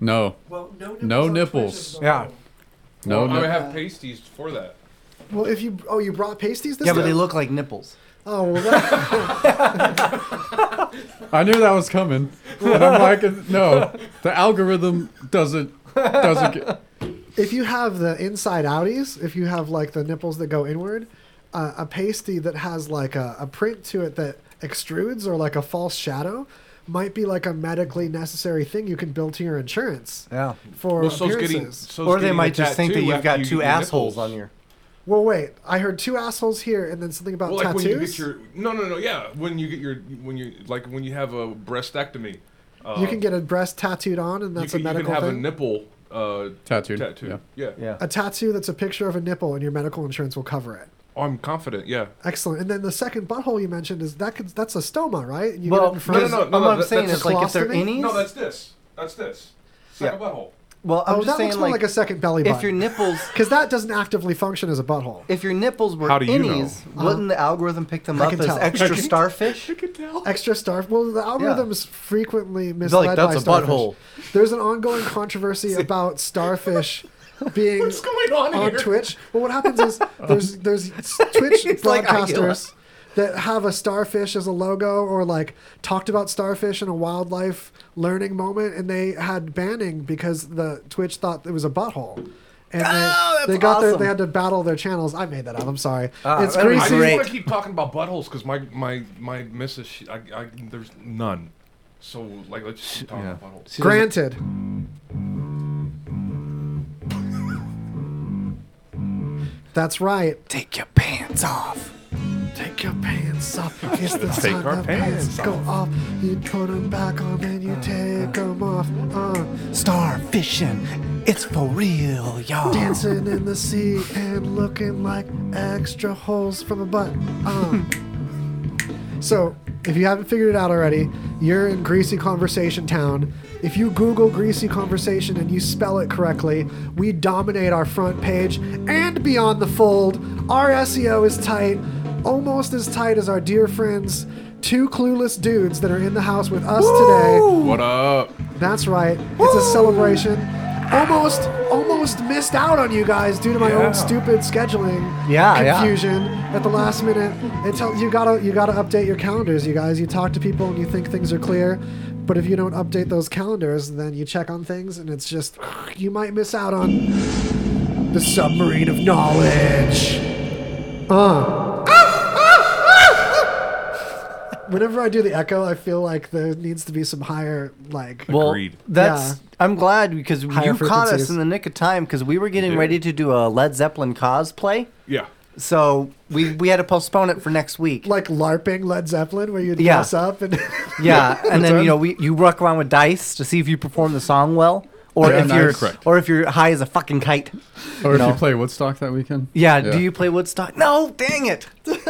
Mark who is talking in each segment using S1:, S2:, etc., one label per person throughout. S1: No,
S2: Well, no nipples.
S1: No
S2: on
S1: nipples.
S2: Twitch is
S3: Yeah.
S2: wrong.
S1: no,
S4: Well, I would
S1: no.
S4: have pasties for that.
S2: Well, if you oh you brought pasties this
S5: Yeah, but
S2: time?
S5: they look like nipples.
S2: oh well that,
S1: I knew that was coming, and I'm like, no, the algorithm doesn't doesn't. Get,
S2: if you have the inside outies, if you have like the nipples that go inward, uh, a pasty that has like a, a print to it that extrudes or like a false shadow might be like a medically necessary thing you can bill to your insurance
S3: Yeah.
S2: for
S4: Well, so's
S2: appearances.
S4: getting, so's
S5: Or they
S4: getting a
S5: might just think that
S4: tattoo
S5: you've
S4: after
S5: got
S4: you
S5: two
S4: get your
S5: assholes
S4: nipples.
S5: on your.
S2: well, wait, I heard two assholes here and then something about
S4: Well, like
S2: Oh, tattoos.
S4: when you get your no, no, no, yeah, when you get your when you like when you have a breastectomy, uh,
S2: You can get a breast tattooed on, and
S4: you
S2: that's
S4: can-
S2: a medical
S4: You can have
S2: thing.
S4: a nipple uh,
S1: Tattooed,
S4: tattoo.
S1: yeah.
S4: Yeah.
S5: Yeah.
S2: a tattoo that's a picture of a nipple, and your medical insurance will cover it.
S4: Oh, I'm confident. Yeah,
S2: Excellent. And then the second butthole you mentioned is that could, that's a stoma, right? And You get it
S5: Well,
S2: in
S4: no,
S2: front
S4: no,
S2: of-
S4: no, no,
S5: what I'm
S4: that-
S5: saying
S4: that's
S5: is like if they're
S2: colostomy?
S5: innies.
S4: no, that's this. That's this. Second
S5: Yeah.
S4: butthole.
S5: well, I'm
S2: oh,
S5: just
S2: that
S5: saying
S2: looks more
S5: like,
S2: like a second belly
S5: if your
S2: button.
S5: nipples,
S2: Because that doesn't actively function as a butthole.
S5: if your nipples were
S4: How do you know?
S5: innies, wouldn't the algorithm pick them
S2: I
S5: up
S2: can
S5: as
S2: tell.
S5: extra starfish?
S2: Extra star. Well, the algorithm's frequently
S5: They're
S2: misled
S5: like that's
S2: by
S5: a
S2: starfish.
S5: butthole.
S2: There's an ongoing controversy about starfish being
S4: going on,
S2: on Twitch. Well, what happens is there's there's s- Twitch
S5: It's like
S2: broadcasters that have a starfish as a logo or like talked about starfish in a wildlife learning moment, and they had banning because the Twitch thought it was a butthole. And they,
S5: Oh, that's
S2: they got their,
S5: awesome.
S2: they had to battle their channels. I made that up. I'm sorry.
S5: Ah,
S2: it's
S5: that was
S4: I
S2: greasy.
S4: just
S5: Great.
S4: want to keep talking about buttholes because my my my missus, she, I, I, there's none. So like let's just keep talking
S5: Yeah.
S4: about buttholes.
S5: See, there's a-
S2: Granted. That's right.
S5: Take your pants off.
S2: Take your pants off. It's the
S4: Take
S2: time
S4: our
S2: the
S4: pants Uh,
S2: pants, go off. You put 'em back on and you take 'em off. Uh,
S5: Starfishing. It's for real, y'all.
S2: dancing in the sea and looking like extra holes from a butt. Uh. So, if you haven't figured it out already, you're in Greasy Conversation Town. If you Google Greasy Conversation and you spell it correctly, we dominate our front page and beyond the fold. Our SEO is tight, almost as tight as our dear friends, two clueless dudes that are in the house with us today.
S4: What up?
S2: That's right. It's a celebration. Almost, almost missed out on you guys due to my
S4: Yeah.
S2: own stupid scheduling
S5: Yeah, yeah.
S2: confusion at the last minute. It tell, you gotta, you gotta update your calendars, you guys. You talk to people and you think things are clear, but if you don't update those calendars, then you check on things and it's just you might miss out on the submarine of knowledge. Uh, Whenever I do the echo, I feel like there needs to be some higher, like.
S5: Well,
S4: Agreed.
S5: that's.
S2: Yeah.
S5: I'm glad because
S2: Higher
S5: you caught us
S2: frequencies.
S5: in the nick of time because we were getting
S4: did.
S5: ready to do a Led Zeppelin cosplay,
S4: Yeah.
S5: so we we had to postpone it for next week.
S2: like LARPing Led Zeppelin, where you
S5: Yeah.
S2: dress up and
S5: Yeah, and then you know we you rock around with dice to see if you perform the song well, or
S1: Yeah,
S5: if
S1: nice.
S5: you're
S1: Correct.
S5: or if you're high as a fucking kite.
S1: or if
S5: No.
S1: you play Woodstock that weekend.
S5: Yeah, do you play Woodstock? No, dang it!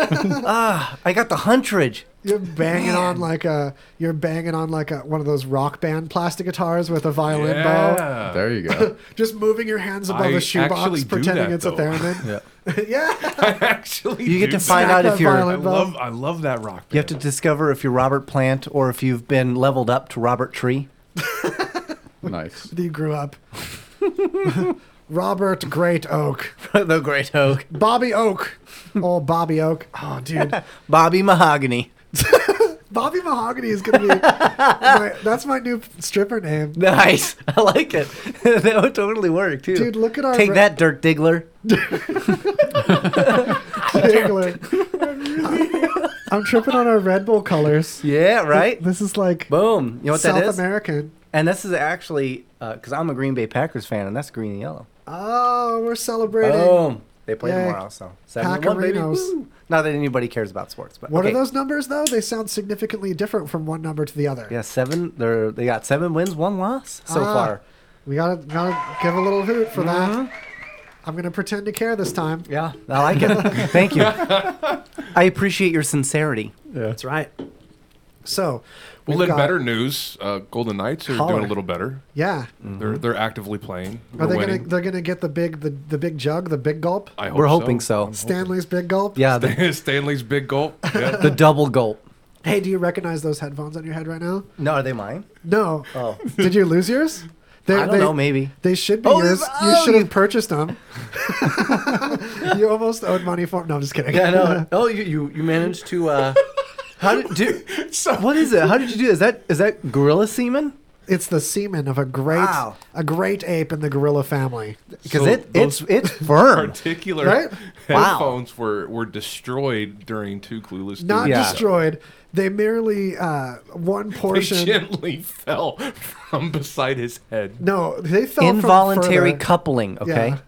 S5: Ah, I got the huntridge.
S2: you're banging on like a you're banging on like a one of those rock band plastic guitars with a violin bow,
S4: yeah.
S1: There you go.
S2: just moving your hands above
S4: I
S2: a
S4: actually
S2: shoebox,
S4: do
S2: pretending
S4: that,
S2: it's
S4: though.
S2: a theremin. Yeah,
S4: I actually
S5: You get
S4: do
S5: to find
S4: that.
S5: out
S2: that
S5: if you're.
S4: I
S2: violin.
S4: love I love that rock. Band.
S5: You have to discover if you're Robert Plant or if you've been leveled up to Robert Tree.
S1: nice.
S2: you grew up. Robert Great Oak,
S5: the Great Oak.
S2: Bobby Oak, oh Bobby Oak, oh dude,
S5: Bobby Mahogany.
S2: Bobby Mahogany is gonna be my, that's my new stripper name.
S5: Nice. I like it. that would totally work too.
S2: Dude, look at our
S5: Take
S2: re-
S5: that, Dirk Diggler.
S2: Diggler. I'm tripping on our Red Bull colors.
S5: Yeah, right.
S2: This is like
S5: Boom. You know what
S2: South
S5: that is?
S2: American.
S5: And this is actually because I'm a Green Bay Packers fan, and that's green and yellow.
S2: Oh, we're celebrating.
S5: Boom. They play
S2: Yay.
S5: tomorrow, so seven to one, baby.
S2: Packerinos.
S5: Woo. Not that anybody cares about sports, but
S2: What
S5: okay.
S2: are those numbers though? They sound significantly different from one number to the other.
S5: Yeah, seven. They're they got seven wins, one loss so
S2: Ah.
S5: far.
S2: We gotta gotta give a little hoot for that. I'm gonna pretend to care this time.
S5: Mm-hmm. Yeah, I like it. Thank you. I appreciate your sincerity.
S1: Yeah.
S2: That's right. So,
S4: Well,
S2: we've
S4: in
S2: got-
S4: better news, uh, Golden Knights are
S2: Holler.
S4: doing a little better.
S2: Yeah.
S5: Mm-hmm.
S4: They're they're actively playing.
S2: Are
S4: They're
S2: they
S4: winning.
S2: gonna they're gonna get the big the, the big jug the big gulp?
S4: I hope
S5: We're hoping so.
S2: Stanley's big gulp.
S5: Yeah, the,
S4: Stanley's big gulp. Yeah.
S5: the double gulp.
S2: Hey, do you recognize those headphones on your head right now?
S5: No, are they mine?
S2: No.
S5: Oh,
S2: Did you lose yours? They,
S5: I don't
S2: they-
S5: know, maybe.
S2: They should be
S5: Oh,
S2: yours.
S5: there's-
S2: you
S5: oh,
S2: should have
S5: you-
S2: purchased them. you almost owed money for. No, I'm just kidding.
S5: Yeah, I know. Oh, you you, you managed to. Uh, how did do? what is it? How did you do? that? Is that is that gorilla semen?
S2: It's the semen of a great,
S5: Wow.
S2: a great ape in the gorilla family.
S5: Because
S4: So
S5: it it's
S4: those-
S5: it's firm.
S4: Particular
S2: Right?
S5: Wow.
S4: headphones were, were destroyed during two clueless.
S2: Not
S5: Yeah.
S2: destroyed. They merely uh, one
S4: They
S2: portion.
S4: gently fell from beside his head.
S2: no, they fell from
S5: Involuntary
S2: further.
S5: coupling. Okay.
S2: Yeah.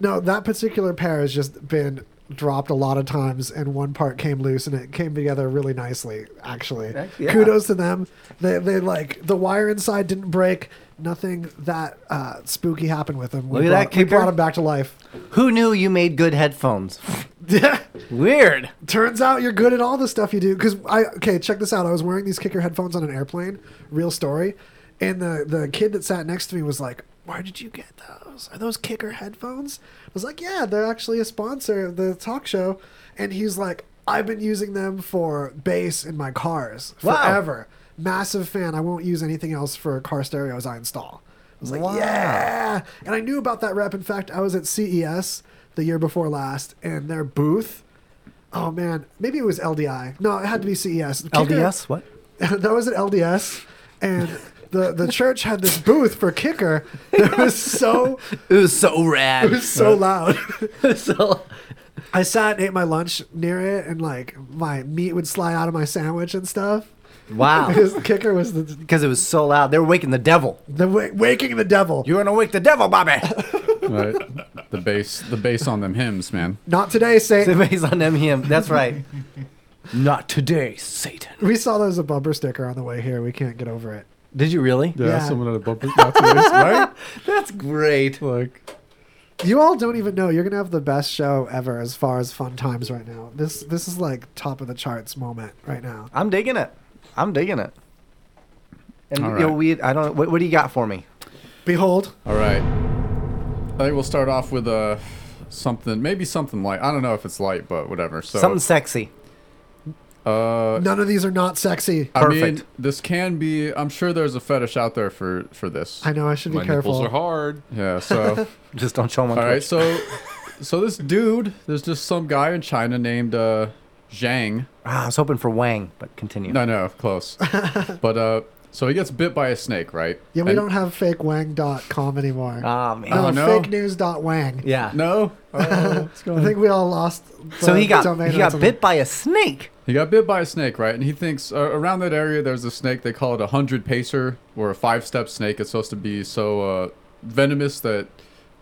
S2: No, that particular pair has just been dropped a lot of times, and one part came loose, and it came together really nicely. Actually,
S5: Heck yeah.
S2: kudos to them. They, they like the wire inside didn't break. Nothing that uh, spooky happened with them. We
S5: Look at
S2: brought,
S5: that
S2: we
S5: kicker.
S2: brought 'em back to life.
S5: Who knew you made good headphones? Weird.
S2: Turns out you're good at all the stuff you do. Because I okay, check this out. I was wearing these kicker headphones on an airplane. Real story. And the the kid that sat next to me was like, "Where did you get those? Are those kicker headphones?" I was like, "Yeah, they're actually a sponsor of the talk show." And he's like, "I've been using them for bass in my cars
S5: Wow.
S2: forever. Massive fan. I won't use anything else for car stereos I install." I was like,
S5: Wow.
S2: "Yeah." And I knew about that rep. In fact, I was at CES the year before last, and their booth Oh man, maybe it was LDI. No, it had to be CES. Kicker-
S5: LDS. What?
S2: that was at LDS, and the the church had this booth for kicker that was so
S5: It was so rad.
S2: it was so loud.
S5: so.
S2: I sat and ate my lunch near it, and like my meat would slide out of my sandwich and stuff.
S5: Wow.
S2: Because kicker was the,
S5: Because it was so loud. They were waking the devil.
S2: the wa- waking the devil.
S5: You're gonna wake the devil, Bobby.
S1: Right. The bass, the bass on them hymns, man.
S2: Not today,
S5: the
S2: Satan.
S5: base on him. That's right. Not today, Satan.
S2: We saw that as a bumper sticker on the way here. We can't get over it.
S5: Did you really?
S1: Yeah,
S2: Yeah.
S1: someone had a bumper. That's what it is, right?
S5: That's great.
S1: Like,
S2: You all don't even know. You're gonna have the best show ever as far as fun times right now. This this is like top of the charts moment right now.
S5: I'm digging it. I'm digging it. And
S1: All
S5: you know,
S1: right.
S5: we I don't what, what do you got for me?
S2: Behold,
S1: all right. I think we'll start off with uh, something, maybe something light. I don't know if it's light, but whatever. So,
S5: Something sexy.
S1: uh,
S2: none of these are not sexy.
S1: I mean,
S5: Perfect.
S1: this can be. I'm sure there's a fetish out there for for this.
S2: I know I should be
S4: My nipples
S2: careful.
S4: are hard.
S1: Yeah. So,
S5: Just don't show them on
S1: all right.
S5: Twitch.
S1: So, so this dude, there's just some guy in China named uh, Zhang.
S5: Ah, I was hoping for Wang, but continue.
S1: No, no, close. but uh, so he gets bit by a snake, right?
S2: Yeah, we
S1: And-
S2: don't have fake wang.com anymore.
S5: Ah man.
S1: Oh, no.
S2: no, fake news dot wang.
S5: yeah.
S1: No. Oh, what's going
S2: Uh, I think we all lost.
S5: so
S2: the
S5: he got
S2: domain
S5: he
S2: or
S5: got
S2: something.
S5: bit by a snake.
S1: He got bit by a snake, right? And he thinks uh, around that area there's a snake. They call it a hundred pacer or a five step snake. It's supposed to be so uh, venomous that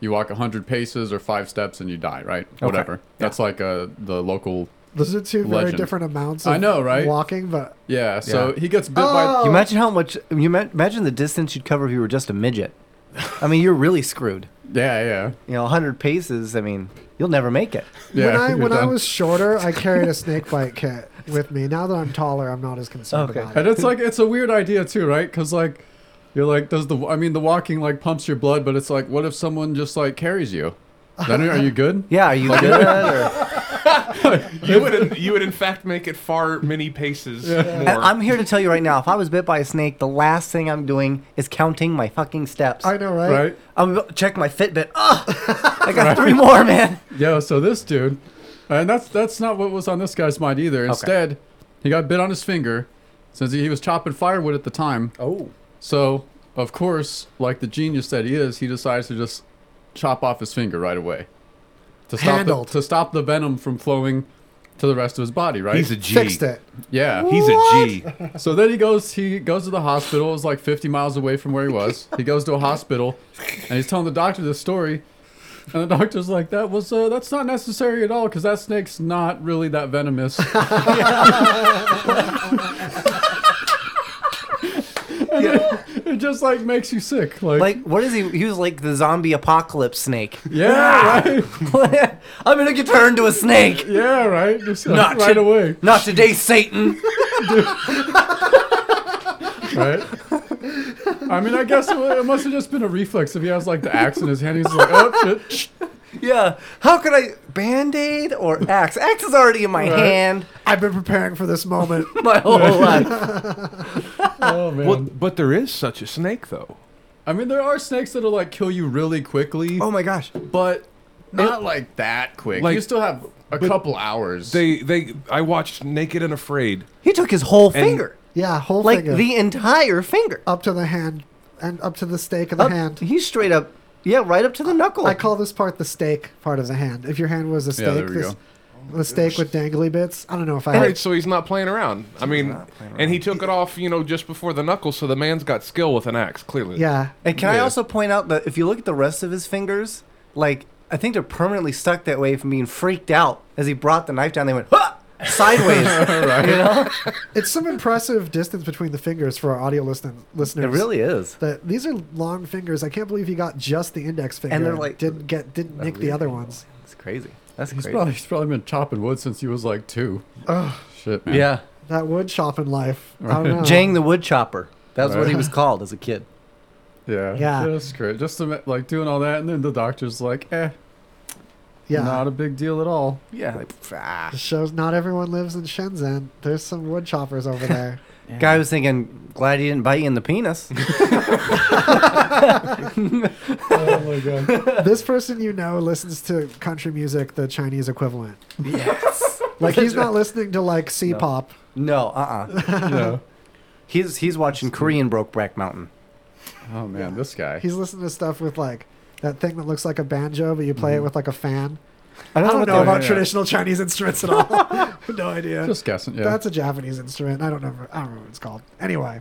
S1: you walk a hundred paces or five steps and you die, right? Whatever. That's like uh, the local.
S2: Those are two very
S1: Legend.
S2: different amounts. Of
S1: I know, right?
S2: Walking, but
S1: Yeah. So
S5: Yeah.
S1: he gets bit
S5: You
S2: Oh.
S5: imagine how much you ma- imagine the distance you'd cover if you were just a midget. I mean, you're really screwed.
S1: by. Yeah, yeah,
S5: You know, 100 paces, I mean, you'll never make it.
S1: yeah.
S2: when I
S1: you're
S2: when I
S1: done.
S2: was shorter, I carried a snake bite kit with me. Now that I'm taller, I'm not as concerned
S5: Okay.
S2: about it.
S1: And it's like it's a weird idea too, right? Because like, you're like, does the I mean, the walking like pumps your blood, but it's like, what if someone just like carries you? Then are you good?
S5: Yeah, are you good? Or,
S4: You would in, you would in fact make it far many paces
S5: And
S4: more.
S5: I'm here to tell you right now, if I was bit by a snake, the last thing I'm doing is counting my fucking steps.
S2: I know, right?
S1: Right.
S5: I'm gonna check my Fitbit. Ugh! I got three more, man.
S1: Yeah, so this dude, and that's that's not what was on this guy's mind either. Instead, he got bit on his finger, since he, he was chopping firewood at the time.
S5: Oh.
S1: So of course, like the genius that he is, he decides to just chop off his finger right away to stop the,
S2: Handled.
S1: to stop the venom from flowing to the rest of his body. Right?
S4: He's a G.
S2: Fixed it.
S1: yeah.
S4: He's a G.
S1: So then he goes. He goes to the hospital. It was like 50 miles away from where he was. He goes to a hospital, and he's telling the doctor this story. And the doctor's like, "That was uh, that's not necessary at all because that snake's not really that venomous." And it, it just like makes you sick. Like,
S5: Like, what is he? He was like the zombie apocalypse snake.
S1: yeah, right,
S5: I'm gonna get turned to a snake.
S1: yeah, right. Just, like,
S5: Not
S1: right
S5: to-
S1: away,
S5: Not today, Satan.
S1: right. I mean, I guess it, wa- it must have just been a reflex. If he has like the axe in his hand, he's like, "Oh shit."
S5: Yeah. How could I? Band aid or axe? Axe is already in my
S1: Right.
S5: hand
S2: I've been preparing for this moment.
S5: my whole life.
S1: Oh man.
S4: Well, but there is such a snake though.
S1: I mean, there are snakes that'll like kill you really quickly,
S3: Oh my gosh.
S1: but not like that quick.
S4: Like-
S1: you still have a couple hours.
S4: They they I watched Naked and Afraid.
S5: He took his whole
S4: And-
S5: finger,
S2: Yeah, whole
S5: like
S2: finger.
S5: the entire finger.
S2: up to the hand and up to the stake of the
S5: Up-
S2: hand.
S5: He's straight up, yeah, right up to the knuckle.
S2: I call this part the stake part of the hand. If your hand was a stake,
S1: Yeah, there we
S2: this,
S1: go.
S2: the stake with dangly bits. I don't know if I
S4: All
S2: had.
S4: right, so he's not playing around. I mean,
S3: not playing
S4: and he
S3: around.
S4: took it off, you know, just before the knuckle. So the man's got skill with an axe, clearly.
S2: yeah,
S5: And can I
S4: Yeah.
S5: also point out that if you look at the rest of his fingers, like I think they're permanently stuck that way from being freaked out as he brought the knife down. They went "Huh!" sideways. You know,
S2: it's some impressive distance between the fingers for our audio listen-
S5: it
S2: listeners.
S5: really is.
S2: That these are long fingers. I can't believe he got just the index finger.
S5: they're like-
S2: didn't get didn't nick the other ones.
S5: It's crazy. That's
S1: He's
S5: crazy.
S1: probably, he's probably been chopping wood since he was like two.
S2: Ugh,
S1: Shit, man.
S5: yeah,
S2: that wood chopping life. I don't know.
S5: Jang the wood chopper. That was what he
S1: Right.
S5: was called as a kid.
S1: Yeah.
S2: Yeah.
S1: Just cra Just to, ma- like doing all that, and then the doctor's like, eh,
S2: yeah.
S1: not a big deal at all.
S3: Yeah. Like, ah.
S2: It shows not everyone lives in Shenzhen. There's some wood choppers over there.
S5: Guy was thinking, glad he didn't bite you in the penis.
S1: oh my god.
S2: this person you know listens to country music, the Chinese equivalent. Yes. like he's not listening to like C-pop.
S5: no, uh, uh
S1: Yeah.
S5: He's he's watching Korean Brokeback Mountain.
S1: Oh man, this guy.
S2: He's listening to stuff with like that thing that looks like a banjo, but you play it with like a fan.
S5: Mm-hmm. I
S2: I
S5: don't know.
S2: don't
S5: what
S2: know
S5: the-
S2: about
S1: yeah.
S2: traditional Chinese instruments at all. no idea.
S1: Just guessing. Yeah.
S2: That's a Japanese instrument. I don't know. I don't remember what it's called. Anyway,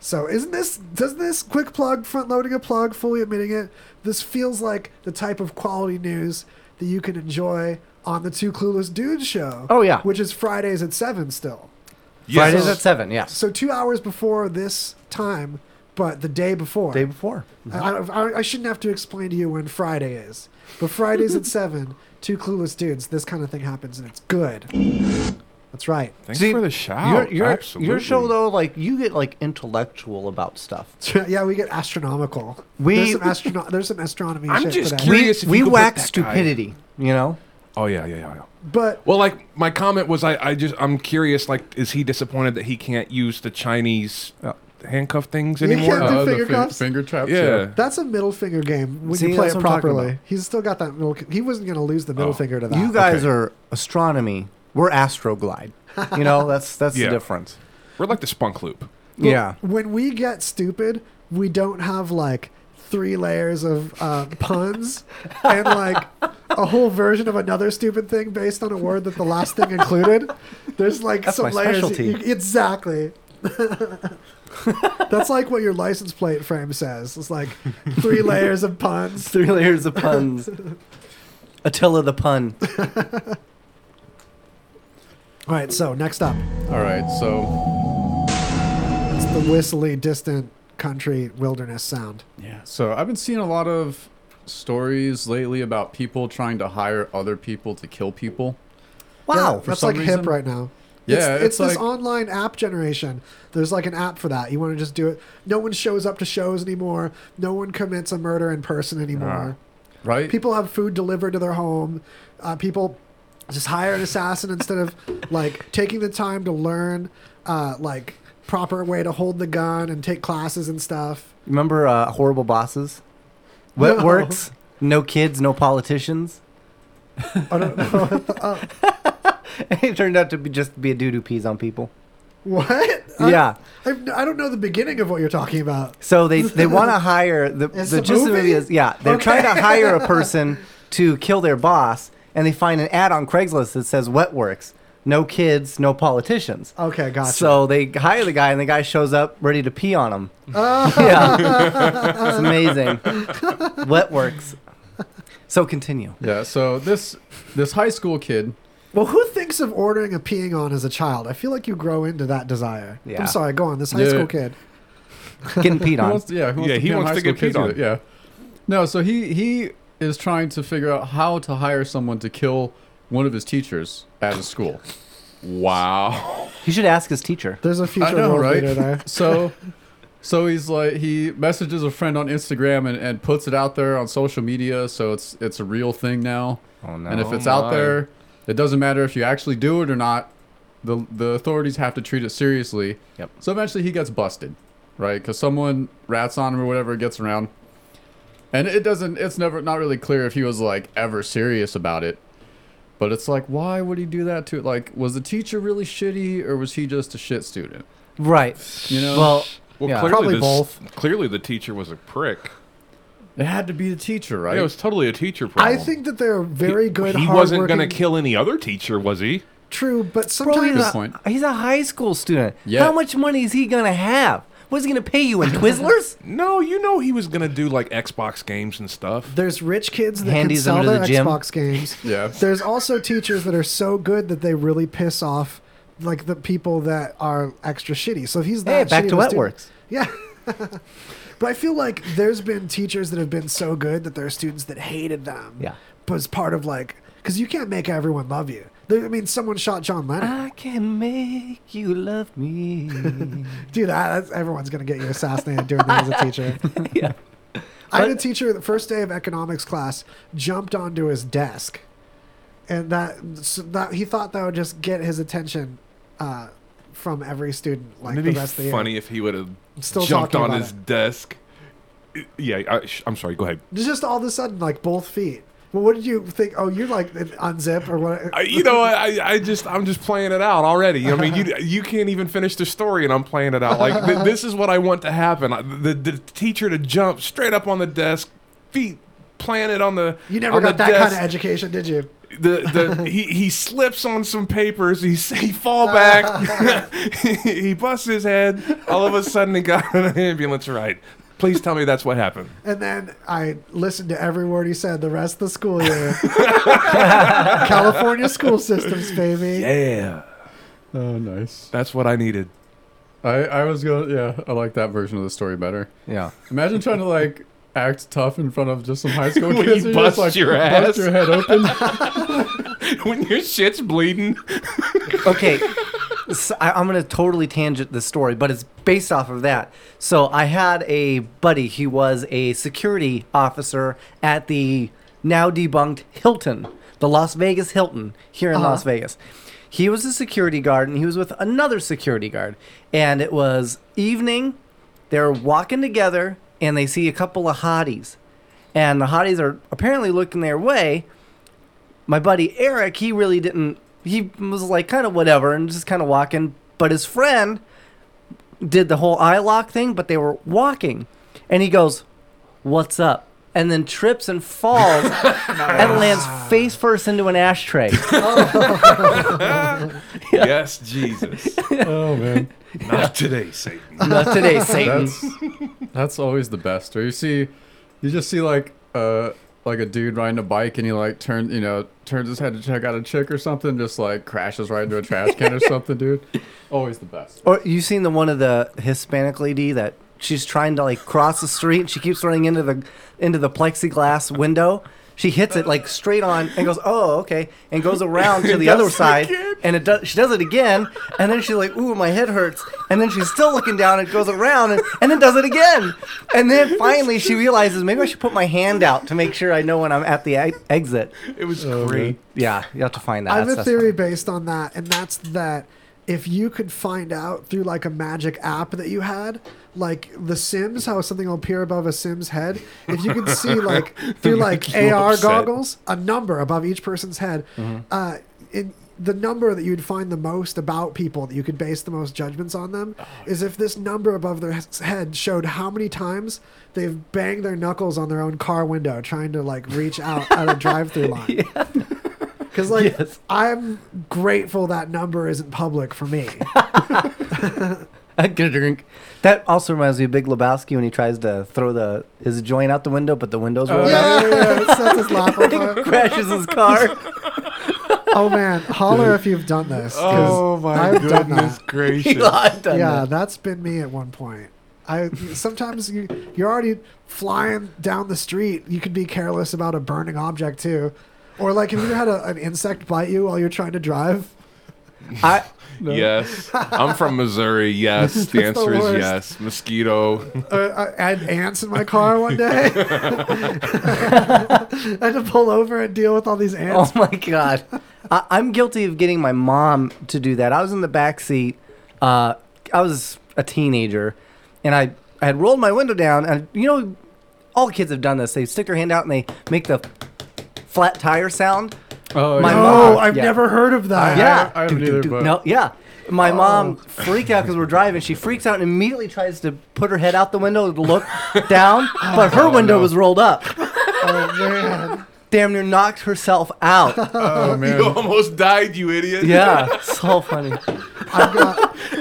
S2: so isn't this? Does this quick plug, front loading a plug, fully admitting it? This feels like the type of quality news that you can enjoy on the Two Clueless Dudes show.
S5: Oh, yeah.
S2: which is Fridays at seven still.
S4: Yes.
S5: Fridays at seven. Yes.
S2: So two hours before this time, but the day before.
S5: Day before.
S2: I, I, I shouldn't have to explain to you when Friday is, but Fridays at seven. Two clueless dudes. This kind of thing happens, and it's good. That's right.
S4: Thanks
S5: See,
S4: for the
S5: Your
S4: shout.
S5: your,
S4: Absolutely.
S5: your show though, like you get like intellectual about stuff.
S2: yeah, we get astronomical.
S5: We-
S2: there's some, astrono- there's some astronomy.
S4: I'm
S2: shit
S4: just
S2: today.
S4: curious. if
S5: we
S4: you
S5: we
S4: could put
S5: whack
S4: that guy-
S5: stupidity, you know.
S4: Oh yeah, yeah, yeah, yeah.
S2: but
S4: Well, like my comment was, I, I just I'm curious. Like, is he disappointed that he can't use the Chinese handcuff things
S2: You
S4: anymore?
S2: can't-
S4: Uh,
S1: Oh, the
S2: finger
S1: fi-
S2: cuffs?
S1: finger traps.
S4: yeah.
S2: that's a middle finger game when
S5: See,
S2: you play
S5: that's
S2: it
S5: what I'm talking
S2: properly.
S5: about.
S2: He's still got that middle. He wasn't going to lose the middle
S4: Oh.
S2: finger to that.
S5: You guys are astronomy. We're astroglide. You know, that's that's
S4: Yeah.
S5: the difference.
S4: We're like the spunk loop.
S5: Yeah.
S2: when we get stupid, we don't have like three layers of uh, puns and like a whole version of another stupid thing based on a word that the last thing included. There's like
S5: That's
S2: some
S5: my
S2: layers.
S5: specialty.
S2: You- exactly. That's like what your license plate frame says. It's like three layers of puns.
S5: Three layers of puns. Attila the pun.
S2: All right, so next up,
S1: All right. So.
S2: it's the whistly, distant country wilderness sound.
S1: Yeah. So I've been seeing a lot of stories lately about people trying to hire other people to kill people.
S5: Wow.
S1: for
S2: that's
S1: some
S2: like hip
S1: reason-
S2: right now.
S1: Yeah,
S2: it's,
S1: it's
S2: it's this
S1: like-
S2: online app generation. There's like an app for that. You want to just do it. No one shows up to shows anymore. No one commits a murder in person anymore.
S1: Ah, Right.
S2: People have food delivered to their home. Uh, people just hire an assassin instead of like taking the time to learn uh, like proper way to hold the gun and take classes and stuff.
S5: Remember uh, horrible bosses? What
S2: No.
S5: works? No kids, no politicians.
S2: I don't know. Oh.
S5: it turned out to be just be a doo doo pees on people.
S2: what? I-
S5: yeah.
S2: I've, I don't know the beginning of what you're talking about.
S5: So they they want to hire the
S2: It's
S5: the
S2: a
S5: gist of the
S2: movie?
S5: movie is yeah they're
S2: Okay.
S5: trying to hire a person to kill their boss and they find an ad on Craigslist that says what works no kids no politicians
S2: Okay, gotcha.
S5: so they hire the guy and the guy shows up ready to pee on him
S2: Oh.
S5: yeah it's amazing what works so continue
S1: Yeah. So this this high school kid.
S2: Well, who thinks of ordering a peeing on as a child? I feel like you grow into that desire.
S5: Yeah.
S2: I'm sorry, go on. This high
S1: Yeah.
S2: school kid.
S5: getting peed
S1: Who
S5: on
S1: wants to, yeah. Who wants
S4: Yeah,
S1: to
S4: he
S1: pee on
S4: wants
S1: high
S4: to
S1: school
S4: get
S1: kids
S4: peed
S1: with it?
S4: on.
S1: Yeah. No. So he he is trying to figure out how to hire someone to kill one of his teachers at his school.
S4: Wow.
S5: he should ask his teacher
S2: There's a future world leader there.
S1: So, so he's like he messages a friend on Instagram and, and puts it out there on social media. So it's it's a real thing now.
S5: oh no
S1: and if it's
S4: Oh
S1: out
S4: my.
S1: there, it doesn't matter if you actually do it or not. The the authorities have to treat it seriously.
S5: Yep.
S1: So eventually he gets busted. right? Because someone rats on him or whatever gets around, and it doesn't. It's never not really clear if he was like ever serious about it. But it's like, why would he do that to it? Like, was the teacher really shitty, or was he just a shit student?
S5: Right.
S1: You know,
S5: Well,
S4: Well,
S5: Yeah.
S4: clearly
S2: Probably
S4: this-
S2: both.
S4: Clearly, the teacher was a prick.
S1: it had to be the teacher, right?
S4: Yeah, it was totally a teacher problem.
S2: I think that they're very good.
S4: He
S2: hard
S4: wasn't
S2: going to
S4: kill any other teacher, was he?
S2: True, but
S5: bro, he's
S2: sometimes
S1: Good
S5: a,
S1: point.
S5: he's a high school student.
S1: Yeah.
S5: How much money is he gonna have? What's he gonna pay you in Twizzlers?
S4: No, you know he was gonna do like Xbox games and stuff.
S2: there's rich kids that
S5: Handies
S2: can sell
S5: under
S2: their
S5: the gym.
S2: Xbox games.
S1: Yeah.
S2: There's also teachers that are so good that they really piss off like the people that are extra shitty. So if he's
S5: Hey,
S2: that
S5: back
S2: shitty
S5: to
S2: of a student-
S5: Wetworks.
S2: Yeah. but I feel like there's been teachers that have been so good that there are students that hated them.
S5: Yeah.
S2: Was part of like because you can't make everyone love you. There, I mean, someone shot John Lennon.
S5: I can make you love me.
S2: Dude, I, that's, everyone's gonna get you assassinated doing that as a teacher.
S5: yeah.
S2: I had a teacher the first day of economics class jumped onto his desk, and that so that he thought that would just get his attention uh, from every student like
S4: Wouldn't
S2: the
S4: it be
S2: rest of the
S4: funny
S2: year.
S4: if he would have
S2: Still
S4: jumped on
S2: talking about
S4: his desk. Yeah, I, sh- I'm sorry. Go ahead.
S2: Just all of a sudden, like both feet. Well, what did you think? Oh, you're like an unzip or what?
S4: I, you know, I, I just I'm just playing it out already. I mean, you you can't even finish the story, and I'm playing it out. Like th- this is what I want to happen. I- The, the teacher to jump straight up on the desk, feet planted on the.
S2: you never
S4: on
S2: got
S4: the
S2: that kind
S4: desk.
S2: of education, did you?
S4: the, the he, he slips on some papers. He s- he fall back. he busts his head. All of a sudden, he got an ambulance ride. Please tell me that's what happened.
S2: And then I listened to every word he said the rest of the school year. California school systems, baby.
S4: Yeah,
S1: oh, nice.
S4: that's what I needed.
S1: I I was going. to Yeah, I like that version of the story better.
S5: Yeah.
S1: Imagine trying to like act tough in front of just some high school
S4: When
S1: kids.
S4: you
S1: and you're just,
S4: bust
S1: like,
S4: your ass.
S1: bust your head open.
S4: when your shit's bleeding,
S5: Okay. So I, I'm gonna totally tangent this story, but it's based off of that. So I had a buddy. He was a security officer at the now debunked Hilton, the Las Vegas Hilton here in
S2: Uh-huh.
S5: Las Vegas. He was a security guard, and he was with another security guard. And it was evening. They're walking together, and they see a couple of hotties. And the hotties are apparently looking their way, my buddy Eric, he really didn't. He was like kind of whatever and just kind of walking. But his friend did the whole eye lock thing, but they were walking, and he goes, "What's up?" and then trips and falls and lands face first into an ashtray.
S2: Oh.
S4: yes, Jesus,
S1: oh man,
S4: not today, Satan.
S5: Not today, Satan.
S1: that's that's always the best. Or you see, you just see like uh like a dude riding a bike and he like turn you know turns his head to check out a chick or something, just like crashes right into a trash can or something, dude. Always the best.
S5: Or you seen the one of the Hispanic lady that she's trying to like cross the street and she keeps running into the into the plexiglass window. She hits it like straight on and goes, "Oh, okay," and goes around to the other side, and it does. She does it again, and then she's like, "Ooh, my head hurts," and then she's still looking down and goes around and, and then does it again, and then finally she realizes maybe I should put my hand out to make sure I know when I'm at the e- exit.
S4: It was
S1: Oh,
S4: great.
S5: Yeah, you have to find that.
S2: I have
S5: That's-
S2: a
S5: that's
S2: theory
S5: funny.
S2: based on that, and that's that if you could find out through like a magic app that you had, like The Sims, how something will appear above a Sim's head, if you could see like through like
S4: You
S2: AR
S4: upset.
S2: goggles a number above each person's head, uh, in the number that you'd find the most about people that you could base the most judgments on them is if this number above their he- head showed how many times they've banged their knuckles on their own car window trying to like reach out at a drive-through line. Because like
S5: Yes.
S2: I'm grateful that number isn't public for me.
S5: Get a drink. That also reminds me of Big Lebowski when he tries to throw the his joint out the window, but the window's rolled up.
S2: Oh, yeah, yeah, yeah, it sets us laughing apart.
S5: crashes his car.
S2: Oh man, holler if you've done this. 'cause
S4: Oh my
S2: I've done
S4: goodness
S2: that.
S5: He
S4: gracious!
S5: lied done
S2: yeah,
S5: that.
S2: that's been me at one point. I sometimes you you're already flying down the street. You could be careless about a burning object too, or like if you had a, an insect bite you while you're trying to drive.
S5: I,
S4: Yes, I'm from Missouri. Yes, the
S2: That's the
S4: answer is
S2: worst.
S4: yes. Mosquito.
S2: uh, I had ants in my car one day. I had to pull over and deal with all these
S5: oh
S2: ants.
S5: my god, I, I'm guilty of getting my mom to do that. I was in the back seat. Uh, I was a teenager, and I, I had rolled my window down, and you know, all kids have done this. They stick their hand out and they make the flat tire sound.
S1: Oh,
S5: My
S1: yeah.
S5: mom-
S2: Oh, I've
S5: Yeah.
S2: never heard of that. Oh.
S5: yeah,
S1: I haven't
S5: Do,
S1: either,
S5: do, do.
S1: but-
S5: no, yeah. My mom freaked out because we're driving. She freaks out and immediately tries to put her head out the window to look down, but her window
S1: Oh, no.
S5: was rolled up.
S2: Oh man.
S5: Damn near knocked herself out.
S1: Oh man.
S4: You almost died, you idiot.
S5: Yeah, so funny.
S2: I've got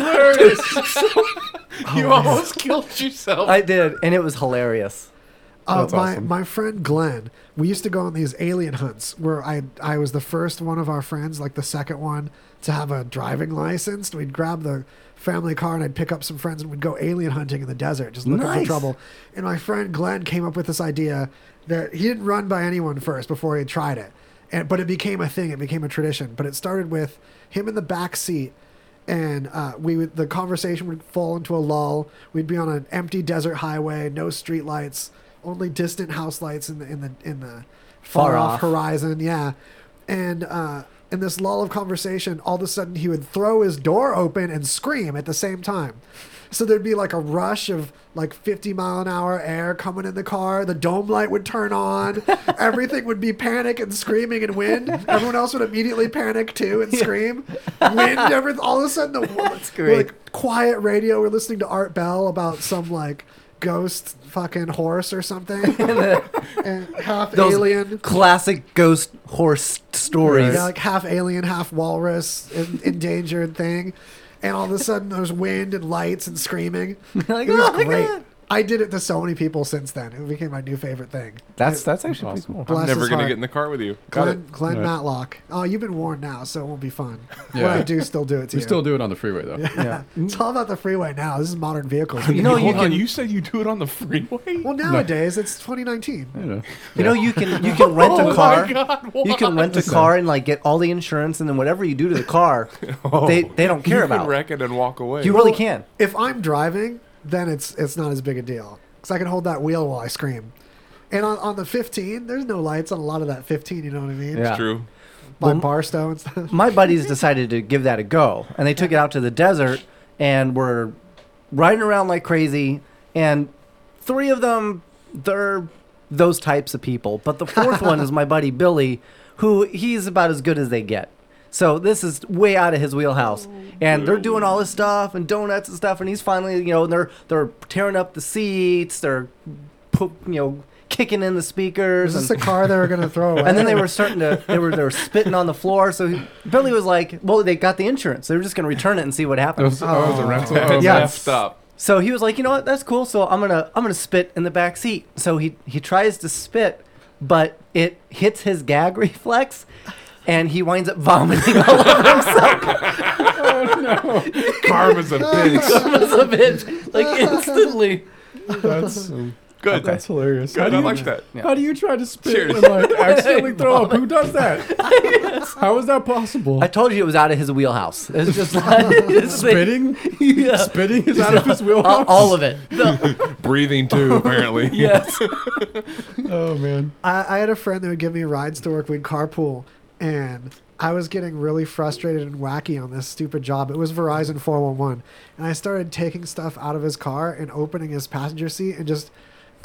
S5: Oh,
S4: you almost killed yourself.
S5: I did, and it was hilarious.
S2: uh,
S1: That's
S2: my
S1: awesome.
S2: my friend Glenn. We used to go on these alien hunts where I I was the first one of our friends, like the second one to have a driving license. We'd grab the family car and I'd pick up some friends and we'd go alien hunting in the desert, just looking for
S5: Nice.
S2: trouble. And my friend Glenn came up with this idea that he didn't run by anyone first before he tried it. And, but it became a thing. It became a tradition. But it started with him in the back seat, and uh, we would, the conversation would fall into a lull. We'd be on an empty desert highway, no street lights, only distant house lights in the in the in the far,
S5: Far
S2: off
S5: off.
S2: horizon. Yeah, and uh, in this lull of conversation, all of a sudden he would throw his door open and scream at the same time. So there'd be like a rush of like 50 mile an hour air coming in the car. The dome light would turn on. Everything would be panic and screaming and wind. Everyone else would immediately panic too and scream. Wind, everything. All of a sudden, the
S5: That's
S2: we're,
S5: great.
S2: like quiet radio. We're listening to Art Bell about some like ghost fucking horse or something. and half
S5: Those
S2: alien.
S5: classic ghost horse stories.
S2: Yeah, like half alien, half walrus, en- endangered thing. And all of a sudden, there's wind and lights and screaming.
S5: Like,
S2: it was
S5: "Oh my
S2: great.
S5: God."
S2: I did it to so many people since then. It became my new favorite thing.
S5: That's that's actually pretty
S1: Awesome.
S5: cool.
S2: Bless
S4: I'm never
S2: his
S4: gonna
S2: heart.
S4: get in the car with you. Got
S2: Glenn, Glenn
S1: Right.
S2: Matlock. Oh, you've been warned now, so it won't be fun. When
S1: Yeah.
S2: I do still do it to
S1: We
S2: you.
S1: still do it on the freeway though.
S5: Yeah.
S2: It's all about the freeway now. This is modern vehicles.
S4: it.
S5: You know, you
S4: Hold on,
S5: can-
S4: you said you do it on the freeway.
S2: well, nowadays it's 2019.
S1: You know.
S5: You know, you can you can rent
S4: Oh
S5: a
S4: my
S5: car.
S4: God,
S5: you can rent a
S1: Listen.
S5: car and like get all the insurance, and then whatever you do to the car, they they don't care
S4: Oh. you
S5: about.
S4: can wreck it and walk away.
S5: You really can.
S2: If I'm driving, then it's it's not as big a deal because I can hold that wheel while I scream. And on, on the 15, there's no lights on a lot of that 15. You know what I mean?
S5: Yeah.
S4: It's true.
S2: By
S5: Well, m-
S2: Barstow and stuff.
S5: My buddies decided to give that a go, and they took it out to the desert and were riding around like crazy. And three of them, they're those types of people. But the fourth one is my buddy Billy, who he's about as good as they get. So this is way out of his wheelhouse. And they're doing all this stuff and donuts and stuff, and he's finally, you know, they're they're tearing up the seats, they're, pu- you know, kicking in the speakers.
S2: Is this
S5: and-
S2: the car they were gonna
S4: Oh,
S2: throw away?
S5: and then they were starting to they were they were spitting on the floor. So he- Billy was like, "Well, they got the insurance. They were just going to return it and see what
S1: It was,
S5: happens."
S1: oh, it was a rental.
S4: That's
S1: Oh,
S5: Yeah.
S1: man.
S4: messed up.
S5: So he was like, "You know what? That's cool. So I'm gonna I'm gonna spit in the back seat." So he he tries to spit, but it hits his gag reflex, and he winds up vomiting all over himself.
S4: Karma's a bitch.
S5: It was Oh, a bitch, like instantly.
S1: That's um,
S4: Good.
S1: that's hilarious.
S4: Good. I
S1: you,
S4: like that.
S1: How do you try to spit
S4: Cheers.
S1: and like accidentally throw up? Who does that? How is that possible?
S5: I told you it was out of his wheelhouse. It's just like it's like-
S1: Spitting,
S5: Yeah.
S1: spitting is out of his
S5: All,
S1: wheelhouse.
S5: all of it. The-
S4: Breathing too, apparently.
S5: yes.
S1: Oh man.
S2: I, I had a friend that would give me rides to work. We'd carpool, and I was getting really frustrated and wacky on this stupid job. It was Verizon 411, and I started taking stuff out of his car and opening his passenger seat and just.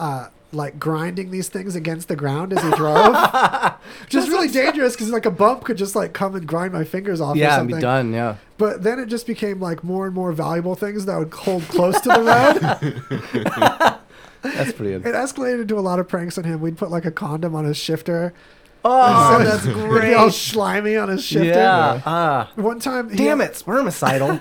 S2: Uh, like grinding these things against the ground as he drove, just really dangerous because like a bump could just like come and grind my fingers off. or
S5: Yeah, be
S2: something.
S5: done. Yeah.
S2: But then it just became like more and more valuable things that I would hold close to the road.
S5: That's pretty.
S2: It escalated to a lot of pranks on him. We'd put like a condom on his shifter.
S5: Oh, that's
S2: It'd be all
S5: great.
S2: slimy on his shifter.
S5: Yeah. Ah.
S2: One time, he
S5: Damn
S2: had-
S5: it, spermicidal.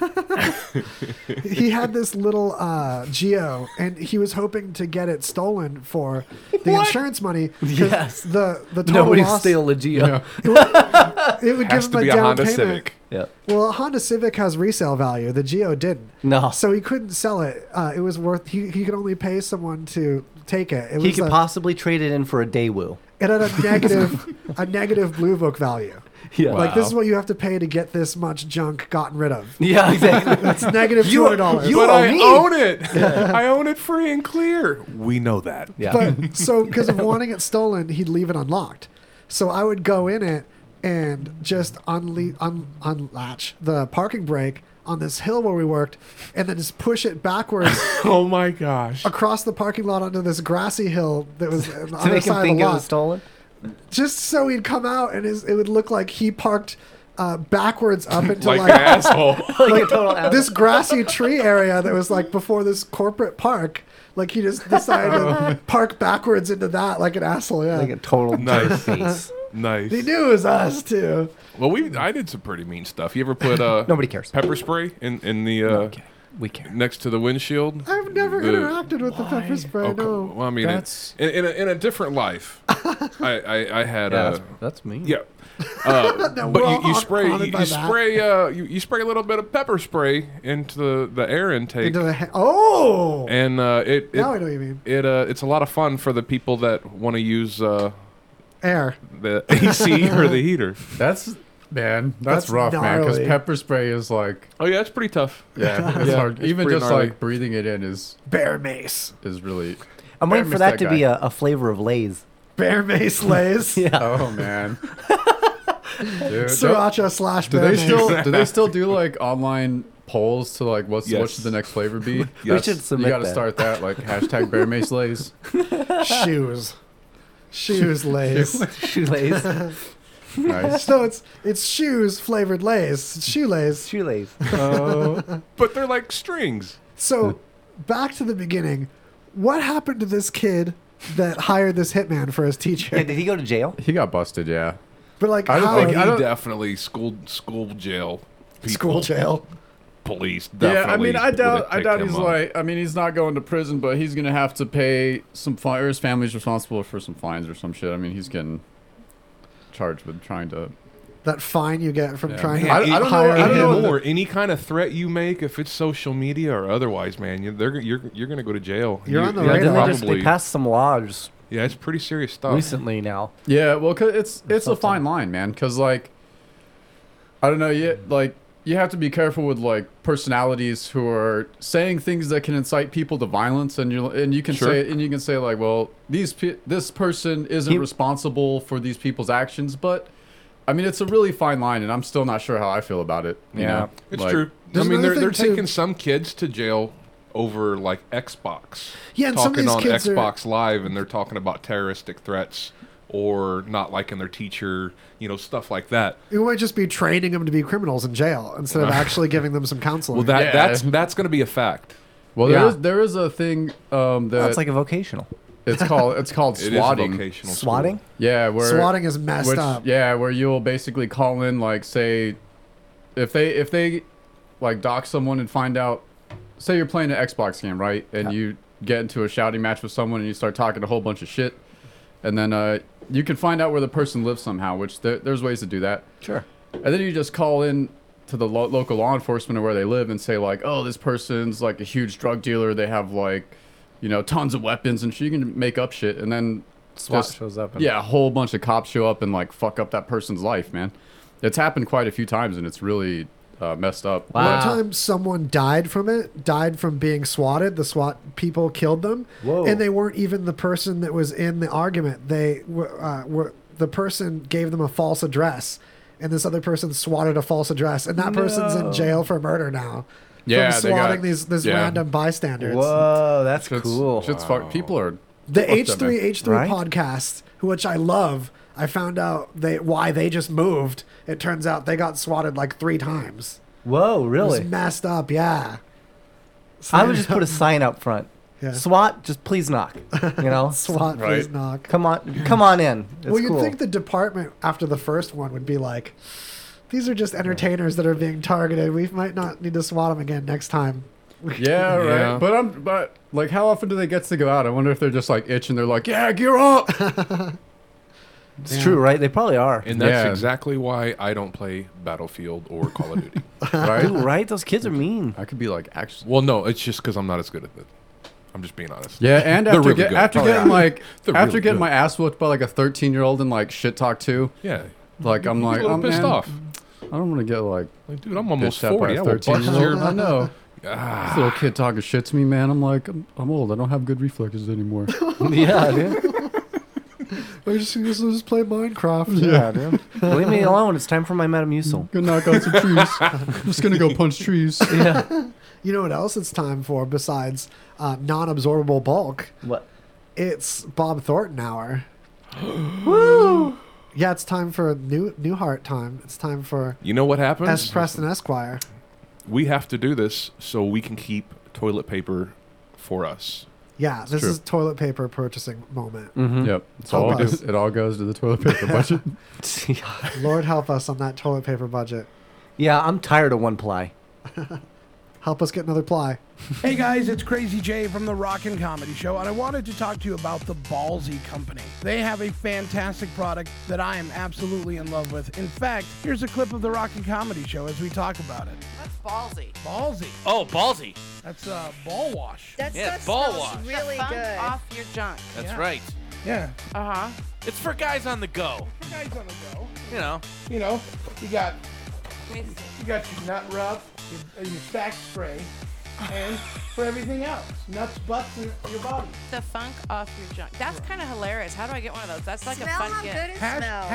S2: He had this little uh, Geo, and he was hoping to get it stolen for the insurance money. 'cause
S5: Yes.
S2: the the total
S5: Nobody
S2: loss,
S5: steal a Geo. Yeah.
S2: It would
S4: Has
S2: give
S4: to
S2: him
S4: be
S2: a
S4: a
S2: down
S4: Honda
S2: payment.
S4: Civic.
S2: Well, a Honda Civic has resale value. The Geo didn't.
S5: No.
S2: So he couldn't sell it. Uh, it was worth. He, he could only pay someone to take it. It
S5: He
S2: was
S5: could
S2: a-
S5: possibly trade it in for a Daewoo.
S2: it had a negative a negative blue book value.
S5: Yeah.
S4: Wow.
S2: Like this is what you have to pay to get this much junk gotten rid of.
S5: Yeah, exactly.
S2: It's negative two
S5: You-
S2: hundred dollars.
S5: you-
S4: But
S5: owe
S4: I
S5: me.
S4: own it. I own it free and clear. We know that.
S5: Yeah.
S2: But so because of wanting it stolen, he'd leave it unlocked. So I would go in it and just unle- un- unlatch the parking brake, on this hill where we worked, and then just push it backwards
S4: Oh my gosh.
S2: across the parking lot onto this grassy hill that was on the
S5: to
S2: other
S5: make him
S2: side of
S5: think
S2: the
S5: it
S2: lot
S5: was stolen.
S2: just so he'd come out and his, it would look like he parked uh, backwards up into
S4: Like
S2: like,
S4: an asshole.
S5: Like, a total ass.
S2: this grassy tree area that was like before this corporate park. Like he just decided to park backwards into that like an asshole. Yeah,
S5: like a total
S4: Nice.
S5: face.
S2: he
S4: Nice.
S2: knew it was us too.
S4: Well, we I did some pretty mean stuff. You ever put uh
S5: Nobody cares.
S4: pepper spray in in the uh,
S5: Okay, we care.
S4: next to the windshield?
S2: I've never
S4: The-
S2: interacted with the pepper spray.
S4: Oh,
S2: no.
S4: come- well, I mean,
S1: That's-
S4: in, in, a, in a different life, I, I I had
S5: Yeah,
S4: uh,
S5: that's, that's me.
S4: Yeah. Uh,
S2: No, we're
S4: but
S2: all
S4: you, you spray
S2: haunted
S4: you,
S2: by
S4: you
S2: that.
S4: spray uh, you, you spray a little bit of pepper spray into the, the air intake,
S2: Into the ha- oh,
S4: and uh, it
S2: now I
S4: it,
S2: know what you mean.
S4: it uh, it's a lot of fun for the people that want to use uh,
S2: Air.
S4: the AC or the heater.
S1: That's man, that's,
S2: That's
S1: rough, man. Because
S2: gnarly.
S1: pepper spray is like,
S4: Oh yeah, it's pretty tough.
S1: yeah, it's
S4: Yeah,
S1: hard.
S4: it's
S1: Even
S4: pretty
S1: just
S4: gnarly.
S1: like breathing it in is
S2: Bear mace.
S1: is really.
S5: I'm
S1: I
S5: waiting for
S1: miss
S5: that,
S1: that
S5: to be
S1: guy.
S5: a, a flavor of Lay's.
S2: Bear mace lays.
S5: Yeah.
S1: Oh man. Dude, do,
S2: Sriracha slash
S1: do
S2: bear
S1: they
S2: mace.
S1: still do they still do like online polls to like what's what
S4: Yes.
S1: should the next flavor be?
S5: We
S4: Yes.
S5: should submit
S1: you got to
S5: that.
S1: start that like hashtag bear mace lays.
S2: shoes? Shoes lays.
S5: Shoe Lay's.
S1: Nice.
S2: So it's it's shoes flavored lays, it's shoe lays.
S5: Shoe Lay's.
S4: Uh, But they're like strings.
S2: So back to the beginning. What happened to this kid that hired this hitman for his
S5: Yeah,
S2: teacher?
S5: did he go to jail?
S1: He got busted, yeah.
S2: But like
S1: I don't
S2: how
S1: think- I
S4: he
S1: don't-
S4: definitely school school jail. People,
S2: school jail.
S4: police.
S1: yeah, I
S4: Definitely
S1: mean, I
S4: would've
S1: doubt, I
S4: picked
S1: doubt
S4: him
S1: he's
S4: up.
S1: like, I mean, he's not going to prison, but he's gonna have to pay some fines. Or his family's responsible for some fines or some shit. I mean, he's getting charged with trying to.
S2: That fine you get from
S1: Yeah.
S2: trying to
S4: Man,
S1: I- I don't know-
S2: hire
S1: I don't
S2: him.
S1: know
S4: Any
S1: what the-
S4: more, any kind of threat you make, if it's social media or otherwise, man, you're they're, you're, you're going to go to jail.
S2: You're
S4: You-
S2: on the
S4: yeah,
S5: Yeah, didn't
S2: radar.
S5: they just
S4: probably.
S5: they passed some laws
S4: yeah, it's pretty serious stuff.
S5: recently now.
S1: Yeah, well, 'cause it's it's a
S5: something.
S1: fine line, man. Cause like, I don't know, you like you have to be careful with like personalities who are saying things that can incite people to violence, and you and you can
S4: Sure.
S1: say and you can say like, well, these pe- this person isn't
S5: He-
S1: responsible for these people's actions, but. I mean, it's a really fine line, and I'm still not sure how I feel about it. you
S5: Yeah.
S1: know?
S4: It's
S1: Like,
S4: true. I
S2: There's
S4: mean, they're,
S2: another
S4: they're
S2: thing, too.
S4: taking some kids to jail over like Xbox.
S2: Yeah, and some of
S4: talking
S2: these
S4: on
S2: kids are-
S4: Xbox Live, and they're talking about terroristic threats or not liking their teacher, you know, stuff like that.
S2: You might just be training them to be criminals in jail instead of actually giving them some counseling.
S4: Well, that
S1: Yeah.
S4: that's that's going to be a fact.
S1: Well, there
S5: Yeah.
S1: is there is a thing um, that
S5: That's like a vocational.
S1: it's called it's called
S4: It is a
S1: swatting.
S4: vocational school.
S5: Swatting?
S1: Yeah, where
S2: swatting is messed
S1: which,
S2: up.
S1: Yeah, where you'll basically call in like say if they if they like dock someone and find out say you're playing an Xbox game right and you get into a shouting match with someone and you start talking a whole bunch of shit and then uh, you can find out where the person lives somehow which there, there's ways to do that
S5: Sure.
S1: and then you just call in to the lo- local law enforcement or where they live and say like, oh, this person's like a huge drug dealer. They have like, you know, tons of weapons and shit. You can make up shit, and then
S5: SWAT
S1: just-
S5: shows up. And
S1: yeah, a whole bunch of cops show up and like fuck up that person's life, man. It's happened quite a few times, and it's really uh, messed up.
S5: Wow.
S2: One time, someone died from it. Died from being swatted. The SWAT people killed them,
S5: Whoa.
S2: and they weren't even the person that was in the argument. They were, uh, were the person gave them a false address, and this other person swatted a false address, and that person's in
S5: No.
S2: jail for murder now.
S1: Yeah,
S2: from
S1: they
S2: swatting
S1: got-
S2: these this
S1: yeah.
S2: random bystanders.
S5: Whoa, that's
S1: Shit's-
S5: cool.
S1: Shit's
S4: Wow.
S1: fuck. People are
S2: The
S1: fucked
S2: H
S1: up, man.
S2: three H three
S5: Right?
S2: podcast, which I love. I found out they why they just moved. It turns out they got swatted like three times.
S5: Whoa,
S2: It was
S5: really?
S2: messed up. Yeah.
S5: I would just put a sign up front.
S2: Yeah.
S5: SWAT, just please knock. You know,
S2: SWAT
S1: Right.
S2: please knock.
S5: come on, come on in. It's
S2: well, you'd
S5: cool.
S2: think the department after the first one would be like, these are just entertainers that are being targeted. We might not need to swat them again next time.
S1: Yeah, right.
S4: Yeah.
S1: But I'm but like, how often do they get to go out? I wonder if they're just like itching. They're like, yeah, gear up.
S5: it's true, right? They probably are.
S4: And that's
S1: Yeah.
S4: exactly why I don't play Battlefield or Call of Duty.
S1: right.
S5: Dude, right? Those kids are mean.
S1: I could be like, actually.
S4: well, no, it's just because I'm not as good at it. I'm just being honest.
S1: Yeah, and
S4: They're
S1: after,
S4: really
S1: get,
S4: good.
S1: after
S4: Oh,
S1: getting
S4: yeah.
S1: like
S4: They're
S1: after
S4: really
S1: getting
S4: good.
S1: my ass whooped by like a thirteen year old and like shit talk too,
S4: Yeah.
S1: like I'm
S4: I'm
S1: like
S4: a little
S1: I'm
S4: pissed off.
S1: I don't want to get like
S4: Like, dude, I'm almost
S1: bitched out by
S4: forty.
S1: a
S4: I will
S1: thirteen
S4: bust
S1: year old. I
S4: your.
S1: know
S4: Ah,
S1: this little kid talking shit to me, man. I'm like I'm, I'm old. I don't have good reflexes anymore.
S5: yeah, dude.
S2: I just let's just play Minecraft.
S5: Yeah, dude. Leave me alone. It's time for my Metamucil.
S1: Gonna knock out some trees. I'm just gonna go punch trees.
S5: Yeah.
S2: You know what else it's time for besides uh, non-absorbable bulk?
S5: What?
S2: It's Bob Thornton hour.
S5: Woo!
S2: Yeah, it's time for new Newhart time. It's time for
S4: You know what happens?
S2: S. Preston Esquire.
S4: we have to do this so we can keep toilet paper for us.
S2: Yeah, this
S1: true.
S2: is toilet paper purchasing moment.
S5: Mm-hmm.
S1: Yep. It's all
S2: Help us.
S1: it all goes to the toilet paper budget.
S2: Lord help us on that toilet paper budget.
S5: yeah, I'm tired of one ply.
S2: Help us get another ply.
S3: Hey guys, it's Crazy Jay from the Rockin' Comedy Show, and I wanted to talk to you about the Ballsy Company. They have a fantastic product that I am absolutely in love with. In fact, here's a clip of the Rockin' Comedy Show as we talk about it.
S6: That's ballsy.
S3: Ballsy,
S7: Oh, ballsy.
S3: that's uh, ball wash.
S8: That's
S7: Yeah,
S8: that
S7: ball
S8: smells
S7: wash.
S8: really
S6: Funk
S8: good.
S6: off your junk.
S7: That's
S3: Yeah.
S7: right.
S3: Yeah,
S6: Uh huh.
S3: Uh-huh.
S7: It's for guys on the go.
S3: you guys on the go.
S7: You know,
S3: You know, you got you got your nut rub, your, uh, your sack spray, and for everything else, nuts, butts, and your body.
S6: The funk off your junk. That's kind of hilarious. How do I get one of those? That's like
S8: Smell
S6: a
S8: how
S6: fun
S8: good
S6: gift.
S8: it
S3: Hash,
S8: smells.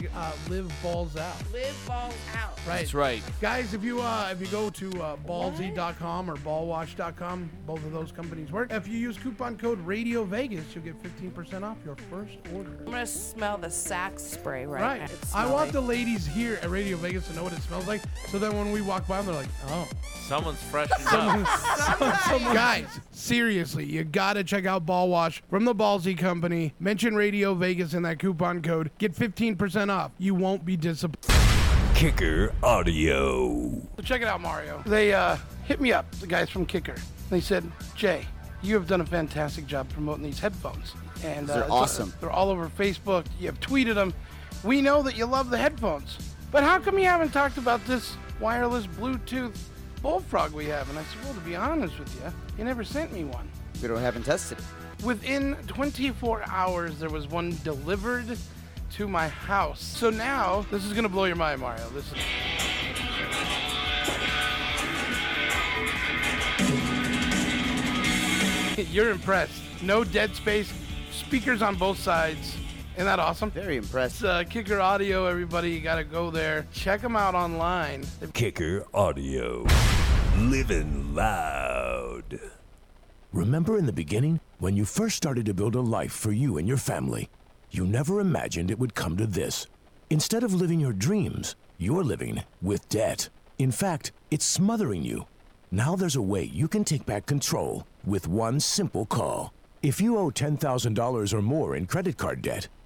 S3: hashtag uh, live balls out.
S6: Live balls out.
S3: Right.
S7: that's right.
S3: Guys, if you uh, if you go to uh, ballsy.com or ballwash.com, both of those companies work. If you use coupon code Radio Vegas, you'll get 15% off your first order.
S6: I'm gonna smell the sack spray right,
S3: Right.
S6: now. It's
S3: I want the
S6: smelly.
S3: ladies here at Radio Vegas to know what it smells like, so that when we walk by them, they're like, oh.
S7: Someone's freshened up.
S3: Guys, seriously, you gotta check out Ball Wash from the Ballsy Company. Mention Radio Vegas in that coupon code. Get 15% off. You won't be disappointed.
S9: Kicker Audio.
S3: Well, check it out, Mario. They uh, hit me up, the guys from Kicker. They said, Jay, you have done a fantastic job promoting these headphones. And uh,
S10: They're
S3: it's-
S10: awesome.
S3: They're all over Facebook. You have tweeted them. We know that you love the headphones. But how come you haven't talked about this wireless Bluetooth bullfrog we have? And I said, well, to be honest with you, you never sent me one.
S10: We don't haven't tested it.
S3: Within 24 hours, there was one delivered to my house. So now, this is gonna blow your mind, Mario. This is. You're impressed. No dead space, speakers on both sides. Isn't that awesome?
S10: Very
S3: It's
S10: impressive.
S3: uh, Kicker Audio, everybody. You gotta go there. Check them out online.
S9: Kicker Audio. Living loud. Remember in the beginning when you first started to build a life for you and your family? You never imagined it would come to this. Instead of living your dreams, you're living with debt. In fact, it's smothering you. Now there's a way you can take back control with one simple call. If you owe $10,000 or more in credit card debt,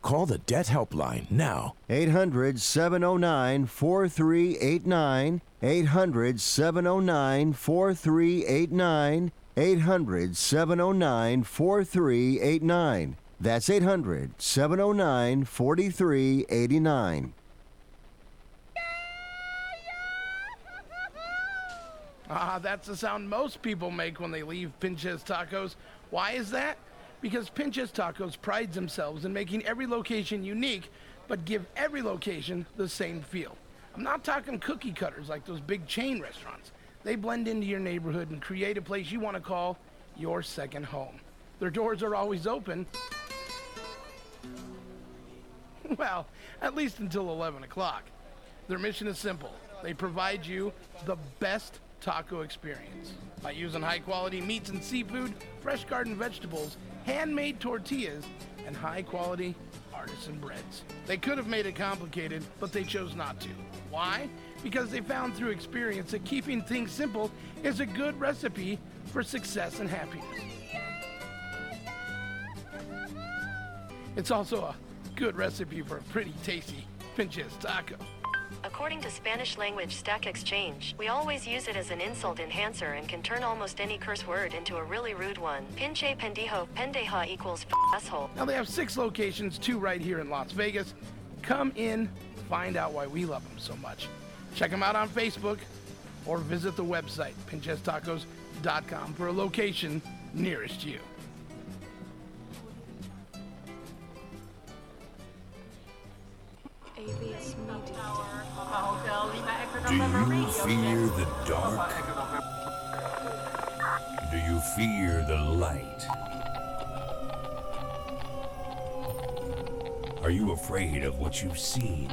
S9: Call the Debt Helpline now.
S10: 800 709 4389. 800 709 4389. 800 709 4389. That's 800 709 4389.
S3: Ah, that's the sound most people make when they leave Pinches Tacos. Why is that? Because Pinches Tacos prides themselves in making every location unique, but give every location the same feel. I'm not talking cookie cutters like those big chain restaurants. They blend into your neighborhood and create a place you want to call your second home. Their doors are always open. Well, at least until 11 o'clock. Their mission is simple they provide you the best taco experience by using high quality meats and seafood, fresh garden vegetables, handmade tortillas, and high quality artisan breads. They could have made it complicated, but they chose not to. Why? Because they found through experience that keeping things simple is a good recipe for success and happiness. It's also a good recipe for a pretty tasty pinches taco.
S11: According to Spanish language Stack Exchange, we always use it as an insult enhancer and can turn almost any curse word into a really rude one. Pinche pendijo, pendeja equals f- asshole.
S3: Now they have six locations, two right here in Las Vegas. Come in, find out why we love them so much. Check them out on Facebook or visit the website, pinchestacos.com, for a location nearest you.
S9: Do you fear the dark? Do you fear the light? Are you afraid of what you've seen?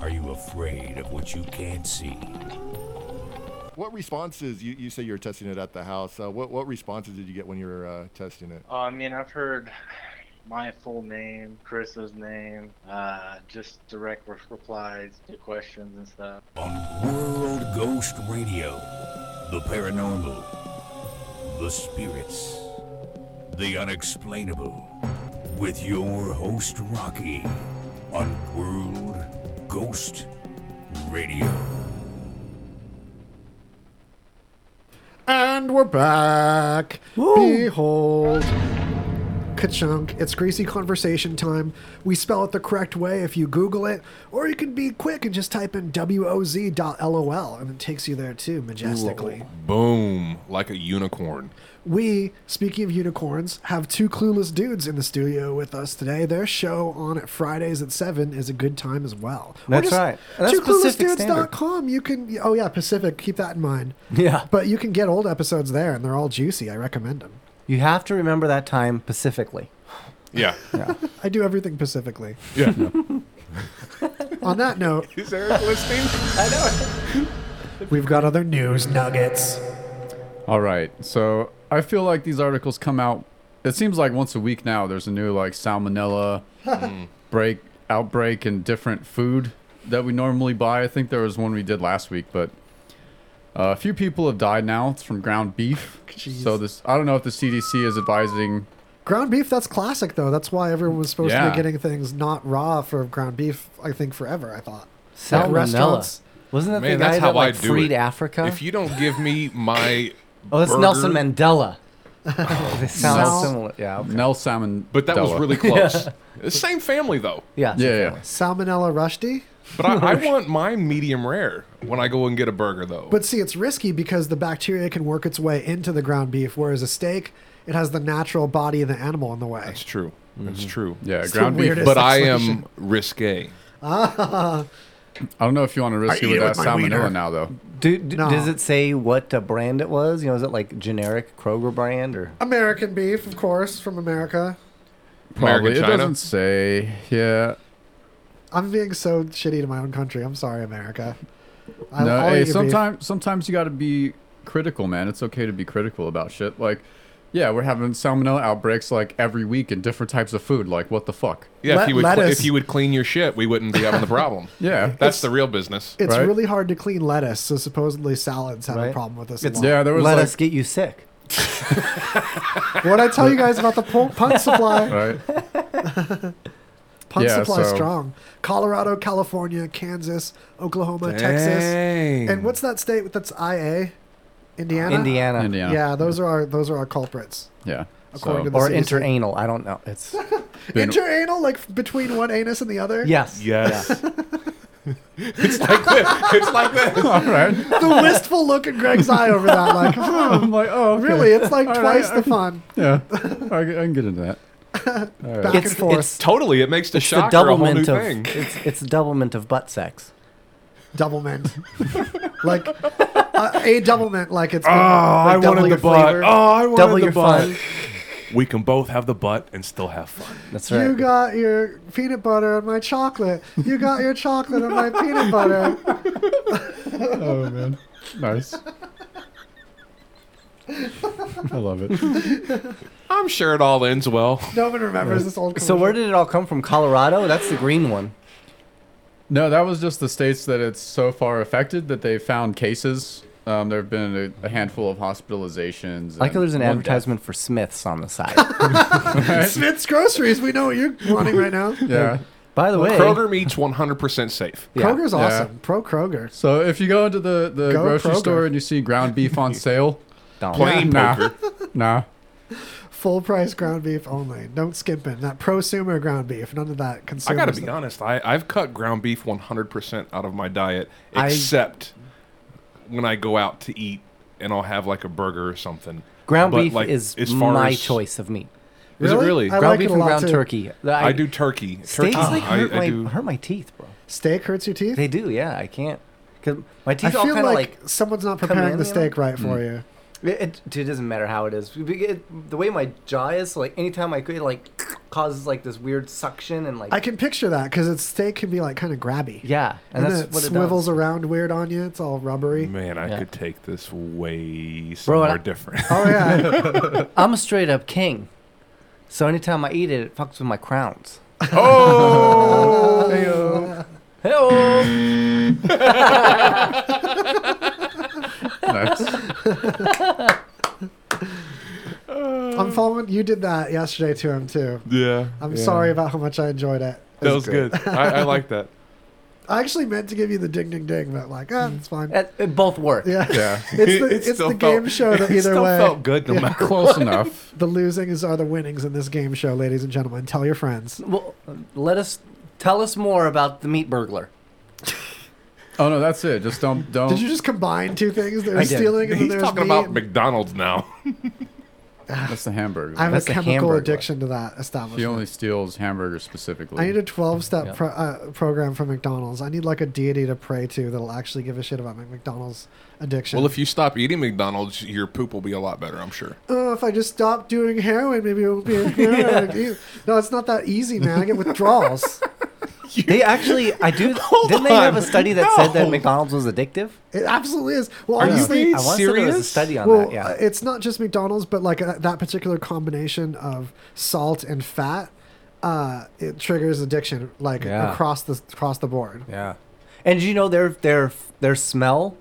S9: Are you afraid of what you can't see?
S8: What responses? You, you say you were testing it at the house. Uh, what what responses did you get when you were uh, testing it?
S12: Uh, I mean, I've heard my full name, Chris's name, uh, just direct re- replies to questions and stuff.
S9: World Ghost Radio. The paranormal. The spirits. The unexplainable. With your host, Rocky, on World Ghost Radio.
S2: And we're back. Behold. Kachunk. It's greasy conversation time. We spell it the correct way if you Google it, or you can be quick and just type in WOZ.LOL and it takes you there too, majestically.
S4: Boom. Like a unicorn.
S2: We, speaking of unicorns, have two clueless dudes in the studio with us today. Their show on at Fridays at 7 is a good time as well. Or
S5: That's
S2: just
S5: right. And that's Pacific Standard.
S2: TwoCluelessDudes.com. You can, oh yeah, Pacific, keep that in mind.
S5: Yeah.
S2: But you can get old episodes there and they're all juicy. I recommend them.
S5: You have to remember that time specifically.
S4: Yeah.
S5: Yeah.
S2: I do everything specifically.
S4: Yeah.
S2: On that note,
S4: Is Eric listening? I know.
S2: we've got other news nuggets.
S1: All right. So I feel like these articles come out. It seems like once a week now. There's a new like salmonella
S4: Hmm.
S2: Mm.
S1: break outbreak in different food that we normally buy. I think there was one we did last week, but uh, a few people have died now. It's from ground beef. So this I don't know if the CDC is advising.
S2: Ground beef, that's classic though. That's why everyone was supposed to
S1: Yeah.
S2: be getting things not raw for ground beef, I think, forever, I thought. At
S5: Salmonella. Wasn't that
S4: Man,
S5: the guy
S4: that's
S5: that
S4: how
S5: like
S4: I do
S5: freed
S4: it.
S5: Africa?
S4: If you don't give me my.
S5: oh, that's
S4: burger-
S5: Nelson Mandela. It sounds
S1: Nel-
S5: similar. Yeah. Okay.
S1: Nel salmon.
S4: But that was
S1: Della.
S4: really close. The Same family though.
S5: Yeah.
S1: Yeah, yeah.
S2: Salmonella rushdie?
S4: But I, I want my medium rare when I go and get a burger though.
S2: But see, it's risky because the bacteria can work its way into the ground beef, whereas a steak, it has the natural body of the animal in the way.
S4: That's true. That's true.
S1: Yeah,
S2: It's the
S1: ground beef.
S2: weirdest
S4: Mm-hmm. But I
S2: explanation.
S4: am risque.
S2: Ah,
S1: I don't know if you want to risk
S2: I
S1: it
S2: eat
S1: with
S2: it
S1: that
S2: with my
S1: salmonella
S2: wiener.
S1: now though.
S5: Do, do,
S2: No.
S5: Does it say what uh, brand it was? You know, is it like generic Kroger brand or?
S2: American beef, of course, from America.
S1: Probably.
S4: American
S1: It
S4: China?
S1: doesn't say. Yeah.
S2: I'm being so shitty to my own country. I'm sorry, America. I-
S1: no,
S2: I'll eat
S1: hey,
S2: your beef.
S1: sometimes sometimes you got to be critical, man. It's okay to be critical about shit. Like, yeah, we're having salmonella outbreaks like every week in different types of food. Like, what the fuck?
S4: Yeah,
S2: Let-
S4: if you would
S2: lettuce.
S4: if you would clean your shit, we wouldn't be having the problem.
S1: Yeah,
S4: That's the real business.
S2: It's
S1: Right?
S2: really hard to clean lettuce, so supposedly salads have a
S5: Right.
S2: problem with this. a
S5: It's-
S2: lot.
S1: yeah. There was
S5: Let
S1: like,
S5: us get you sick.
S2: What I tell you guys about the pu- punt supply?
S1: right.
S2: Punt
S1: Yeah,
S2: supply
S1: so-
S2: strong. Colorado, California, Kansas, Oklahoma, Texas, and what's that state that's IA? Indiana.
S5: Indiana.
S1: Indiana. Yeah.
S2: Yeah, those are our those are our culprits. According
S1: So,
S2: to
S5: Or
S2: The CDC.
S5: interanal. I don't know. It's
S1: Been-
S2: Interanal, like f- between one anus and the other.
S5: yes.
S4: Yes. it's like this. It's like this.
S1: all right.
S2: The wistful look in Greg's eye over that, like, hmm,
S1: I'm like, oh, okay.
S2: really? It's like
S1: All right,
S2: twice
S1: I-
S2: the fun.
S1: Yeah, I, I can get into that. All right.
S2: Back
S5: It's-
S2: and forth.
S5: it's
S4: Totally, it makes the
S5: It's the
S4: shocker a whole new
S5: doublement of
S4: thing.
S5: it's it's the doublement of butt sex.
S2: double mint. like uh, a double mint, like it's.
S4: Oh, I wanted the butt. Oh, I wanted
S5: Double
S4: the
S5: your
S4: butt.
S5: fun.
S4: We can both have the butt and still have fun.
S5: That's right.
S2: You got your peanut butter on my chocolate. You got your chocolate on my peanut butter.
S1: Oh man, nice. I love it.
S4: I'm sure it all ends well.
S2: No one remembers this old.
S5: so
S2: Commercial.
S5: where did it all come from? Colorado. That's the green one.
S1: No, that was just the states that it's so far affected that they found cases. Um, there have been a, a handful of hospitalizations.
S5: Like
S1: and
S5: there's an
S1: one death.
S5: advertisement for Smiths on the side.
S2: Smith's Groceries. We know what you're wanting right now.
S1: Yeah.
S5: By the way,
S4: Kroger meats 100% safe.
S5: Yeah.
S2: Kroger's
S1: Yeah.
S2: awesome. Pro Kroger.
S1: So if you go into the, the
S2: Go
S1: grocery
S2: Kroger.
S1: store and you see ground beef on sale,
S5: Don't.
S4: Plain
S1: nah,
S4: poker.
S1: nah.
S2: Full price ground beef only. Don't skimp it. Not prosumer ground beef. None of that.
S4: I
S2: Consumer
S4: gotta
S2: stuff.
S4: be honest. I I've cut ground beef 100% out of my diet,
S2: I-
S4: except when I go out to eat and I'll have like a burger or something.
S5: Ground
S4: But,
S5: beef
S4: like,
S5: is
S4: as far
S5: my
S4: as-
S5: choice of meat.
S4: Is it Really? really? I
S5: ground
S4: like
S5: beef
S4: it a
S5: and
S4: lot
S5: ground
S4: too.
S5: turkey.
S4: I do turkey.
S5: Steaks
S4: Turkey.
S5: like
S4: I-
S5: hurt,
S4: I
S5: my,
S4: do-
S5: hurt my teeth, bro.
S2: Steak hurts your teeth.
S5: They do. Yeah, I can't. 'Cause my
S2: I
S5: teeth all
S2: feel
S5: kind
S2: like,
S5: of like
S2: someone's not
S5: come
S2: preparing
S5: in,
S2: the
S5: you know?
S2: steak right for
S5: Mm.
S2: you.
S5: It, it, dude, it doesn't matter how it is. Be- it- the way my jaw is, like anytime I could, like causes like this weird suction and like.
S2: I can picture that because its steak can be like kind of grabby.
S5: Yeah,
S2: And,
S5: and,
S2: then
S5: that's
S2: it
S5: what it
S2: swivels
S5: does. Mm.
S2: around weird on you. It's all rubbery.
S4: Man, I
S5: Yeah.
S4: could take this way
S5: Bro,
S4: somewhere
S5: I-
S4: different.
S2: Oh yeah.
S5: I'm a straight up king, so anytime I eat it, it fucks with my crowns.
S4: Oh. Heyo.
S2: I'm following. You did that yesterday to him too.
S4: Yeah.
S2: I'm
S4: yeah.
S2: sorry about how much I enjoyed it.
S4: That was good. I, I like that.
S2: I actually meant to give you the ding ding ding, but like, ah, it's fine.
S5: It, it both work.
S2: Yeah.
S4: Yeah.
S2: it's the,
S4: It
S2: it's
S4: still
S2: the game
S4: felt-
S2: show that
S4: it
S2: either
S4: still
S2: way.
S4: felt good no matter Close what. enough.
S2: The losings are the winnings in this game show, ladies and gentlemen. Tell your friends.
S5: Well, let us tell us more about the meat burglar.
S1: Oh no, that's it. Just don't don't.
S2: Did you just combine two things? There
S5: I
S2: was
S5: did.
S2: stealing and then
S4: He's
S2: there was
S4: talking
S2: meat.
S4: about McDonald's now.
S1: That's the hamburger.
S2: I have
S1: That's
S2: a
S1: the
S2: chemical
S1: hamburger.
S2: addiction to that establishment.
S1: He only steals hamburgers specifically.
S2: I need a 12 step
S1: Yeah.
S2: pro- uh, program for McDonald's. I need like a deity to pray to that'll actually give a shit about my McDonald's addiction.
S4: Well, if you stop eating McDonald's, your poop will be a lot better, I'm sure.
S2: oh, if I just stopped doing heroin, maybe it would be a heroin. abuse. No, it's not that easy, man. I get withdrawals.
S5: They actually, I do. didn't they have a
S2: on.
S5: study that said that
S2: No.
S5: McDonald's was addictive?
S2: It absolutely is. Well,
S5: Are you
S2: honestly,
S5: being I wanna say there was a serious? study on
S2: well,
S5: that, yeah.
S2: uh, it's not just McDonald's, but like uh, that particular combination of salt and fat, uh, it triggers addiction like
S5: Yeah.
S2: across the across the board.
S5: Yeah. And you know their their their smell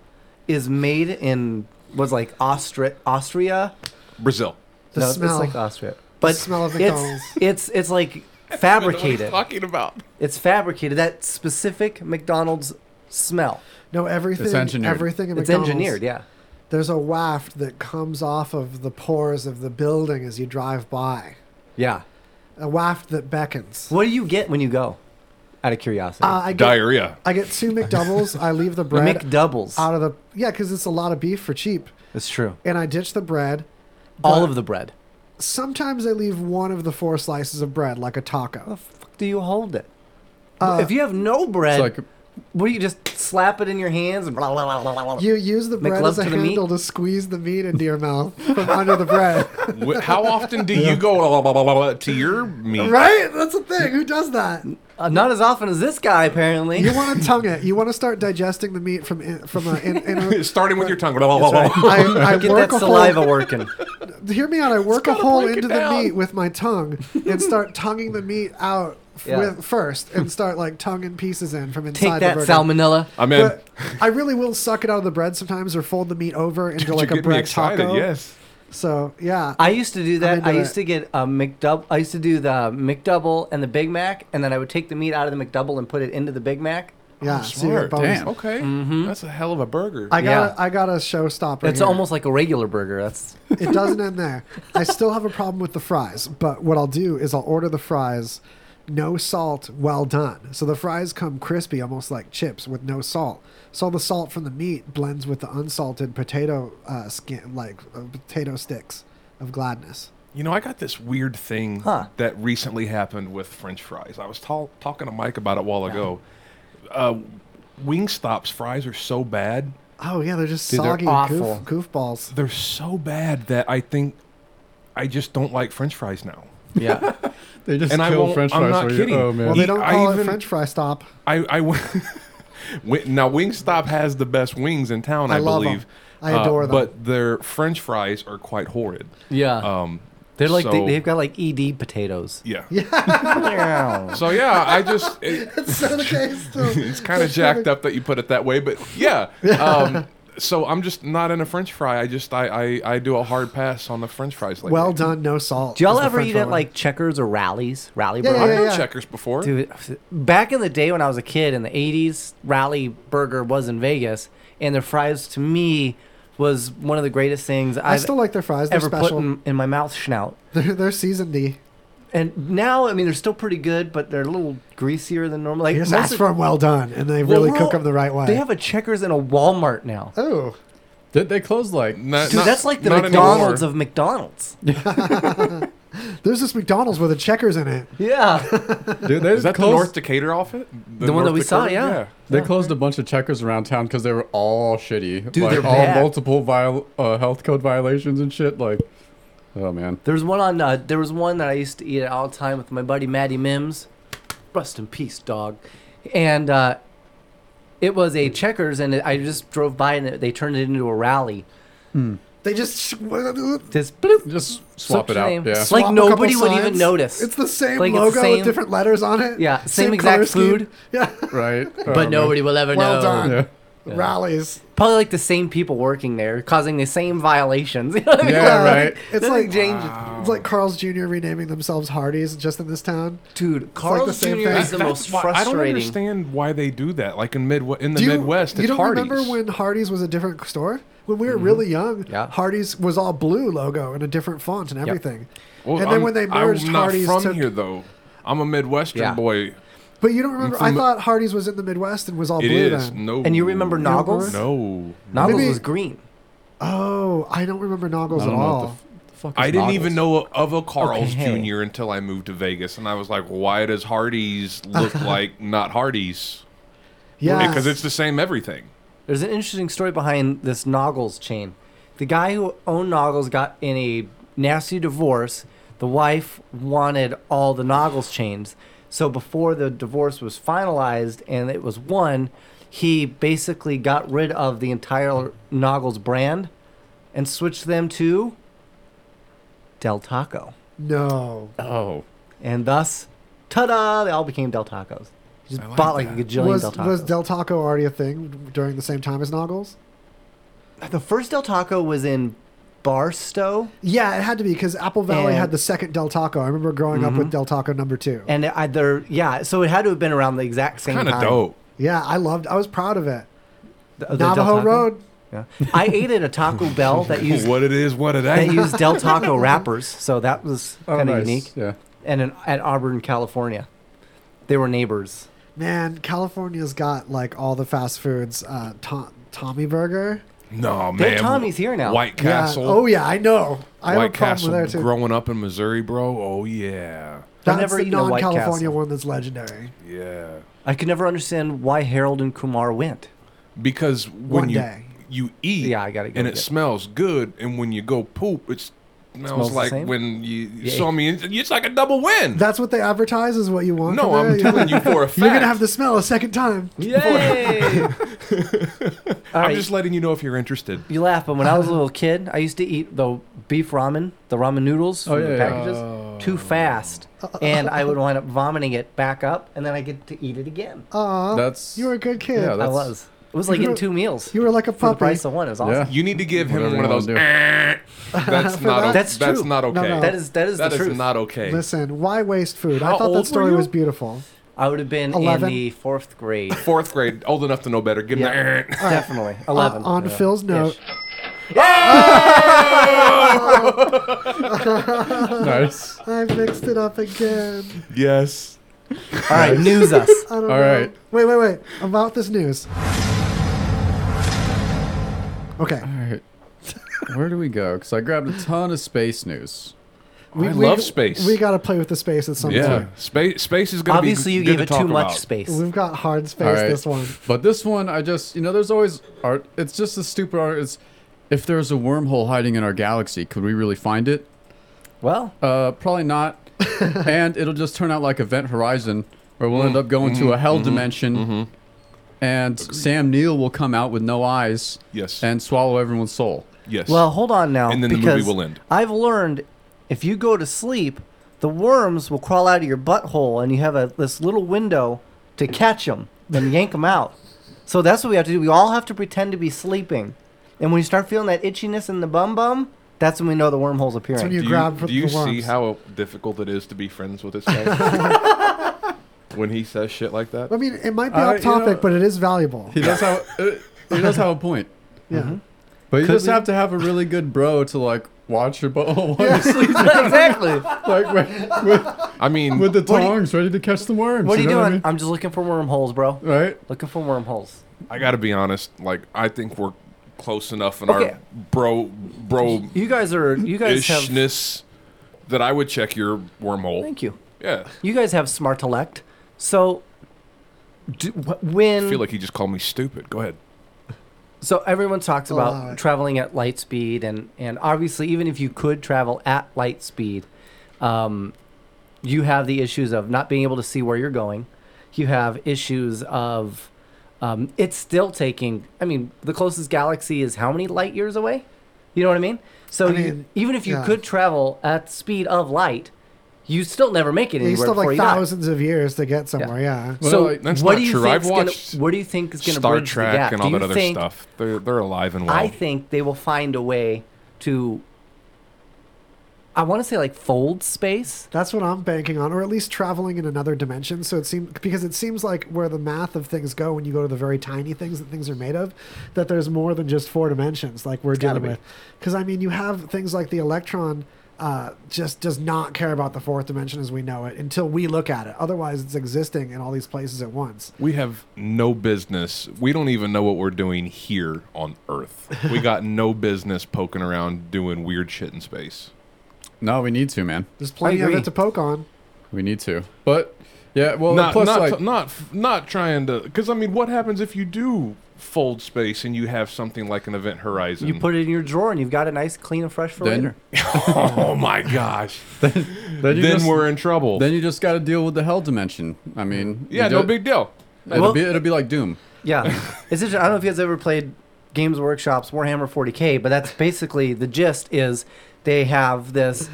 S5: is made in was like Austria Austria.
S4: Brazil.
S2: The
S5: no,
S2: smell.
S5: it's like Austria.
S2: the
S5: But
S2: smell of McDonald's.
S5: it's it's it's like
S4: What are you
S5: fabricated.
S4: talking about?
S5: It's fabricated that specific McDonald's smell.
S2: No, everything. Everything in
S5: it's
S2: McDonald's.
S5: engineered, yeah.
S2: There's a waft that comes off of the pores of the building as you drive by.
S5: Yeah.
S2: A waft that beckons.
S5: What do you get when you go? Out of curiosity.
S2: Uh, I get-
S4: Diarrhea.
S2: I get two McDoubles. I leave the
S5: The
S2: bread.
S5: McDoubles.
S2: out of the yeah, because it's a lot of beef for cheap.
S5: That's true.
S2: And I ditch the bread.
S5: All
S2: but
S5: of the bread.
S2: Sometimes I leave one of the four slices of bread, like a taco.
S5: do you hold it?
S2: uh,
S5: if you have no bread,
S2: like-
S5: what do you just slap it in your hands and blah blah blah blah blah?
S2: You use the
S5: Make
S2: bread
S5: love
S2: as a
S5: to the meat?
S2: handle to squeeze the meat into your mouth from under the bread.
S4: Wh- How often do you go blah, blah, blah, blah, blah, to your meat?
S2: Right? That's the thing. Who does that?
S5: Uh, not as often as this guy, apparently.
S2: You want to tongue it. You want to start digesting the meat from in, from a. In, in a
S4: Starting with your tongue. Blah, blah, blah,
S2: That's
S4: blah.
S2: right. I- I
S5: Get
S2: work
S5: that
S2: a
S5: saliva
S2: whole-
S5: working.
S2: hear me out. I work a hole
S5: break it
S2: into the
S5: down.
S2: meat with my tongue and start tonguing the meat out f-
S5: Yeah.
S2: with first, and start like tonguing pieces in from inside.
S5: Take that
S2: the burger.
S5: salmonella.
S4: I'm in.
S2: But I really will suck it out of the bread sometimes, or fold the meat over into
S4: You're
S2: like a
S4: getting me
S2: bread
S4: excited,
S2: taco.
S4: yes.
S2: So yeah,
S5: I used to do that.
S2: into
S5: I used
S2: it.
S5: to get a McDouble. I used to do the McDouble and the Big Mac, and then I would take the meat out of the McDouble and put it into the Big Mac. Mm-hmm.
S2: yeah. so you're bonus.
S4: Oh, Damn. Okay.
S2: Mm-hmm.
S4: That's a hell of a burger.
S2: I got to I got a showstopper.
S5: It's
S2: here.
S5: almost like a regular burger. That's
S2: it doesn't end there. I still have a problem with the fries, but what I'll do is I'll order the fries, no salt, well done. So the fries come crispy, almost like chips with no salt. So all the salt from the meat blends with the unsalted potato uh, skin, like uh, potato sticks of gladness.
S4: You know, I got this weird thing that recently happened with French fries. I was tal- talking to Mike about it a while ago. Uh, Wingstop's fries are so bad.
S2: Oh yeah, they're just
S4: Dude, they're
S2: soggy and
S4: awful.
S2: goof, goofballs.
S4: They're so bad that I think I just don't like French fries now.
S5: Yeah.
S1: They just
S4: I
S1: kill
S4: won't-
S1: French
S4: I'm
S1: fries
S4: not
S1: for you.
S4: kidding.
S1: Oh, man.
S2: Well, they don't
S4: I
S2: call it
S4: even-
S2: French fry stop.
S4: I, I went, went- now Wingstop has the best wings in town,
S2: I
S4: I,
S2: love 'em.
S4: believe. Uh,
S2: I adore them.
S4: But their French fries are quite horrid.
S5: yeah.
S4: Um,
S5: They're like
S4: so-
S5: they, they've got like ED potatoes.
S4: yeah.
S5: Yeah.
S4: So yeah, I just it-
S2: That's not the case.
S4: it's kind of jacked up that you put it that way, but yeah. Um, so I'm just not in a French fry. I just I, I, I do a hard pass on the French fries. Lately.
S2: Well done, no salt.
S5: Do y'all
S2: is the
S5: ever
S2: French
S5: eat
S2: fry
S5: at
S2: one.
S5: like Checkers or Rallies? Rally
S2: Yeah,
S5: burger?
S2: yeah,
S4: I've
S2: yeah,
S4: had
S2: yeah.
S4: checkers before.
S5: Dude, back in the day when I was a kid in the 80s, Rally Burger was in Vegas, and their fries to me was one of the greatest things
S2: I
S5: I've
S2: still like their fries. They're
S5: ever
S2: special.
S5: put in, in my mouth schnout.
S2: They're, they're seasoned D.
S5: And now, I mean, they're still pretty good, but they're a little greasier than normal. Like
S2: You just
S5: most
S2: ask
S5: of-
S2: for 'em well done, and they really cook 'em the right way.
S5: They have a Checkers and a Walmart now.
S2: Oh,
S1: did they close like?
S5: Dude, that's like the
S1: not
S5: McDonald's
S1: anymore.
S5: of McDonald's.
S2: There's this McDonald's with a checkers in it.
S5: Yeah.
S1: Dude, they
S4: Is that the
S1: closed-
S4: North Decatur outfit? North Dakota?
S1: They closed a bunch of checkers around town because they were all shitty.
S5: Dude,
S1: like,
S5: they're
S1: all
S5: bad.
S1: multiple viol- uh, health code violations and shit. Like, oh man.
S5: There's one on. Uh, there was one that I used to eat at all the time with my buddy Maddie Mims. Rest in peace, dog. And uh, it was a Checkers, and it, I just drove by, and it, they turned it into a rally.
S2: They just
S5: Just bloop.
S1: just swap it out, yeah.
S5: Like
S1: Swap a couple
S5: nobody would even
S1: signs.
S5: notice.
S2: It's the same
S5: Like, it's the
S2: logo
S5: same-
S2: with different letters on it.
S5: Yeah, same
S2: color
S5: exact
S2: scheme.
S5: food.
S2: Yeah.
S1: Right. Oh,
S5: But nobody will ever
S2: well
S5: know.
S2: Done.
S5: Yeah.
S1: Yeah.
S2: Rallies.
S5: Probably like the same people working there, causing the same violations. You know what I mean?
S1: Yeah, right.
S2: It's
S5: Nothing
S2: like
S5: changes.
S2: it's like Carl's Jr. renaming themselves Hardee's just in this town.
S5: Dude,
S4: Carl's
S5: Jr. is the most
S4: why- I don't
S5: frustrating.
S4: understand why they do that. Like in mid in the
S2: Do you-
S4: Midwest,
S2: You
S4: it's
S2: don't
S4: Hardee's. Mm-hmm.
S2: remember when Hardee's was a different store? When we were really young, Hardee's was all blue logo and a different font and everything.
S4: Well,
S2: and then
S4: I'm-
S2: when they merged,
S4: I'm not
S2: Hardee's
S4: from
S2: took.
S4: here though. I'm a Midwestern
S5: Yeah.
S4: boy.
S2: But you don't remember?
S4: from
S2: I
S4: the-
S2: thought Hardee's was in the Midwest and was all
S4: It
S2: blue
S4: is
S2: then.
S4: no.
S5: And you remember
S2: You don't
S5: Noggles?
S4: No,
S5: Noggles
S2: Maybe-
S5: was green.
S2: Oh, I don't remember Noggles
S4: I
S2: at
S4: don't know what the
S2: all.
S4: I didn't even know of a Carl's
S5: Okay.
S4: Jr. until I moved to Vegas, and I was like, "Why does Hardee's look like not Hardee's?"
S5: Yeah.
S4: because it's the same everything.
S5: There's an interesting story behind this Noggles chain. The guy who owned Noggles got in a nasty divorce. The wife wanted all the Noggles chains. So before the divorce was finalized and it was won, he basically got rid of the entire Noggles brand and switched them to Del Taco.
S2: No.
S1: Oh.
S5: And thus, ta da, they all became Del Tacos. He just
S4: like
S5: bought like a
S4: that.
S5: gajillion
S2: was,
S5: Del Tacos.
S2: was Del Taco already a thing during the same time as Noggles?
S5: The first Del Taco was in Barstow,
S2: Yeah, it had to be because Apple Valley
S5: And-
S2: had the second Del Taco. I remember growing up with
S5: Mhm.
S2: Del Taco number two.
S5: and it either yeah, so it had to have been around the exact same
S4: Kinda
S5: time.
S4: dope.
S2: Yeah, I loved. I was proud of it.
S5: The- the Del
S2: Navajo
S5: Taco?
S2: Road.
S5: Yeah. I ate at a Taco Bell that used
S4: what it is, what it
S5: that
S4: ain't.
S5: used Del Taco wrappers, so that was
S1: Oh,
S5: kind of
S1: nice.
S5: unique.
S1: Yeah.
S5: And in, at Auburn, California, they were neighbors.
S2: Man, California's got like all the fast foods. Uh, to- Tommy Burger.
S4: No
S5: Their
S4: man,
S5: Tommy's here now.
S4: White
S2: Yeah.
S4: Castle.
S2: Oh yeah, I know. I have
S4: White
S2: a problem
S4: Castle.
S2: with there too.
S4: Growing up in Missouri, bro. Oh yeah,
S2: That's
S5: never
S2: the
S5: eaten a White
S2: non-California
S5: Castle.
S2: one that's legendary.
S4: yeah.
S5: I could never understand why Harold and Kumar went.
S4: Because when
S5: One
S4: you
S5: day.
S4: you eat,
S5: Yeah, I gotta go
S4: and
S5: get
S4: it
S5: it.
S4: smells good, and when you go poop, it smells,
S5: Smells the
S4: like
S5: same?
S4: when you, you
S5: Yeah.
S4: saw me. in- It's like a double win.
S2: That's what they advertise is what you want.
S4: No,
S2: for there.
S4: I'm telling you for a
S2: You're gonna
S4: fact.
S2: have to smell a second time.
S5: Yay! All
S4: I'm
S5: right.
S4: just letting you know if you're interested.
S5: You laugh, but when I was a little kid, I used to eat the beef ramen, the ramen noodles
S1: Oh,
S5: from the
S1: yeah, yeah.
S5: packages,
S4: Oh.
S5: too fast,
S2: Uh,
S5: and I would wind up vomiting it back up, and then I get to eat it again.
S2: Aw,
S1: That's-
S2: you were a good kid.
S1: yeah,
S5: I
S1: that's-
S5: was. It was like
S2: You
S5: eating
S2: were-
S5: two meals
S2: You were like a
S5: for the
S2: puppy.
S5: price of one. It was awesome.
S1: Yeah.
S4: You need to give him
S1: Whatever
S4: one of
S1: you
S4: those.
S1: wanna do.
S4: "Eh." That's not. o-
S5: That's
S4: That's,
S5: true.
S4: not okay.
S2: No, no.
S5: That is that is
S4: That
S5: the
S4: is
S5: truth.
S4: not okay.
S2: Listen, why waste food?
S4: How
S2: I thought
S4: old were
S2: that story
S4: you?
S2: was beautiful.
S5: I would have been
S2: Eleven?
S5: in the fourth grade.
S4: Fourth grade, old enough to know better. Give him
S5: Yeah,
S4: the. "Eh."
S5: definitely eleven.
S2: Uh, on
S5: Yeah.
S2: Phil's note,
S1: Nice.
S2: I mixed it up again.
S4: Yes.
S5: All right, news us.
S2: I don't
S1: All
S2: know.
S1: right.
S2: Wait, wait, wait. About this news. Okay.
S1: All right. Where do we go? Because I grabbed a ton of space news.
S4: I love space.
S2: We got to play with the space at some
S4: yeah,
S2: point.
S4: space. Space is going to be.
S5: Obviously, you
S4: good
S5: gave
S4: to
S5: it
S4: talk
S5: too much
S4: about.
S5: space.
S2: We've got hard space
S1: All right.
S2: this one.
S1: But this one, I just, you know, there's always art. It's just the stupid art. It's if there's a wormhole hiding in our galaxy, could we really find it?
S5: Well,
S1: Uh, probably not. and it'll just turn out like Event Horizon, where we'll end up going
S5: Mm-hmm.
S1: to a hell dimension. And Sam Neill will come out with no eyes
S4: Yes.
S1: and swallow everyone's soul.
S4: Yes.
S5: well, hold on now.
S4: And then the movie
S5: because
S4: will end.
S5: I've learned if you go to sleep, the worms will crawl out of your butthole, and you have a this little window to catch them and yank them out. So that's what we have to do. We all have to pretend to be sleeping, and when you start feeling that itchiness in the bum bum, that's when we know the wormhole's appearing.
S2: when you
S4: do
S2: grab
S4: you,
S2: for
S4: do you
S2: the
S4: see
S2: worms.
S4: how difficult it is to be friends with this guy? when he says shit like that.
S2: I mean, it might be
S1: Uh,
S2: off
S1: you know-
S2: topic, but it is valuable.
S1: He does have, uh, he does have a point.
S2: Yeah.
S1: But you
S5: Mm-hmm. Could
S1: just
S5: we?
S1: have to have a really good bro to like watch your butthole while you sleep.
S5: exactly.
S1: like with,
S4: I mean,
S1: with the tongs ready to catch the worms.
S5: What are you
S1: know
S5: doing?
S1: I
S5: I
S1: mean?
S5: am just looking for wormholes, bro.
S1: Right?
S5: Looking for wormholes.
S4: I gotta be honest. Like, I think we're close enough in
S5: Okay.
S4: our bro bro
S5: You guys are. You guys have.
S4: ishness that I would check your wormhole.
S5: Thank you.
S4: Yeah.
S5: You guys have smart elect. So, do, wh- when
S4: I feel like he just called me stupid. Go ahead.
S5: So everyone talks about
S4: Allow it.
S5: traveling at light speed, and and obviously, even if you could travel at light speed, um, you have the issues of not being able to see where you're going. You have issues of um, it's still taking. I mean, the closest galaxy is how many light years away? You know what I mean? So
S2: I
S5: you-
S2: mean,
S5: even if you
S2: yeah.
S5: could travel at the speed of light, you still never make it anywhere
S2: You still have
S5: before
S2: like
S5: you die.
S2: thousands of years to get somewhere. Yeah.
S5: so what do you think's gonna- what do you think is going to
S4: Star
S5: bridge
S4: Trek
S5: the gap?
S4: and
S5: Do
S4: all
S5: you
S4: that other
S5: think
S4: stuff. They're they're alive and well.
S5: I think they will find a way to. I want to say like fold space.
S2: That's what I'm banking on, or at least traveling in another dimension. So it seems because it seems like where the math of things go when you go to the very tiny things that things are made of, that there's more than just four dimensions like we're
S5: gotta
S2: dealing with. Because I mean, you have things like the electron. Uh, just does not care about the fourth dimension as we know it until we look at it. Otherwise, it's existing in all these places at once.
S4: We have no business. We don't even know what we're doing here on Earth. We got no business poking around doing weird shit in space.
S1: No, we need to, man.
S2: There's plenty of it to poke on.
S1: We need to. But yeah, well,
S4: not
S1: plus
S4: not
S1: like
S4: not not trying to. Because I mean, what happens if you do fold space and you have something like an event horizon?
S5: You put it in your drawer and you've got it nice, clean, and fresh for
S1: then,
S5: later.
S4: oh my gosh.
S1: then,
S4: Then we're in trouble.
S1: Then you just got to deal with the hell dimension. I mean,
S4: Yeah,
S1: you
S4: no
S1: do-
S4: big deal.
S1: It'll
S5: Well-
S1: be it'll be like Doom.
S5: Yeah, it's interesting. I don't know if you guys ever played Games Workshop's Warhammer 40k, but that's basically the gist. Is they have this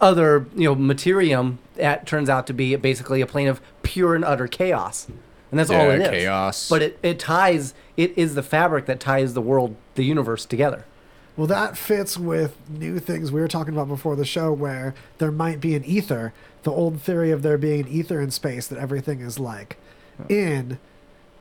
S5: other you know materium that turns out to be basically a plane of pure and utter chaos, and that's all
S1: Yeah,
S5: it is.
S1: chaos.
S5: But it it ties. It is the fabric that ties the world, the universe together.
S2: Well, that fits with new things we were talking about before the show, where there might be an ether. The old theory of there being an ether in space that everything is like in,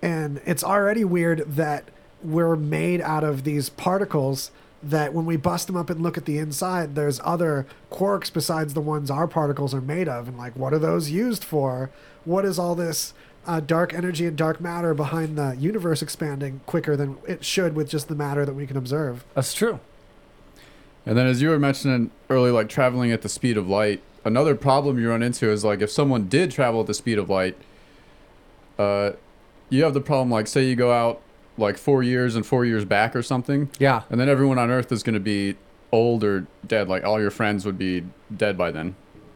S2: and it's already weird that we're made out of these particles. That when we bust them up and look at the inside, there's other quarks besides the ones our particles are made of. And like, what are those used for? What is all this uh, dark energy and dark matter behind the universe expanding quicker than it should with just the matter that we can observe?
S5: That's true.
S1: And then, as you were mentioning earlier, like traveling at the speed of light, another problem you run into is like if someone did travel at the speed of light, uh, you have the problem like say you go out like four years and four years back or something.
S5: Yeah.
S1: And then everyone on Earth is going to be old or dead. Like all your friends would be dead by then,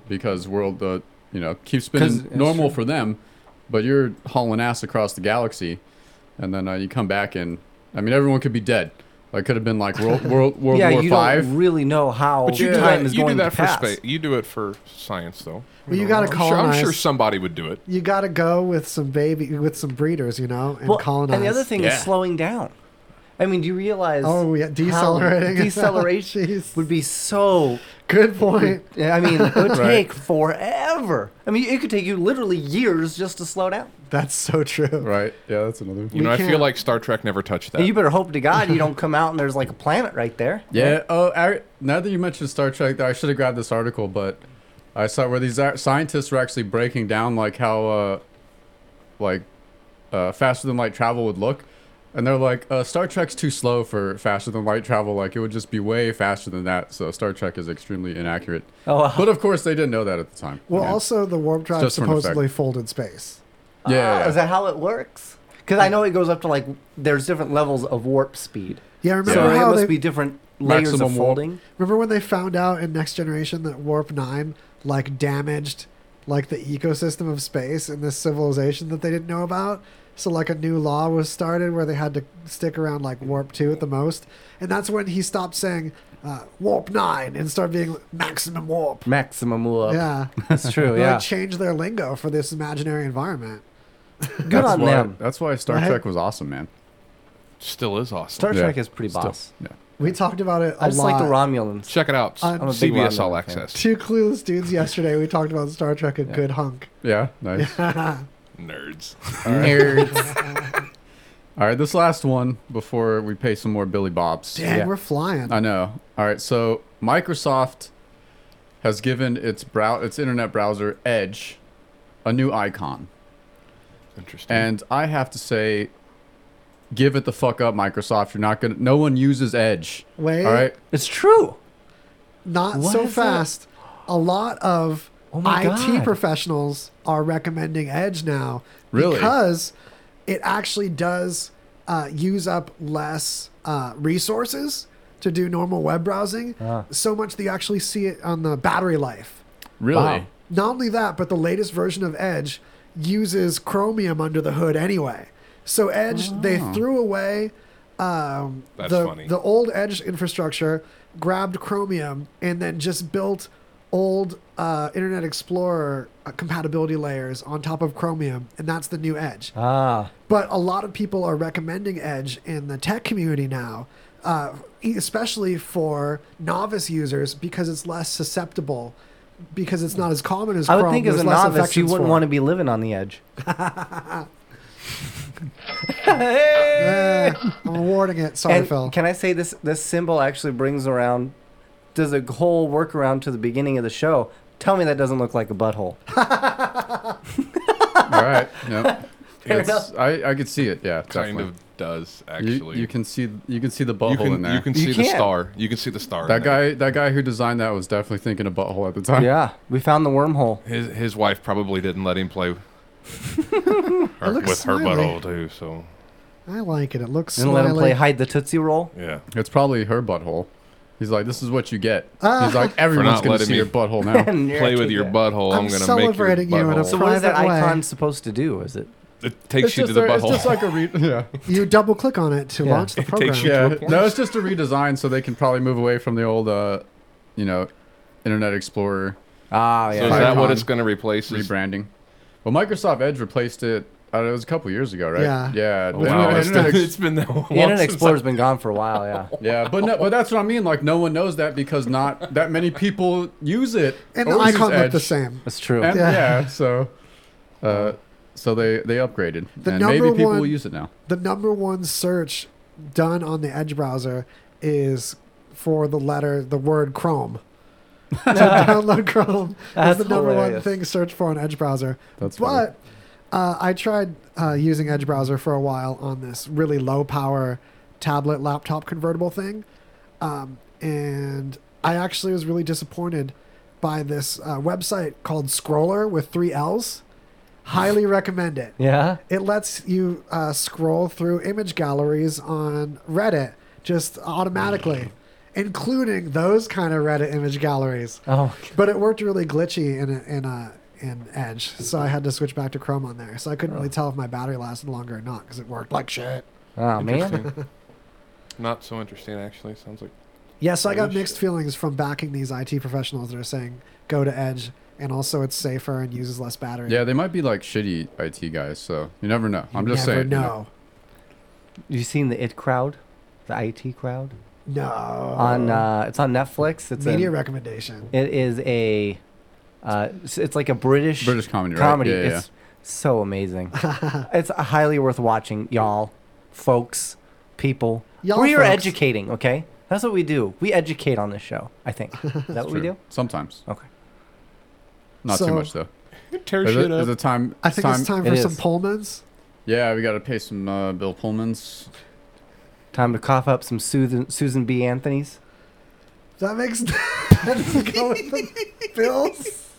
S1: because world uh, you know keeps
S5: 'Cause-
S1: spinning
S5: that's
S1: normal
S5: true.
S1: for them, but you're hauling ass across the galaxy, and then uh, you come back and I mean everyone could be dead. Like could have been like world world, world
S5: yeah,
S1: war
S5: you
S1: five.
S5: don't really know how
S4: But you do
S5: time
S4: that,
S5: is
S4: you
S5: going
S4: do that
S5: to
S4: for
S5: pass.
S4: space. You do it for science, though.
S2: Well, you gotta
S4: I'm sure- I'm sure
S2: colonize-
S4: somebody would do it.
S2: you got to go with some baby with some breeders, you know, and
S5: Well,
S2: colonize.
S5: and the other thing
S4: Yeah.
S5: is slowing down. I mean, do you realize?
S2: Oh, yeah,
S5: how
S2: decelerating.
S5: Deceleration would be so.
S2: Good point.
S5: Yeah, I mean, it would
S2: Right.
S5: take forever. I mean, it could take you literally years just to slow down.
S2: That's so true.
S1: Right. Yeah, that's another.
S4: You know, I feel like Star Trek never touched that.
S5: And you better hope to God you don't come out and there's like a planet right there.
S1: Yeah. Oh, I, now that you mentioned Star Trek, I should have grabbed this article, but I saw where these ar- scientists were actually breaking down like how, uh, like, uh, faster than light travel would look, and they're like, uh, Star Trek's too slow for faster than light travel. Like, it would just be way faster than that. So Star Trek is extremely inaccurate.
S5: Oh, wow.
S1: but of course they didn't know that at the time.
S2: Well,
S1: Yeah.
S2: also the warp
S1: It's
S2: drive
S1: just for an effect.
S2: supposedly folded space.
S1: yeah, yeah,
S5: Ah,
S1: yeah.
S5: Is that how it works? Because I know it goes up to like there's different levels of warp speed.
S2: Yeah, remember
S5: so
S2: how
S5: it must
S2: they-
S5: be different layers
S1: Maximum
S5: of
S1: warp.
S5: folding.
S2: Remember when they found out in Next Generation that warp nine like damaged like the ecosystem of space in this civilization that they didn't know about? So like a new law was started where they had to stick around like warp two at the most, and that's when he stopped saying uh, warp nine and started being maximum warp.
S5: Maximum warp.
S2: Yeah,
S5: that's true.
S2: They,
S5: Yeah,
S2: like change their lingo for this imaginary environment.
S5: good
S1: That's
S5: on
S1: why,
S5: them.
S1: That's why Star
S2: Right?
S1: Trek was awesome, man.
S4: Still is awesome.
S5: Star Trek is pretty boss.
S1: yeah.
S2: We talked about it a
S5: I just
S2: lot.
S5: like the Romulans.
S4: Check it out.
S2: I'm- I'm a
S5: big
S4: CBS
S5: Romulan
S4: All
S5: fan.
S4: Access.
S2: Two clueless dudes yesterday. We talked about Star Trek a good hunk.
S1: Yeah, nice.
S2: Nerds.
S4: Nerds.
S1: All right.
S5: Nerds.
S1: All right, this last one before we pay some more Billy Bobs.
S2: Damn, we're flying.
S1: I know. All right, so Microsoft has given its brow its internet browser Edge a new icon.
S4: Interesting.
S1: And I have to say, give it the fuck up, Microsoft. You're not gonna. No one uses Edge.
S2: Wait.
S1: All right.
S5: It's true.
S2: Not
S5: What
S2: so
S5: is that? Oh
S2: fast. A lot of
S5: my
S2: IT
S5: God.
S2: professionals are recommending Edge now.
S1: Really?
S2: Because it actually does uh, use up less uh, resources to do normal web browsing.
S1: Ah.
S2: So much that you actually see it on the battery life.
S1: Really?
S2: Wow. Not only that, but the latest version of Edge uses Chromium under the hood anyway. So Edge, they
S13: Oh.
S2: threw away um,
S13: That's
S2: the
S13: funny.
S2: the old Edge infrastructure, grabbed Chromium, and then just built old uh, Internet Explorer uh, compatibility layers on top of Chromium, and that's the new Edge.
S5: Ah.
S2: But a lot of people are recommending Edge in the tech community now, uh, especially for novice users because it's less susceptible, because it's not as common as
S5: I
S2: Chrome.
S5: would think as
S2: there's
S5: a
S2: less
S5: novice, you
S2: affections
S5: wouldn't
S2: for
S5: want to be living on the edge.
S2: it. Yeah, I'm awarding it. Sorry,
S5: And
S2: Phil.
S5: Can I say this? This symbol actually brings around, does a whole workaround to the beginning of the show. Tell me that doesn't look like a butthole.
S1: All right. No.
S5: Fair
S1: It's, I I could see it. Yeah.
S4: Kind
S1: definitely.
S4: of does
S1: You-
S4: actually.
S1: You, can see you can see the butthole
S4: You can-
S1: in there.
S4: you can see the star. You can see the star.
S1: That
S4: in there.
S1: guy that guy who designed that was definitely thinking a butthole at the time.
S5: Yeah, we found the wormhole.
S4: His his wife probably didn't let him play. her,
S2: looks
S4: with her
S2: smiley.
S4: butthole too. So
S2: I like it. It looks
S5: And let him
S2: smiley.
S5: play hide the tootsie roll.
S4: Yeah.
S1: It's probably her butthole. He's like, this is what you get.
S2: Ah.
S1: He's like,
S2: For
S1: everyone's
S4: not
S1: gonna
S4: letting
S1: see
S4: me
S1: your butthole now.
S4: play with your butthole. I'm,
S2: I'm
S4: gonna make your
S2: celebrating you in a
S4: butthole.
S5: So what is that
S2: Private way.
S5: icon supposed to do? Is it?
S4: It takes
S1: It's
S4: you
S1: just
S4: to the
S1: there-
S4: butthole.
S1: It's just like a re- yeah.
S2: You double click on it to
S1: Yeah.
S2: launch the
S1: It
S2: program.
S1: yeah. No, it's just a redesign, so they can probably move away from the old, uh, you know, Internet Explorer.
S5: Ah,
S4: yeah. So is that what it's gonna replace? is-
S1: Rebranding. Well, Microsoft Edge replaced it. Uh, it was a couple years ago, right?
S4: Yeah.
S1: Yeah.
S4: Oh,
S1: but
S4: wow. It's
S1: Internet
S4: been-
S1: Ex-
S4: it's been that long
S5: Internet
S4: since
S5: Explorer's been gone for a while. Yeah.
S1: Yeah, but no, but that's what I mean. Like no one knows that because not that many people use it.
S2: And the
S1: or use
S2: icon looked
S1: Edge.
S2: the same.
S5: That's true.
S1: And,
S2: Yeah.
S1: yeah. So, uh, so they they upgraded,
S2: The
S1: and
S2: number
S1: maybe people
S2: one-
S1: will use it now.
S2: The number one search done on the Edge browser is for the letter, the word Chrome. to download Chrome is
S5: That's
S2: the number one
S5: hilarious.
S2: thing searched for on Edge browser.
S1: That's
S2: but uh, I tried uh, using Edge browser for a while on this really low power tablet laptop convertible thing, um, and I actually was really disappointed by this uh, website called Scroller with three L's. Highly recommend it.
S5: Yeah.
S2: It lets you uh, scroll through image galleries on Reddit just automatically, including those kind of Reddit image galleries.
S5: Oh.
S2: But it worked really glitchy in in uh, in Edge, so I had to switch back to Chrome on there. So I couldn't really tell if my battery lasted longer or not because it worked like shit.
S5: Oh man.
S4: Interesting. Not so interesting actually. Sounds like.
S2: Yeah, so I got
S4: Holy
S2: mixed feelings from backing these IT professionals that are saying go to Edge, and also it's safer and uses less battery.
S1: Yeah, they might be like shitty IT guys, so you never know. I'm
S2: You
S1: just
S2: never
S1: saying. you
S2: know.
S5: You seen the IT crowd, the IT crowd?
S2: No.
S5: On uh, it's on Netflix. It's
S2: Media
S5: a,
S2: recommendation.
S5: It is a, uh, it's it's like a British
S1: British comedy, right?
S5: Comedy.
S1: Yeah, yeah,
S5: It's so amazing. it's highly worth watching, y'all, folks, people.
S2: Y'all
S5: we are
S2: folks.
S5: educating. Okay, that's what we do. We educate on this show. I think. Is that what
S1: True.
S5: we do?
S1: Sometimes.
S5: Okay.
S1: Not
S2: So-
S1: too much though.
S4: Tear
S1: Is it-
S4: shit up.
S1: is it time?
S2: I think it's time for some Pullmans.
S1: Yeah, we gotta pay some uh, Bill Pullmans.
S5: Time to cough up some Susan Susan B. Anthony's.
S2: That makes sense. Go with the Bills.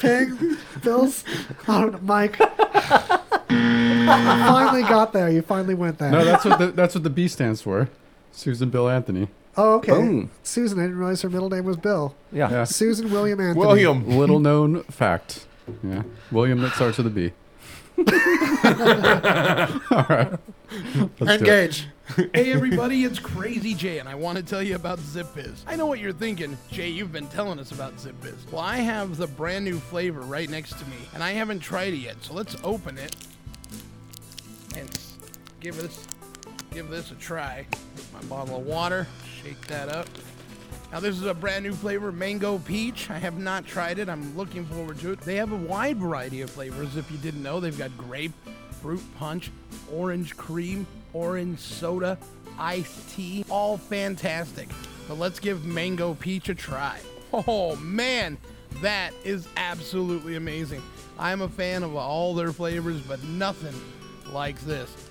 S2: Pig, Bills. I don't know, Mike. I finally got there. You finally went there.
S1: No, that's what the, that's what the B stands for. Susan Bill Anthony.
S2: Oh, okay.
S1: Boom.
S2: Susan, I didn't realize her middle name was Bill.
S5: Yeah.
S1: Yeah.
S2: Susan William Anthony.
S1: Little known fact. Yeah. William that starts with a B. All right. Let's do it.
S3: hey everybody, it's Crazy Jay, and I want to tell you about ZipBiz. I know what you're thinking, Jay. You've been telling us about ZipBiz. Well, I have the brand new flavor right next to me, and I haven't tried it yet. So let's open it and s- give this give this a try. Get my bottle of water, shake that up. Now this is a brand new flavor, mango peach. I have not tried it. I'm looking forward to it. They have a wide variety of flavors. If you didn't know, they've got grape, fruit punch, orange cream, orange soda, iced tea, all fantastic. But let's give mango peach a try. Oh man, that is absolutely amazing. I'm a fan of all their flavors, but nothing like this.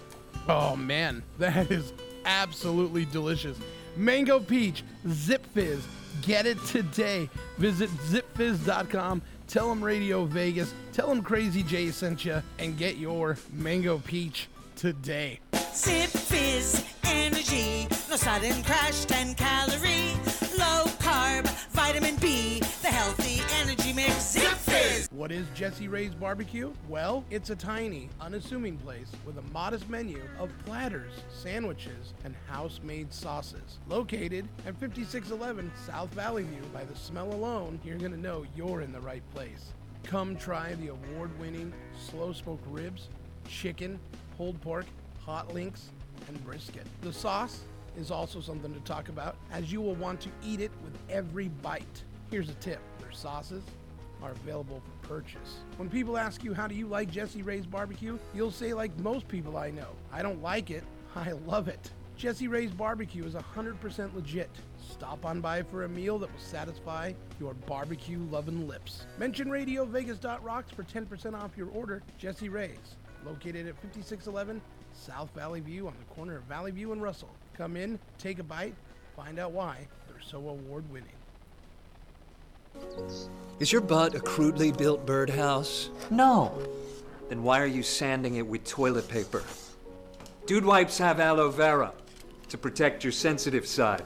S3: Oh man, that is absolutely delicious. Mango peach, zip fizz. Get it today. Visit zipfizz.com. Tell them Radio Vegas. Tell them Crazy Jay sent you, and get your mango peach today.
S13: Zip fizz energy, no sudden crash, 10 calorie, low carb, vitamin B, the healthy energy mix. Zip fizz.
S3: What is Jesse Ray's Barbecue? Well, it's a tiny, unassuming place with a modest menu of platters, sandwiches, and house made sauces. Located at 5611 South Valley View, by the smell alone, you're going to know you're in the right place. Come try the award winning slow smoked ribs, chicken, pulled pork, hot links, and brisket. The sauce is also something to talk about, as you will want to eat it with every bite. Here's a tip their sauces are available for purchase. When people ask you, How do you like Jesse Ray's barbecue? you'll say, Like most people I know, I don't like it, I love it. Jesse Ray's barbecue is 100% legit. Stop on by for a meal that will satisfy your barbecue loving lips. Mention RadioVegas.rocks for 10% off your order. Jesse Ray's, located at 5611 South Valley View on the corner of Valley View and Russell. Come in, take a bite, find out why they're so award winning.
S14: Is your butt a crudely built birdhouse? No. Then why are you sanding it with toilet paper? Dude wipes have aloe vera to protect your sensitive side.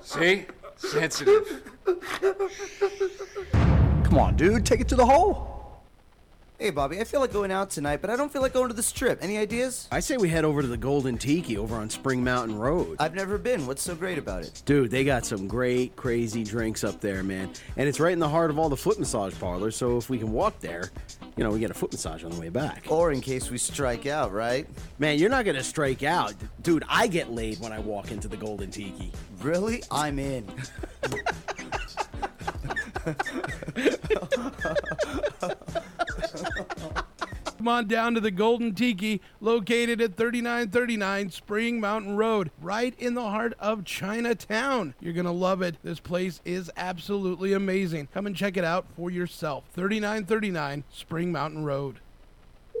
S15: See? Sensitive.
S16: Come on, dude, take it to the hole. Hey, Bobby, I feel like going out tonight, but I don't feel like going to the strip. Any ideas?
S17: I say we head over to the Golden Tiki over on Spring Mountain Road.
S16: I've never been. What's so great about it?
S17: Dude, they got some great, crazy drinks up there, man. And it's right in the heart of all the foot massage parlors, so if we can walk there, you know, we get a foot massage on the way back.
S16: Or in case we strike out, right?
S17: Man, you're not gonna strike out. Dude, I get laid when I walk into the Golden Tiki.
S16: Really? I'm in.
S3: Come on down to the Golden Tiki, located at 3939 Spring Mountain Road, right in the heart of Chinatown. You're going to love it. This place is absolutely amazing. Come and check it out for yourself. 3939 Spring Mountain Road.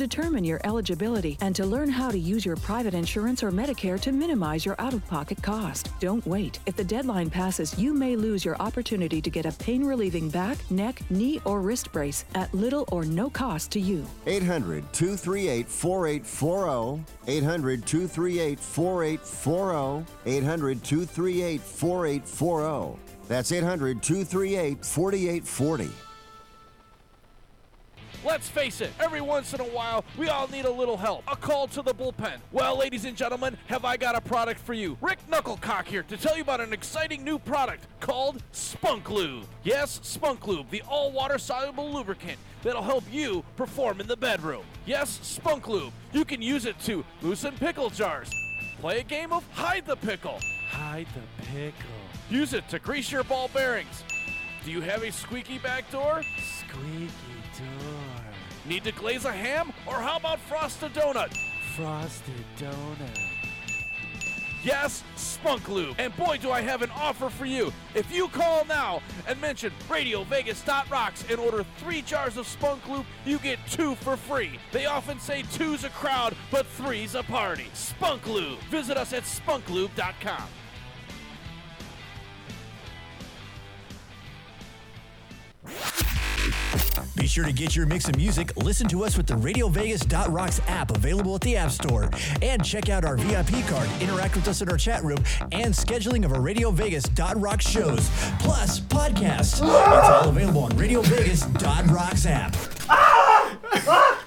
S18: determine your eligibility and to learn how to use your private insurance or Medicare to minimize your out of pocket cost. Don't wait. If the deadline passes, you may lose your opportunity to get a pain relieving back, neck, knee, or wrist brace at little or no cost to you.
S10: 800 238 4840. 800 238 4840. 800 238 4840. oh. That's 800 238 4840.
S7: Let's face it, every once in a while, we all need a little help. A call to the bullpen. Well, ladies and gentlemen, have I got a product for you? Rick Knucklecock here to tell you about an exciting new product called Spunk Lube. Yes, Spunk Lube, the all water soluble lubricant that'll help you perform in the bedroom. Yes, Spunk Lube. You can use it to loosen pickle jars, play a game of hide the pickle, hide the pickle. Use it to grease your ball bearings. Do you have a squeaky back door? Squeaky door. Need to glaze a ham? Or how about frost a donut? Frosted donut. Yes, Spunk Lube. And boy, do I have an offer for you. If you call now and mention RadioVegas.rocks and order three jars of Spunk Lube, you get two for free. They often say two's a crowd, but three's a party. Spunk Lube. Visit us at spunklube.com.
S19: Be sure to get your mix of music, listen to us with the RadioVegas.rocks app available at the App Store, and check out our VIP card, interact with us in our chat room, and scheduling of our RadioVegas.rocks shows, plus podcasts. It's all available on RadioVegas.rocks app.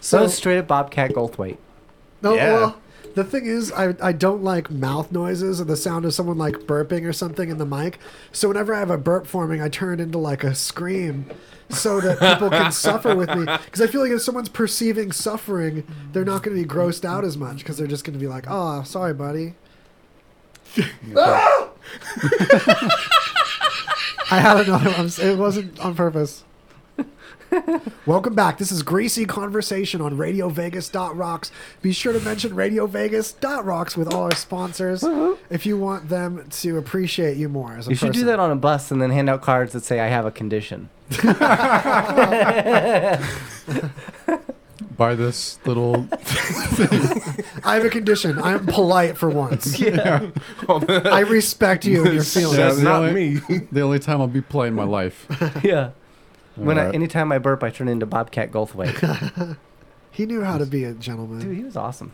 S5: So straight up Bobcat Goldthwait.
S2: No,
S5: Yeah.
S2: well, the thing is, I, I don't like mouth noises or the sound of someone like burping or something in the mic. So whenever I have a burp forming, I turn it into like a scream so that people can suffer with me. Because I feel like if someone's perceiving suffering, they're not going to be grossed out as much because they're just going to be like, oh, sorry, buddy. I had another one. It wasn't on purpose. Welcome back. This is Greasy Conversation on RadioVegas.rocks. Be sure to mention RadioVegas.rocks with all our sponsors if you want them to appreciate you more as a
S5: You
S2: person.
S5: should do that on a bus and then hand out cards that say, I have a condition.
S1: Buy this little.
S2: I have a condition. I am polite for once.
S1: Yeah.
S2: I respect you and your feelings.
S1: the only, me. The only time I'll be playing my life.
S5: yeah. When I,
S1: Alright.
S5: anytime I burp, I turn into Bobcat Goldthwait.
S2: He knew how to be a gentleman.
S5: Dude, he was awesome.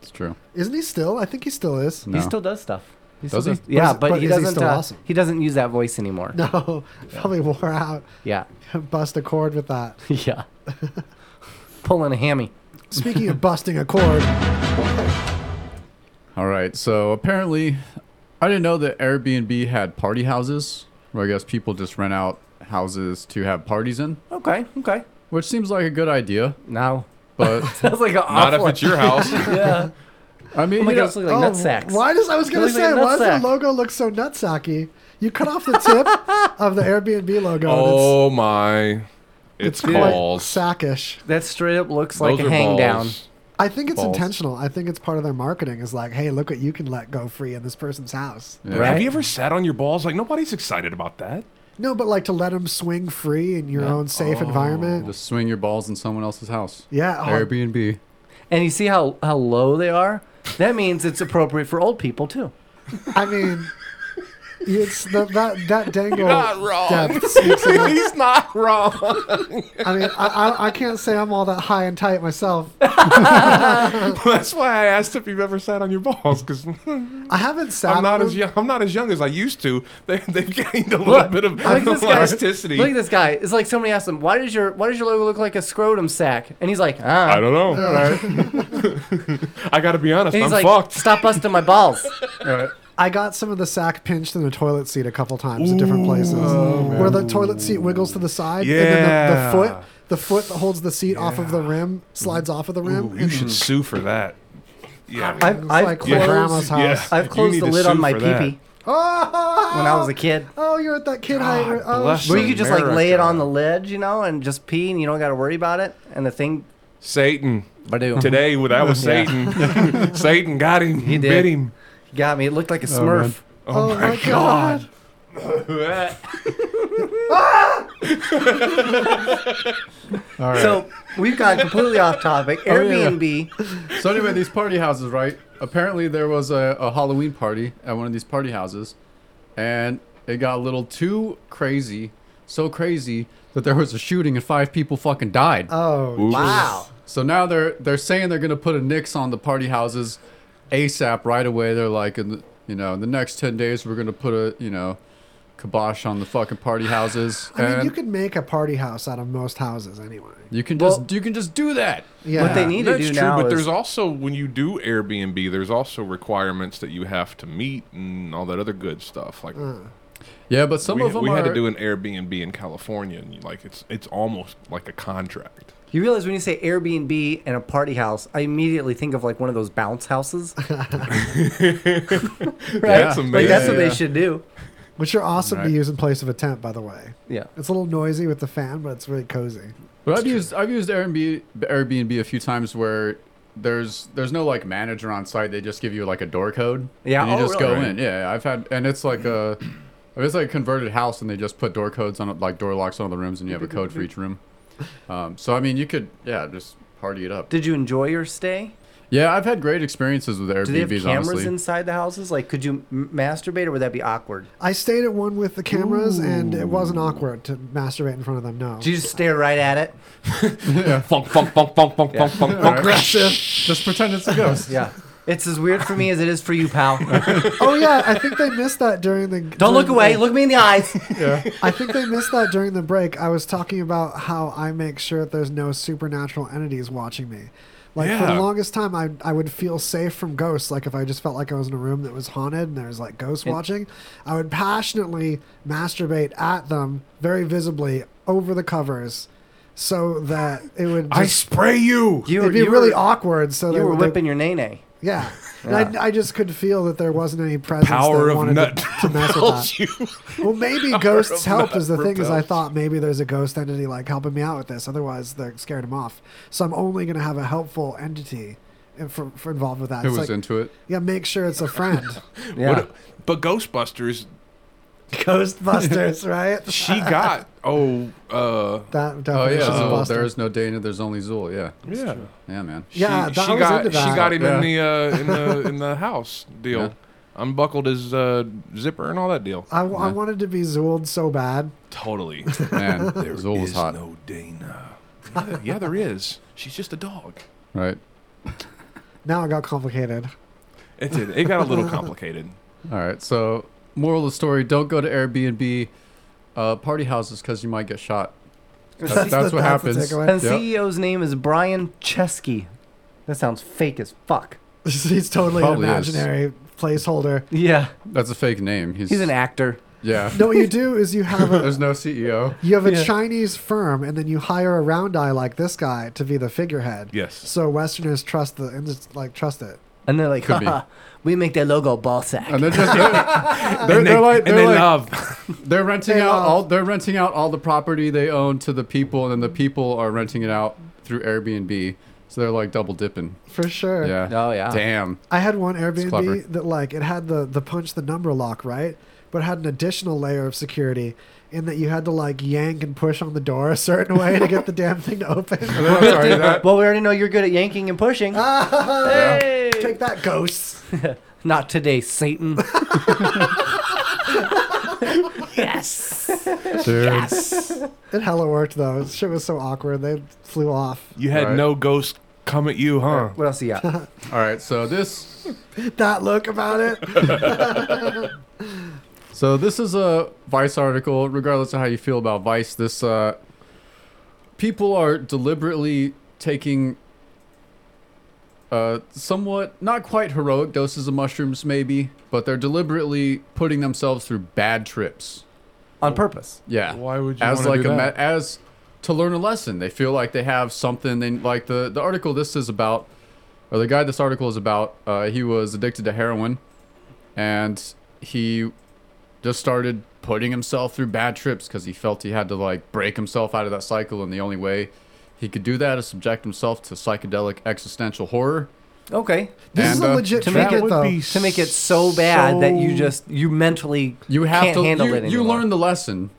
S1: It's true.
S2: Isn't he still? I think he still is.
S5: He still does stuff. He
S2: Does
S5: still
S2: he? But
S5: yeah,
S2: is-
S5: but,
S2: but
S5: he
S2: is he
S5: doesn't.
S2: still
S5: uh,
S2: awesome?
S5: He doesn't use that voice anymore.
S2: No, probably wore out.
S5: Yeah.
S2: Bust a cord with that.
S5: Yeah. Pulling a hammy.
S2: Speaking of busting a cord,
S1: All right. So apparently, I didn't know that Airbnb had party houses, where I guess people just rent out houses to have parties in.
S5: Okay. Okay.
S1: Which seems like a good idea.
S5: No.
S1: But
S5: Sounds like an
S1: Not if
S5: awful-
S1: it's your house.
S5: yeah.
S1: I mean,
S5: Oh my
S1: you know-
S5: God, it's looking like nutsacks.
S2: Why does I was
S5: It
S2: gonna
S5: looks like
S2: say
S5: a
S2: why does their
S5: nutsack.
S2: logo look so nutsacky? You cut off the tip of the Airbnb logo. and
S4: Oh my!
S2: it's, it's
S4: It's
S2: quite
S4: balls.
S2: sackish.
S5: That straight up looks
S4: like Those a are hang Oh, balls. down.
S2: I think it's
S4: Balls.
S2: intentional. I think it's part of their marketing. Is like, hey, look what you can let go free in this person's house.
S4: Have you ever sat on your balls? Like nobody's excited about that.
S2: No, but like to let them swing free in your own safe
S4: Oh.
S2: environment.
S1: oh, Just swing your balls in someone else's house.
S2: Yeah, oh.
S1: Airbnb.
S5: And you see how how low they are. That means it's appropriate for old people too.
S2: I mean, it's the, that that dangle
S4: not wrong.
S2: depth sneaks in.
S4: He's not wrong.
S2: I mean, I, I, I can't say I'm all that high and tight myself.
S4: That's why I asked if you've ever sat on your balls because
S2: I haven't sat.
S4: I'm not
S2: on
S4: as
S2: them.
S4: young. I'm not as young as I used to. They, they've gained a little
S5: Look,
S4: bit of
S5: look at this guy.
S4: elasticity.
S5: Look at this guy. It's like somebody asked him, "Why does your why does your logo look like a scrotum sack?" And he's like, ah,
S4: I don't know. I got to be honest.
S5: And he's
S4: I'm
S5: like,
S4: fucked.
S5: "Stop busting my balls."
S2: I got some of the sack pinched in the toilet seat a couple times in different places, where the toilet seat wiggles to the side,
S4: oh, Yeah.
S2: and then the, the foot, the foot that holds the seat off of the rim slides off of the rim.
S4: You should sue for that. Yeah,
S5: I've, I've
S2: like
S5: closed,
S2: grandma's house.
S4: Yeah.
S5: I've
S4: You
S5: closed
S4: need
S5: the
S4: to
S5: lid
S4: sue
S5: on my
S4: for that.
S5: pee pee
S2: Oh,
S5: when I was a kid.
S2: oh, you're at that kid height. where- Oh,
S4: bless
S5: Where you could just like lay it on the lid, you know, and just pee, and you don't got to worry about it. And the thing
S4: Satan.
S5: Badoo.
S4: Today, well, that was
S5: Yeah.
S4: Satan. Satan got him.
S5: He
S4: He
S5: did.
S4: bit him.
S5: He got me. It looked like a Smurf.
S4: Oh,
S2: Oh
S4: my,
S2: my
S4: god.
S17: Ah!
S1: All right.
S5: So we've gone completely off topic.
S1: Oh, yeah.
S5: Airbnb.
S1: so anyway, these party houses, right? Apparently, there was a, a Halloween party at one of these party houses, and it got a little too crazy, so crazy that there was a shooting and five people fucking died.
S2: Oh, Oops. wow.
S1: So now they're they're saying they're gonna put a nix on the party houses, ASAP right away. They're like, in the, you know, in the next ten days we're gonna put a you know, kibosh on the fucking party houses.
S2: Oh, I mean,
S1: and
S2: you could make a party house out of most houses anyway.
S1: you can just you can just do that.
S2: Yeah. What they need to
S4: That's
S2: do
S4: true,
S2: now
S4: But
S2: is-
S4: there's also when you do Airbnb, there's also requirements that you have to meet and all that other good stuff. Like
S2: Mm.
S1: Yeah, but some
S4: we,
S1: of them
S4: we had to
S1: are-
S4: do an Airbnb in California, and like it's it's almost like a contract.
S5: You realize when you say Airbnb and a party house, I immediately think of like one of those bounce houses. right?
S4: That's
S5: Like that's what
S4: amazing.
S5: they
S4: Yeah.
S5: should do.
S2: Which are awesome
S5: Right.
S2: to use in place of a tent, by the way.
S5: Yeah.
S2: It's a little noisy with the fan, but it's really cozy.
S1: But I've used I've used Airbnb Airbnb a few times where there's there's no like manager on site. They just give you like a door code.
S5: Yeah,
S1: and you
S5: oh,
S1: just go
S5: really?
S1: in. Yeah, I've had and it's like a it's like a converted house, and they just put door codes on it, like door locks on the rooms, and you have a code for each room. Um, so I mean, you could yeah just party it up.
S5: Did you enjoy your stay?
S1: Yeah, I've had great experiences with Airbnbs.
S5: Do they have cameras
S1: honestly,
S5: inside the houses? Like, could you m- masturbate, or would that be awkward?
S2: I stayed at one with the cameras, and it wasn't awkward to masturbate in front of them. No.
S5: Do you just stare right at it?
S4: Funk, funk, funk, funk, funk, funk, funk, funk.
S1: Just pretend it's a ghost.
S5: yeah. It's as weird for me as it is for you, pal.
S2: oh yeah, I think they missed that during the.
S5: Don't look away. Look me in the eyes.
S1: Yeah.
S2: I think they missed that during the break. I was talking about how I make sure that there's no supernatural entities watching me. Like for the
S4: Yeah.
S2: longest time, I I would feel safe from ghosts. Like if I just felt like I was in a room that was haunted and there was like ghosts
S5: And-
S2: watching, I would passionately masturbate at them very visibly over the covers, so that it would. Just,
S5: I spray
S4: you.
S5: You
S2: It'd
S5: were-
S2: be
S5: you
S2: really
S5: were-
S2: awkward. So
S5: you
S2: they
S5: were
S2: would- they-
S5: whipping your nay
S2: yeah. And
S5: Yeah.
S2: I, I just could feel that there wasn't any presence
S5: Power
S2: that
S5: of
S2: wanted
S5: nut
S2: to, to mess with
S5: repels
S2: that. Well, maybe
S5: Power
S2: ghosts
S5: of
S2: helped
S5: nut
S2: is the thing is I
S5: repels.
S2: thought maybe there's a ghost entity like helping me out with this. Otherwise, they scared him off. So I'm only going to have a helpful entity in- for, for involved with that.
S1: Who
S2: It's
S1: was
S2: like,
S1: into it?
S2: Yeah, make sure it's a friend.
S4: What a- but Ghostbusters,
S2: Ghostbusters, right?
S4: she got oh uh
S2: That
S1: Oh yeah,
S2: definition is
S1: Zool.
S2: busted.
S1: There is no Dana. There's only Zool. Yeah.
S4: Yeah.
S1: Yeah, man.
S2: Yeah,
S4: she,
S2: that-
S4: she
S2: I was
S4: got
S2: into that.
S4: she got him in the
S1: Yeah.
S4: uh in the in the house deal.
S1: Yeah.
S4: Unbuckled his uh, zipper and all that deal.
S2: I, w- I wanted to be Zooled so bad.
S4: Totally.
S1: Man,
S4: there
S1: Zool was
S4: is
S1: hot.
S4: no Dana. Yeah, there- yeah, there is. She's just a dog.
S1: Right.
S2: Now it got complicated.
S4: It did. It got a little complicated.
S1: All right. So, moral of the story: Don't go to Airbnb, uh, party houses, because you might get shot. That's, that's what happens.
S5: And
S1: Yep.
S5: CEO's name is Brian Chesky. That sounds fake as fuck.
S2: He's totally
S1: Probably
S2: an
S1: is.
S2: imaginary placeholder.
S5: Yeah.
S1: That's a fake name. He's
S5: He's an actor.
S1: Yeah.
S2: No, what you do is you have a
S1: There's no E CEO.
S2: You have a Chinese firm, and then you hire a round eye like this guy to be the figurehead.
S1: Yes.
S2: So Westerners trust the and it's like trust it.
S5: And they're like,
S2: Could be.
S5: Haha, we make that logo ball sack.
S1: And they're just they're, they're,
S5: And they-
S1: they're like
S5: and
S1: they're
S5: they
S1: like,
S5: love.
S1: They're renting
S5: They
S1: out
S5: love.
S1: all they're renting out all the property they own to the people, and then the people are renting it out through Airbnb. So they're like double dipping.
S2: For sure.
S1: Yeah.
S5: Oh,
S1: Damn.
S2: I had one
S1: clever.
S2: Airbnb that like it had the the punch the number lock right, but it had an additional layer of security in that you had to like yank and push on the door a certain way to get the damn thing to open.
S5: well, we already know you're good at yanking and pushing.
S2: Hey! Take that, ghosts.
S5: Not today, Satan.
S2: yes.
S4: Dude.
S2: It hella worked though. Shit was so awkward. They flew off.
S4: You had
S1: Right.
S4: no ghost come at you, huh?
S5: What else you got?
S1: All right. So this
S2: that look about it.
S1: So this is a Vice article. Regardless of how you feel about Vice, this uh, people are deliberately taking uh, somewhat not quite heroic doses of mushrooms, maybe, but they're deliberately putting themselves through bad trips
S5: on purpose.
S1: Yeah.
S4: Why would you
S1: as
S4: wanna
S1: like
S4: do
S1: a ma-
S4: that?
S1: as to learn a lesson? They feel like they have something. They like the the article this is about, or the guy this article is about. Uh, he was addicted to heroin, and he just started putting himself through bad trips because he felt he had to like break himself out of that cycle, and the only way he could do that is subject himself to psychedelic existential horror.
S5: Okay.
S1: This is And, a uh, legit
S5: to make
S1: trip,
S5: it
S1: though.
S5: to make it so bad that you
S1: so-
S5: just you mentally
S1: You have
S5: can't
S1: to
S5: handle
S1: you,
S5: it
S1: you
S5: anymore.
S1: learn the lesson,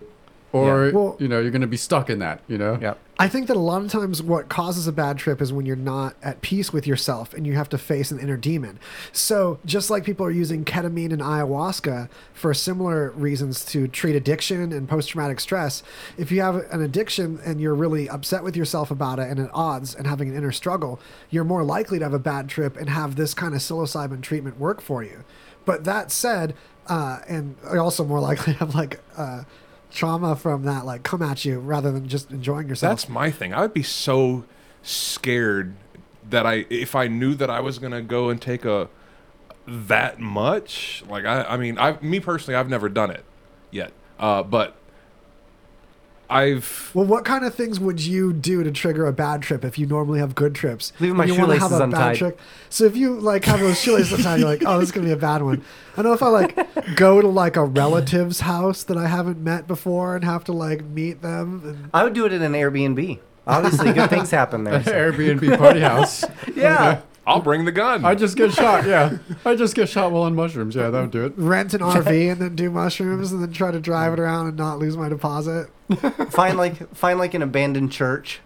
S1: or
S2: Yeah. Well-
S1: you know you're gonna be stuck in that. You know.
S5: Yep.
S2: I think that a lot of times what causes a bad trip is when you're not at peace with yourself and you have to face an inner demon. So, just like people are using ketamine and ayahuasca for similar reasons to treat addiction and post traumatic stress, if you have an addiction and you're really upset with yourself about it and at odds and having an inner struggle, you're more likely to have a bad trip and have this kind of psilocybin treatment work for you. But that said, uh, and you're also more likely to have like, uh, trauma from that like come at you rather than just enjoying yourself
S4: That's my thing. I would be so scared that I if I knew that I was gonna go and take a that much. Like I, I mean, I me personally, I've never done it yet, uh, but I've
S2: Well, what kind of things would you do to trigger a bad trip if you normally have good trips?
S5: Leaving
S2: And
S5: my
S2: you wanna
S5: shoelaces untied.
S2: So if you like have those shoelaces untied, you're like, oh, this is gonna be a bad one. I know if I like go to like a relative's house that I haven't met before and have to like meet them. And
S5: I would do it in an Airbnb. Obviously, good things happen there.
S1: Airbnb party house.
S5: yeah.
S4: I'll bring the gun.
S1: I just get shot. Yeah, I just get shot while on mushrooms. Yeah, that would do it.
S2: rent an RV and then do mushrooms and then try to drive it around and not lose my deposit.
S5: find like find like an abandoned church.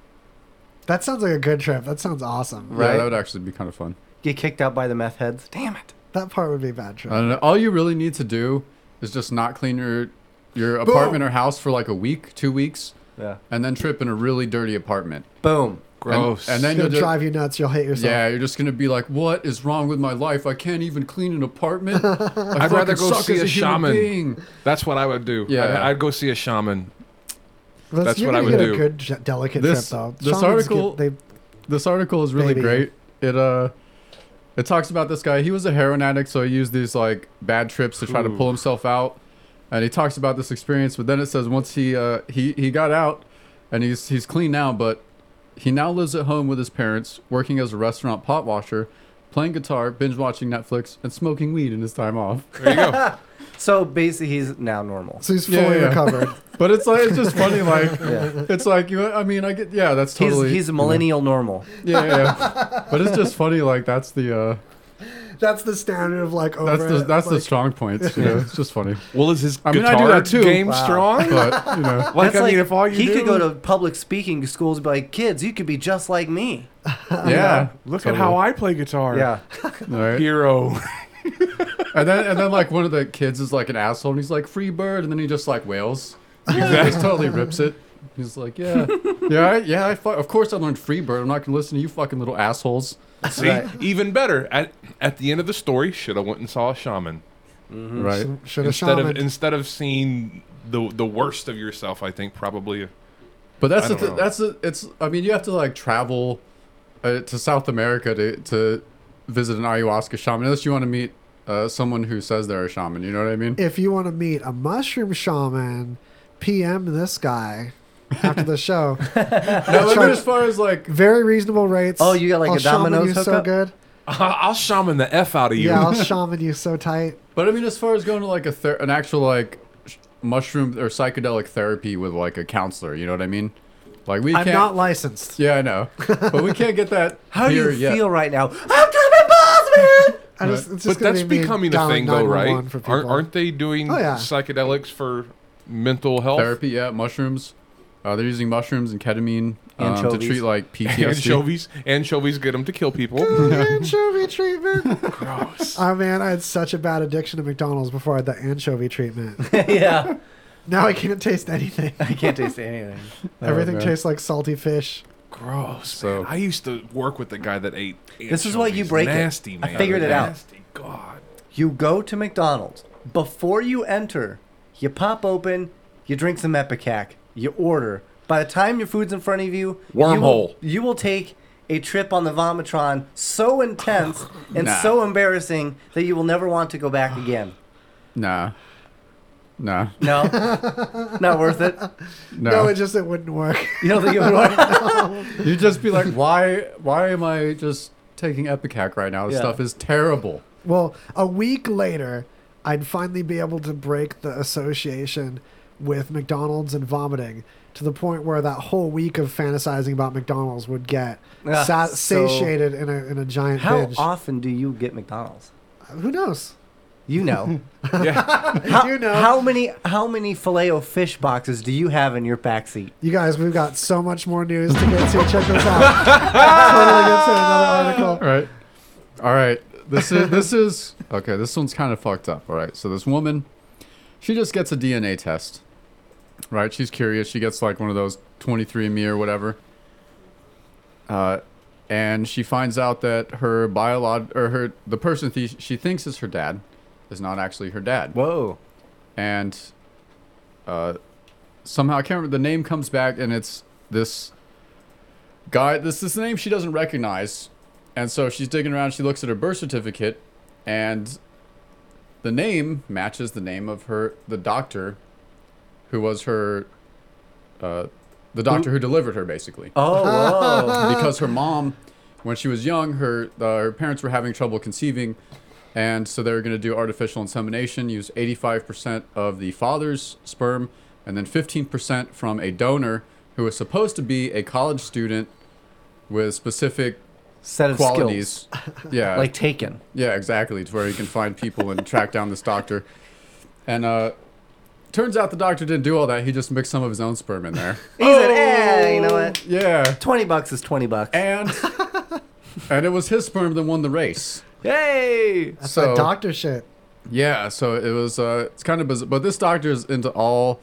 S2: That sounds like a good trip. That sounds awesome.
S1: Yeah, that would actually be kind of fun.
S5: Get kicked out by the meth heads. Damn it.
S2: That part would be a bad trip.
S1: I don't know. All you really need to do is just not clean your your
S2: Boom.
S1: apartment or house for like a week, two weeks,
S5: Yeah.
S1: and then trip in a really dirty apartment.
S5: Boom.
S2: Gross.
S1: And, then
S2: It'll
S1: you'll ju-
S2: drive you nuts. You'll hate yourself.
S1: Yeah, you're just gonna be like, "What is wrong with my life? I can't even clean an apartment. I
S4: I'd
S1: fucking
S4: rather go
S1: suck
S4: see
S1: as human
S4: a, shaman.
S1: being."
S4: That's what I would do.
S1: Yeah.
S4: I'd, I'd go see a shaman.
S2: That's,
S4: That's
S2: you're
S4: what I
S2: gonna
S4: would
S2: get
S4: do.
S2: A good, j- delicate
S1: This-
S2: trip, though.
S1: this
S2: Shamans
S1: article-
S2: get- they
S1: This article is really
S2: Maybe.
S1: great. It uh, it talks about this guy. He was a heroin addict, so he used these like bad trips to try to
S4: Ooh.
S1: pull himself out. And he talks about this experience, but then it says once he uh, he he got out, and he's he's clean now, but he now lives at home with his parents, working as a restaurant pot washer, playing guitar, binge watching Netflix, and smoking weed in his time off.
S4: There you go.
S5: so basically, he's now normal.
S2: So he's fully recovered.
S1: but it's like it's just funny, like
S5: Yeah.
S1: it's like you. I mean, I get yeah, that's totally.
S5: he's, he's millennial normal.
S1: Yeah, yeah, yeah. but it's just funny. Like that's the uh,
S2: That's the standard of like over.
S1: that's the
S2: it,
S1: that's the
S2: like-
S1: strong points. You know, it's just funny.
S4: Well, is his
S1: I mean, I do
S4: guitar
S1: that too.
S4: game Wow. strong?
S1: But you know,
S4: Like, I mean, if all you
S5: he could
S4: do-
S5: go to public speaking schools, and be like, kids, you could be just like me.
S1: yeah.
S4: Look at how I play guitar.
S5: Yeah.
S4: Hero.
S1: and then and then like one of the kids is like an asshole, and he's like free bird, and then he just like wails. He
S4: Exactly.
S1: just totally rips it. He's like, yeah, yeah, I- yeah. I fu- of course I learned free bird. I'm not gonna listen to you fucking little assholes.
S4: See, even better. At at the end of the story, should have went and saw a shaman.
S1: Right.
S2: Should- Mm-hmm. shoulda
S4: instead of
S2: shamaned.
S4: instead of seeing the the worst of yourself, I think probably. uh,
S1: But that's
S4: I
S1: the
S4: don't
S1: th-
S4: know.
S1: that's the it's. I mean, you have to like travel uh, to South America to to visit an ayahuasca shaman, unless you want to meet uh, someone who says they're a shaman. You know what I mean?
S2: If you want to meet a mushroom shaman, PM this guy after the show.
S1: No, I mean,
S2: Charge
S1: as far as like
S2: very reasonable rates.
S5: Oh, you got, like,
S2: I'll
S5: a
S2: shaman
S5: Domino's
S2: you so
S5: hookup?
S2: good.
S4: I'll shaman the f out of you.
S2: Yeah, I'll shaman you so tight.
S1: But I mean, as far as going to like a ther- an actual like sh- mushroom or psychedelic therapy with like a counselor, you know what I mean? Like we
S2: I'm
S1: can't.
S2: not licensed.
S1: yeah, I know, but we can't get that.
S5: How do
S1: here
S5: you
S1: yet.
S5: feel right now?
S2: I just, it's
S4: but
S2: just gonna
S4: that's
S2: be me
S4: becoming a
S2: dialing
S4: thing, though,
S2: 911
S4: right?
S2: for people.
S4: Aren't, aren't they doing
S2: Oh, yeah.
S4: psychedelics for mental health?
S1: therapy? Yeah, mushrooms. Uh, they're using mushrooms and ketamine um, to
S4: Anchovies.
S1: treat like PTSD.
S4: Anchovies. Anchovies get them to kill people.
S2: anchovy treatment. Gross. Oh man, I had such a bad addiction to McDonald's before I had the anchovy treatment.
S5: yeah.
S2: Now I can't taste anything.
S5: I can't taste anything.
S1: Oh,
S2: Everything
S4: man.
S2: tastes like salty fish.
S4: Gross. Oh, man. I used to work with the guy that ate.
S5: This is why you
S4: anchovies.
S5: break it.
S4: nasty,
S5: I
S4: Man.
S5: figured it out.
S4: Nasty. God.
S5: You go to McDonald's. Before you enter, you pop open, you drink some Epicac, you order. By the time your food's in front of you, you will-
S4: Wormhole.
S5: You will, take a trip on the Vomitron so intense and
S1: Nah.
S5: so embarrassing that you will never want to go back again.
S1: Nah, nah,
S5: No, not worth it.
S1: no.
S2: No, it just it wouldn't work.
S5: You don't think it would work?
S1: You'd just be like, why? Why am I just taking Epicac right now? This
S2: Yeah.
S1: stuff is terrible.
S2: Well, a week later, I'd finally be able to break the association with McDonald's and vomiting to the point where that whole week of fantasizing about McDonald's would get
S5: Ah,
S2: sa-
S5: so-
S2: satiated in a, in a giant
S5: How
S2: binge.
S5: often do you get McDonald's?
S2: Who knows?
S5: You know. How, how many how many filet o fish boxes do you have in your backseat?
S2: You guys, we've got so much more news to get to. Check this out. totally get to another article.
S1: All right. All right. This is this is okay. This one's kind of fucked up. All right. So this woman, she just gets a DNA test. Right. She's curious. She gets like one of those 23andMe or whatever. Uh, and she finds out that her biolog or her the person th- she thinks is her dad is not actually her dad.
S5: Whoa.
S1: And uh, somehow I can't remember the name comes back and it's this guy this this name she doesn't recognize and so she's digging around she looks at her birth certificate and the name matches the name of her the doctor who was her uh, the doctor who delivered her basically
S5: Oh, whoa.
S1: because her mom when she was young her uh, her parents were having trouble conceiving and so they were going to do artificial insemination use 85% of the father's sperm and then 15% from a donor who was supposed to be a college student with specific
S5: Set of
S1: qualities yeah
S5: Like taken.
S1: yeah, exactly. It's where you can find people and track down this doctor. And uh, Turns out the doctor didn't do all that. He just mixed some of his own sperm in there.
S5: He said, "Eh, you know what?
S1: Yeah.
S5: 20 bucks is 20 bucks.
S1: And and it was his sperm that won the race.
S5: Hey!
S2: That's that doctor shit.
S1: Yeah, so it was. Uh, it's kind of bizarre, but this doctor is into all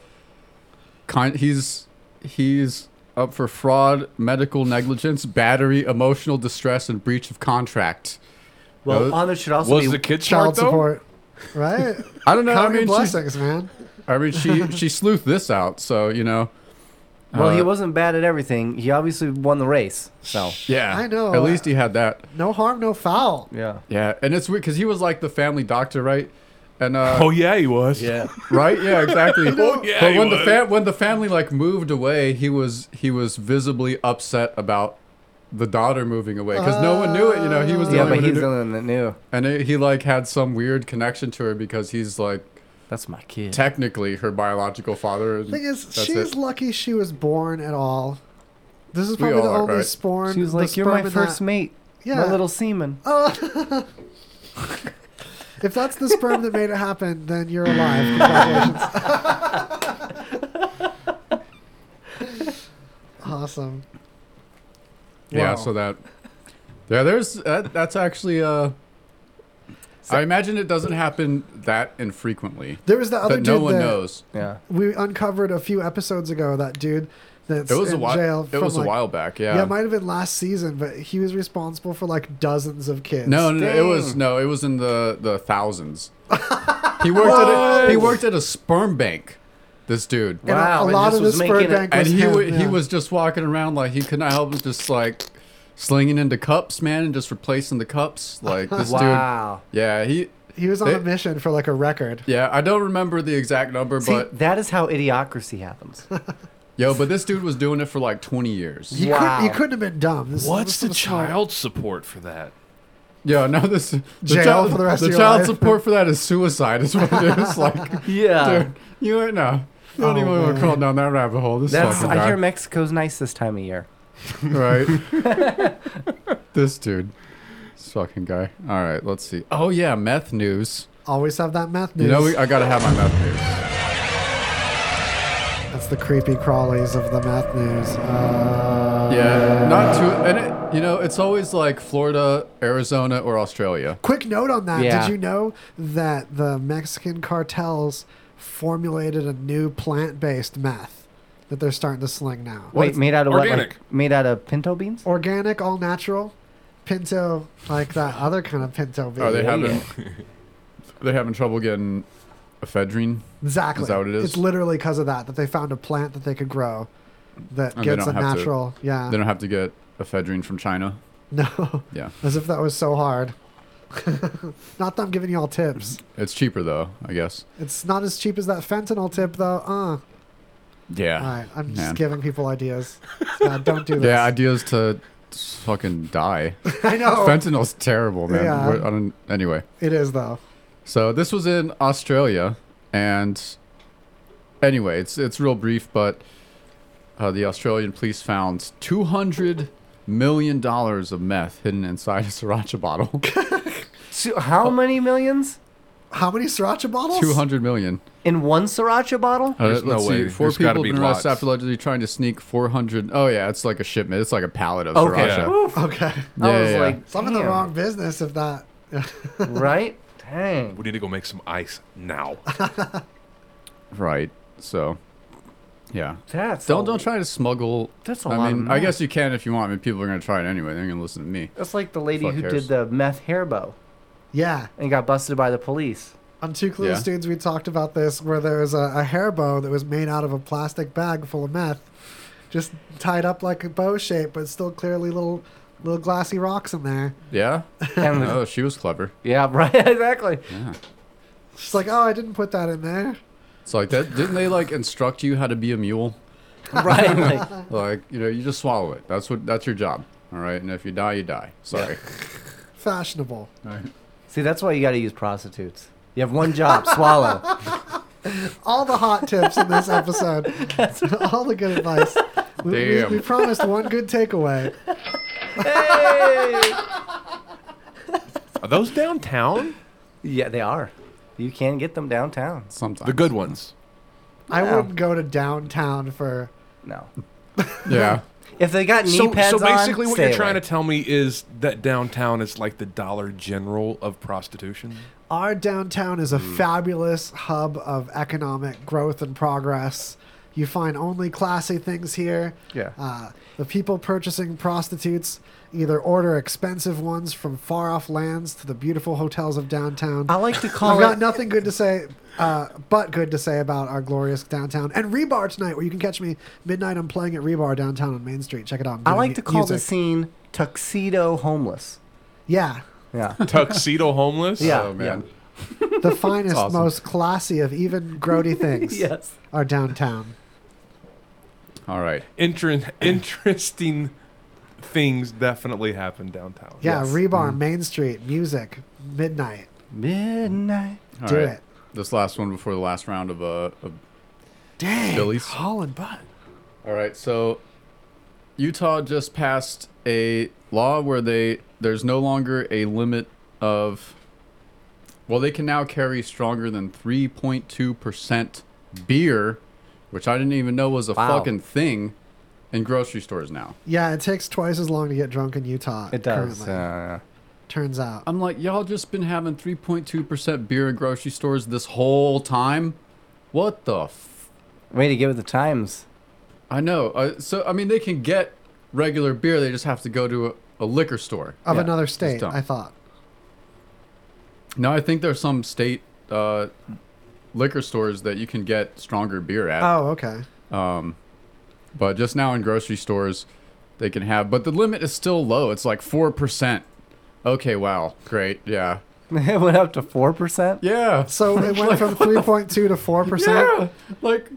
S1: kind. He's he's up for fraud, medical negligence, battery, emotional distress, and breach of contract.
S5: Well,
S1: Uh,
S5: on there should also be
S2: child support, right?
S1: I don't know.
S2: Count
S1: I
S2: your
S1: mean, she,
S2: blessings, man.
S1: I mean, she she sleuthed this out, so you know.
S5: Well, he
S1: Uh,
S5: wasn't bad at everything. He obviously won the race. So
S1: Yeah,
S2: I know.
S1: At least he had that.
S2: No harm, no foul.
S5: Yeah.
S1: Yeah, and it's weird because he was like the family doctor, right? And uh,
S4: Oh, yeah, he was.
S5: Yeah.
S1: Right. Yeah. Exactly.
S4: You know- Oh, yeah,
S1: But
S4: he
S1: when the
S4: was.
S1: fa- when the family like moved away, he was he was visibly upset about the daughter moving away because no one knew it. You know, he was the
S5: Yeah,
S1: only one
S5: but
S1: who
S5: he's
S1: knew-
S5: the one that knew.
S1: And it, he like had some weird connection to her because he's like.
S5: That's my kid.
S1: Technically, her biological father. and
S2: Thing is,
S1: that's
S2: she's
S1: it.
S2: lucky she was born at all. This is
S1: We
S2: probably the
S1: all are,
S2: only
S1: right?
S2: sperm.
S5: She was
S2: the
S5: like, "You're my
S2: sperm in
S5: first
S2: that-
S5: mate,
S2: Yeah.
S5: my little semen."
S2: Oh. if that's the sperm that made it happen, then you're alive. Congratulations. awesome.
S1: Yeah,
S2: Wow.
S1: so that. Yeah, there's that, that's actually. Uh, I imagine it doesn't happen that infrequently.
S2: There was the other
S1: that
S2: dude
S1: no one
S2: that-
S1: knows. Yeah.
S2: We uncovered a few episodes ago that dude that's
S1: It was
S2: in
S1: a while.
S2: jail.
S1: it
S2: from,
S1: was
S2: like-
S1: a while back. Yeah.
S2: Yeah, it might have been last season, but he was responsible for like dozens of kids.
S1: no, no, it was no, it was in the the thousands. he worked at a, he worked at a sperm bank. This dude.
S2: And a- Wow, a and lot this of was the sperm making it- bank
S1: And
S2: was
S1: he
S2: him,
S1: wa- he
S2: yeah.
S1: was just walking around like he could not help but just like slinging into cups, man, and just replacing the cups. Like this
S5: Wow.
S1: dude. Yeah, he
S2: He was on
S1: they-
S2: a mission for like a record.
S1: Yeah, I don't remember the exact number,
S5: See,
S1: but
S5: that is how idiocracy happens.
S1: yo, but this dude was doing it for like 20 years.
S2: You, couldn't, you couldn't have been dumb. This
S4: What's
S2: this
S4: the child support for that?
S1: Yeah, no, this the
S4: Jail
S1: child,
S4: for the rest
S1: the
S4: of your
S1: child
S4: life.
S1: support for that is suicide. Is what it is. Like,
S5: Yeah.
S1: dude, you ain't no, you don't
S5: Oh,
S1: even want
S5: man.
S1: to crawl down that rabbit hole. This
S5: That's,
S1: fucking guy,
S5: I hear Mexico's nice this time of year.
S1: right? this dude, this fucking guy. All right, let's see. Oh yeah, meth news.
S2: Always have that meth news.
S1: You know, we, I gotta have my meth news.
S2: That's the creepy crawlies of the meth news. Uh,
S1: Yeah, not too. And it, you know, it's always like Florida, Arizona, or Australia.
S2: Quick note on that.
S1: Yeah.
S2: Did you know that the Mexican cartels formulated a new plant-based meth that they're starting to sling now?
S5: Wait, made out of what? Like, made out of pinto beans?
S2: Organic, all natural, pinto, like that other kind of pinto bean.
S1: Are Oh, they having? they having trouble getting ephedrine?
S2: Exactly.
S1: Is that what it is?
S2: It's literally because of that that they found a plant that they could grow that
S1: And Oh, they
S2: gets a
S1: don't have to-
S2: natural. yeah.
S1: They don't have to get ephedrine from China.
S2: no.
S1: Yeah.
S2: As if that was so hard. Not that I'm giving y'all tips.
S1: It's cheaper though, I guess.
S2: It's not as cheap as that fentanyl tip, though. Uh.
S1: Yeah.
S2: All right. I'm just
S1: Man.
S2: giving people ideas. God, don't do this.
S1: Yeah, ideas to fucking die.
S2: I know.
S1: Fentanyl's terrible, man.
S2: Yeah.
S1: We're- I don't- anyway,
S2: It is, though.
S1: so this was in Australia, and anyway, it's it's real brief, but uh, the Australian police found two hundred million dollars of meth hidden inside a sriracha bottle.
S5: So how many millions?
S2: How many sriracha bottles?
S1: Oh. two hundred million.
S5: in one sriracha bottle.
S1: Uh, let's see, Four people have been arrested after allegedly trying to sneak 400. Oh, yeah, it's like a shipment. It's like a pallet of
S5: Okay.
S1: sriracha.
S5: Yeah. Oof.
S2: Okay.
S1: I Yeah, was yeah, yeah. like,
S2: so I'm in the
S1: damn.
S2: wrong business if that.
S5: right? Dang.
S4: We need to go make some ice now.
S1: Right. So, yeah.
S5: That's
S1: don't don't try to smuggle.
S5: That's a
S1: I
S5: lot of
S1: mean, I
S5: meth.
S1: guess you can if you want. I mean, people are gonna try it anyway. They're gonna listen to me.
S5: That's like the lady
S1: Fuck
S5: who
S1: cares.
S5: did the meth hair bow.
S2: Yeah.
S5: And got busted by the police.
S2: On Two Clueless
S5: Yeah.
S2: Dudes, we talked about this where there was a, a hair bow that was made out of a plastic bag full of meth, just tied up like a bow shape, but still clearly little little glassy rocks in there.
S1: Yeah.
S5: And the-
S1: oh, she was clever.
S5: Yeah, right. Exactly.
S1: Yeah.
S2: She's like, oh, I didn't put that in there.
S1: It's like that. Didn't they like instruct you how to be a mule?
S5: Right, like-
S1: like you know, you just swallow it. That's what. That's your job. All right. And if you die, you die. Sorry.
S2: Fashionable.
S5: See, that's why you got to use prostitutes. You have one job: swallow.
S2: All the hot tips in this episode. All the good advice. We, we-
S5: Damn.
S2: we promised one good takeaway.
S4: Are those downtown?
S5: yeah, they are. You can get them downtown.
S1: Sometimes
S4: the good ones.
S2: I
S5: No.
S2: wouldn't go to downtown for.
S5: No.
S1: Yeah.
S5: If they got knee
S4: so,
S5: pads
S4: so
S5: on,
S4: basically, what
S5: stay
S4: you're trying to tell me is that downtown is like the Dollar General of prostitution.
S2: Our downtown is a
S4: Mm.
S2: fabulous hub of economic growth and progress. You find only classy things here.
S1: Yeah.
S2: Uh, the people purchasing prostitutes either order expensive ones from far off lands to the beautiful hotels of downtown. I
S5: like to call
S2: I've got
S5: it-
S2: nothing good to say, uh, but good to say about our glorious downtown and Rebar tonight, where you can catch me midnight. I'm playing at Rebar downtown on Main Street. Check it out. I'm
S5: I
S2: doing
S5: like
S2: mu-
S5: to call the
S2: music.
S5: scene tuxedo homeless.
S2: Yeah.
S5: Yeah.
S4: Tuxedo homeless.
S5: Yeah, Oh, man.
S2: the finest,
S5: awesome.
S2: most classy of even grody things
S5: Yes.
S2: are downtown.
S1: All right.
S4: Inter- interesting things definitely happen downtown. Mm.
S2: Yeah, Rebar,
S1: Mm.
S2: Main Street, music, midnight.
S5: Midnight.
S1: All
S2: Do
S1: right.
S2: it.
S1: This last one before the last round of uh of
S2: Dang.
S1: Phillies.
S2: Holland Butt.
S1: All right, so Utah just passed a law where they there's no longer a limit of well, they can now carry stronger than 3.2% beer, which I didn't even know was a
S2: Wow.
S1: fucking thing in grocery stores now.
S2: Yeah, it takes twice as long to get drunk in Utah. Currently, turns out.
S1: I'm like, y'all just been having 3.2% beer in grocery stores this whole time? What the f-
S5: Way to give it the times.
S1: I know. Uh, so, I mean, they can get regular beer, they just have to go to a, a liquor store.
S2: Of
S1: Yeah,
S2: another
S1: it's
S2: state,
S1: dumb.
S2: I thought.
S1: No, I think there's some state uh, liquor stores that you can get stronger beer at.
S2: Oh, okay.
S1: Um, but just now in grocery stores, they can have, but the limit is still low. It's like 4%. Okay, wow. Great. Yeah.
S5: it went up to 4%?
S1: Yeah.
S2: So it went from 3.2 to 4%.
S1: Yeah. Like,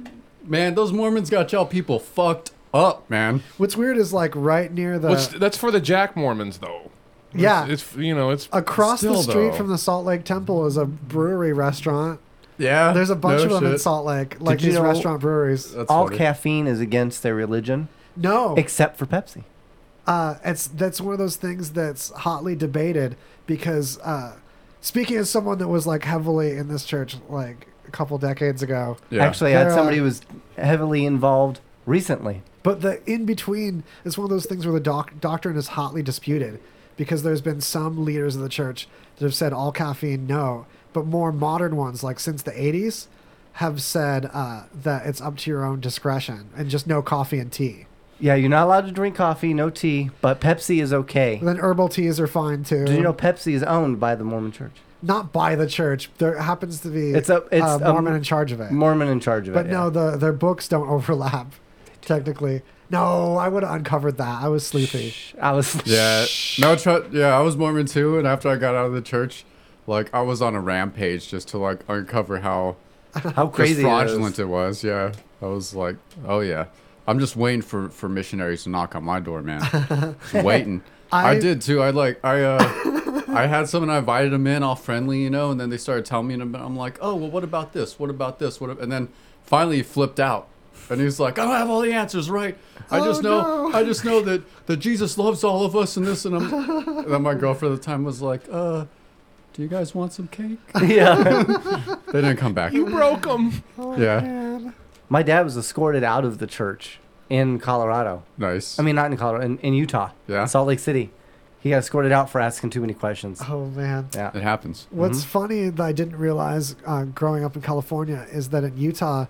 S1: man, those Mormons got y'all people fucked up, man.
S2: What's weird is like right near the.
S4: Well, it's- that's for the Jack Mormons though. It's-
S2: Yeah.
S4: it's, you know it's
S2: across the
S4: Still,
S2: street
S4: though.
S2: from the Salt Lake Temple is a brewery restaurant.
S1: Yeah.
S2: There's a bunch
S5: no
S2: of them in
S5: shit.
S2: Salt Lake, like
S5: Did you
S2: these
S5: know-
S2: restaurant breweries.
S5: All caffeine is against their religion.
S2: No.
S5: Except for Pepsi.
S2: uh, it's that's one of those things that's hotly debated because uh, speaking as someone that was like heavily in this church like a couple decades ago.
S5: Actually, I had
S2: there
S5: somebody
S2: are-
S5: who was heavily involved recently.
S2: But the in between is one of those things where the doc- doctrine is hotly disputed because there's been some leaders of the church that have said all caffeine, no, but more modern ones, like since the 80s, have said uh, that it's up to your own discretion and just no coffee and tea.
S5: Yeah, you're not allowed to drink coffee, no tea, but Pepsi is okay.
S2: Then herbal teas are fine too.
S5: Did you know Pepsi is owned by the Mormon Church?
S2: Not by the church. There happens to be
S5: It's a it's
S2: uh,
S5: a-
S2: Mormon in charge of it.
S5: Mormon in charge of
S2: but
S5: it.
S2: no, the their books don't overlap, technically. No, I would have uncovered that. I was sleepy.
S5: I was.
S1: Yeah. No, tr- yeah, I was Mormon too, and after I got out of the church, like I was on a rampage just to like uncover how
S5: How
S1: just
S5: crazy it
S1: fraudulent
S5: is.
S1: it, was. Yeah, I was like, oh yeah, I'm just waiting for for missionaries to knock on my door, man. waiting. I,
S2: I-
S1: did too. I like I uh I had some and I invited them in all friendly, you know, and then they started telling me and I'm- I'm like, "Oh, well what about this? What about this? What ab-" and then finally he flipped out. And he was like, "I don't have all the answers, right? I just
S2: Oh,
S1: know
S2: no.
S1: I just know that that Jesus loves all of us and this and I'm and then my girlfriend at the time was like, "Uh, do you guys want some cake?" they didn't come back.
S4: You broke them.
S2: Oh,
S1: yeah.
S5: My dad was escorted out of the church in Colorado.
S1: Nice.
S5: I mean, not in Colorado, in, in Utah.
S1: Yeah.
S5: Salt Lake City. He got escorted out for asking too many questions.
S2: Oh man.
S5: Yeah.
S1: It happens.
S5: Mm-hmm.
S2: What's funny that I didn't realize uh, growing up in California is that in Utah,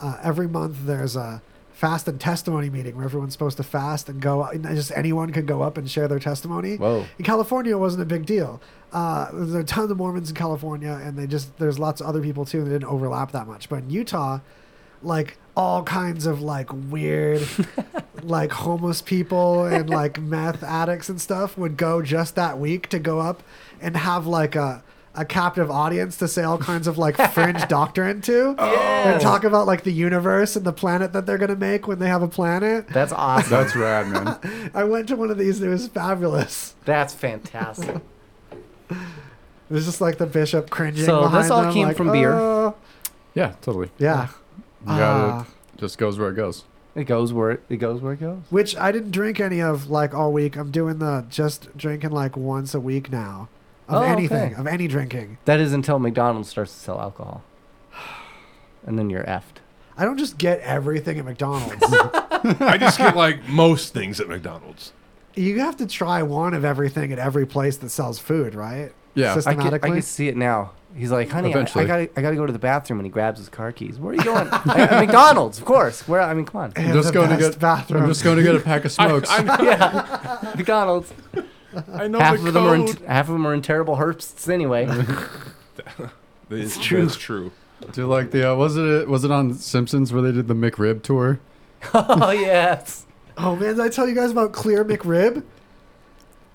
S2: uh, every month there's a fast and testimony meeting where everyone's supposed to fast and go. And just anyone could go up and share their testimony.
S1: Whoa.
S2: In California, it wasn't a big deal. Uh, there are tons of Mormons in California, and they just there's lots of other people too, and they didn't overlap that much. But in Utah, like all kinds of like weird, like homeless people and like meth addicts and stuff would go just that week to go up and have like a a captive audience to say all kinds of like fringe doctrine to
S5: Oh.
S2: and talk about like the universe and the planet that they're gonna make when they have a planet.
S5: That's awesome.
S1: That's rad, man.
S2: I went to one of these and it was fabulous.
S5: That's fantastic.
S2: It was just like the bishop cringing.
S5: So this
S2: behind
S5: all
S2: them,
S5: came
S2: like,
S5: from beer.
S2: "Oh."
S1: Yeah, totally.
S2: Yeah.
S1: You gotta- just goes where it goes.
S5: Ah. It goes where it, it goes where it goes.
S2: Which I didn't drink any of like all week. I'm doing the just drinking like once a week now of
S5: Oh, okay.
S2: anything, of any drinking.
S5: That is until McDonald's starts to sell alcohol, and then you're effed.
S2: I don't just get everything at McDonald's.
S4: I just get like most things at McDonald's.
S2: you have to try one of everything at every place that sells food, right?
S5: I can, I
S2: Systematically.
S5: can see it now. He's like, honey, I, I
S2: Eventually.
S5: gotta, I gotta go to the bathroom, and he grabs his car keys. Where are you going? I, I- McDonald's, of course. Where? I mean, come on.
S1: I'm just going to get. I'm just going to get a pack of smokes.
S5: yeah, McDonald's.
S4: I know
S5: half
S4: the
S5: of them are in,
S4: code.
S5: half of them are in terrible herbsts anyway.
S4: It's
S5: true.
S4: That's true.
S1: Do you like the uh, was it was it on Simpsons where they did the McRib tour?
S5: oh yes.
S2: Oh man, did I tell you guys about Clear McRib?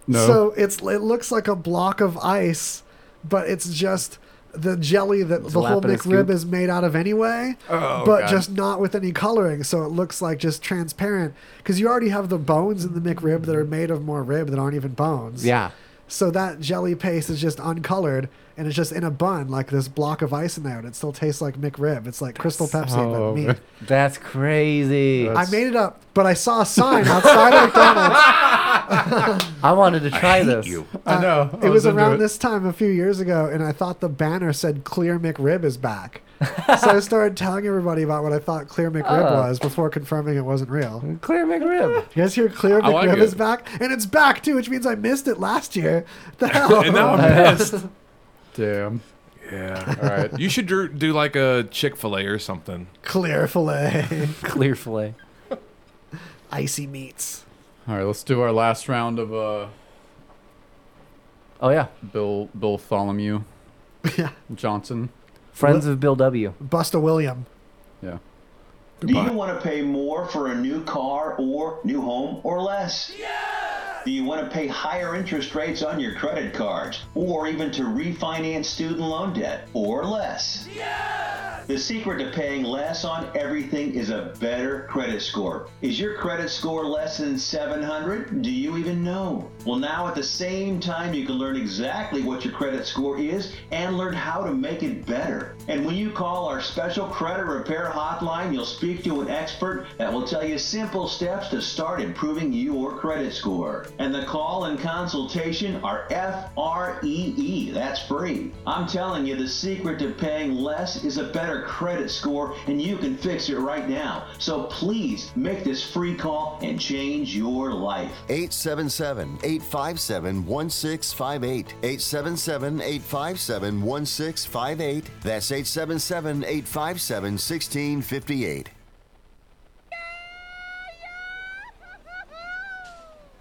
S1: No.
S2: So it's it looks like a block of ice, but it's just the jelly that the
S5: a
S2: whole
S5: lap and a
S2: McRib
S5: scoop.
S2: is made out of anyway,
S5: Oh,
S2: but
S5: God.
S2: just not with any coloring, so it looks like just transparent. Because you already have the bones in the McRib that are made of more rib that aren't even bones.
S5: Yeah.
S2: So that jelly paste is just uncolored and it's just in a bun like this block of ice in there, and it still tastes like McRib. It's like Crystal Pepsi,
S5: Oh,
S1: Oh,
S2: but meat.
S5: that's crazy.
S2: I made it up, but I saw a sign outside of McDonald's.
S5: I wanted to try this.
S2: Uh,
S5: Oh,
S2: It was, around this time a few years ago, and I thought the banner said Clear McRib is back. so I started telling everybody about what I thought Clear McRib
S5: Oh.
S2: was before confirming it wasn't real.
S5: Clear McRib.
S2: You guys hear Clear
S5: I like
S2: McRib
S5: it.
S2: is back? And it's back too, which means I missed it last year. The hell?
S4: And now I'm pissed.
S1: Damn.
S4: Yeah. All right. You should do, do like a Chick Fil A or something.
S2: Clear filet.
S5: Clear filet.
S2: Icy meats.
S1: All right, let's do our last round of. uh
S5: Oh yeah.
S1: Bill Bill Tholomew.
S2: Yeah.
S1: Johnson.
S5: Friends of Bill W.
S2: Busta William.
S1: Yeah.
S20: Do you want to pay more for a new car or new home or less? Do you want to pay higher interest rates on your credit cards or even to refinance student loan debt or less? The secret to paying less on everything is a better credit score. Is your credit score less than 700? Do you even know? Well, now at the same time, you can learn exactly what your credit score is and learn how to make it better. And when you call our special credit repair hotline, you'll speak to an expert that will tell you simple steps to start improving your credit score. And the call and consultation are F R E E. That's free. I'm telling you, the secret to paying less is a better credit score, and you can fix it right now. So please make this free call and change your life.
S10: 877 857 1658. 877 857 1658. That's 877 857 1658.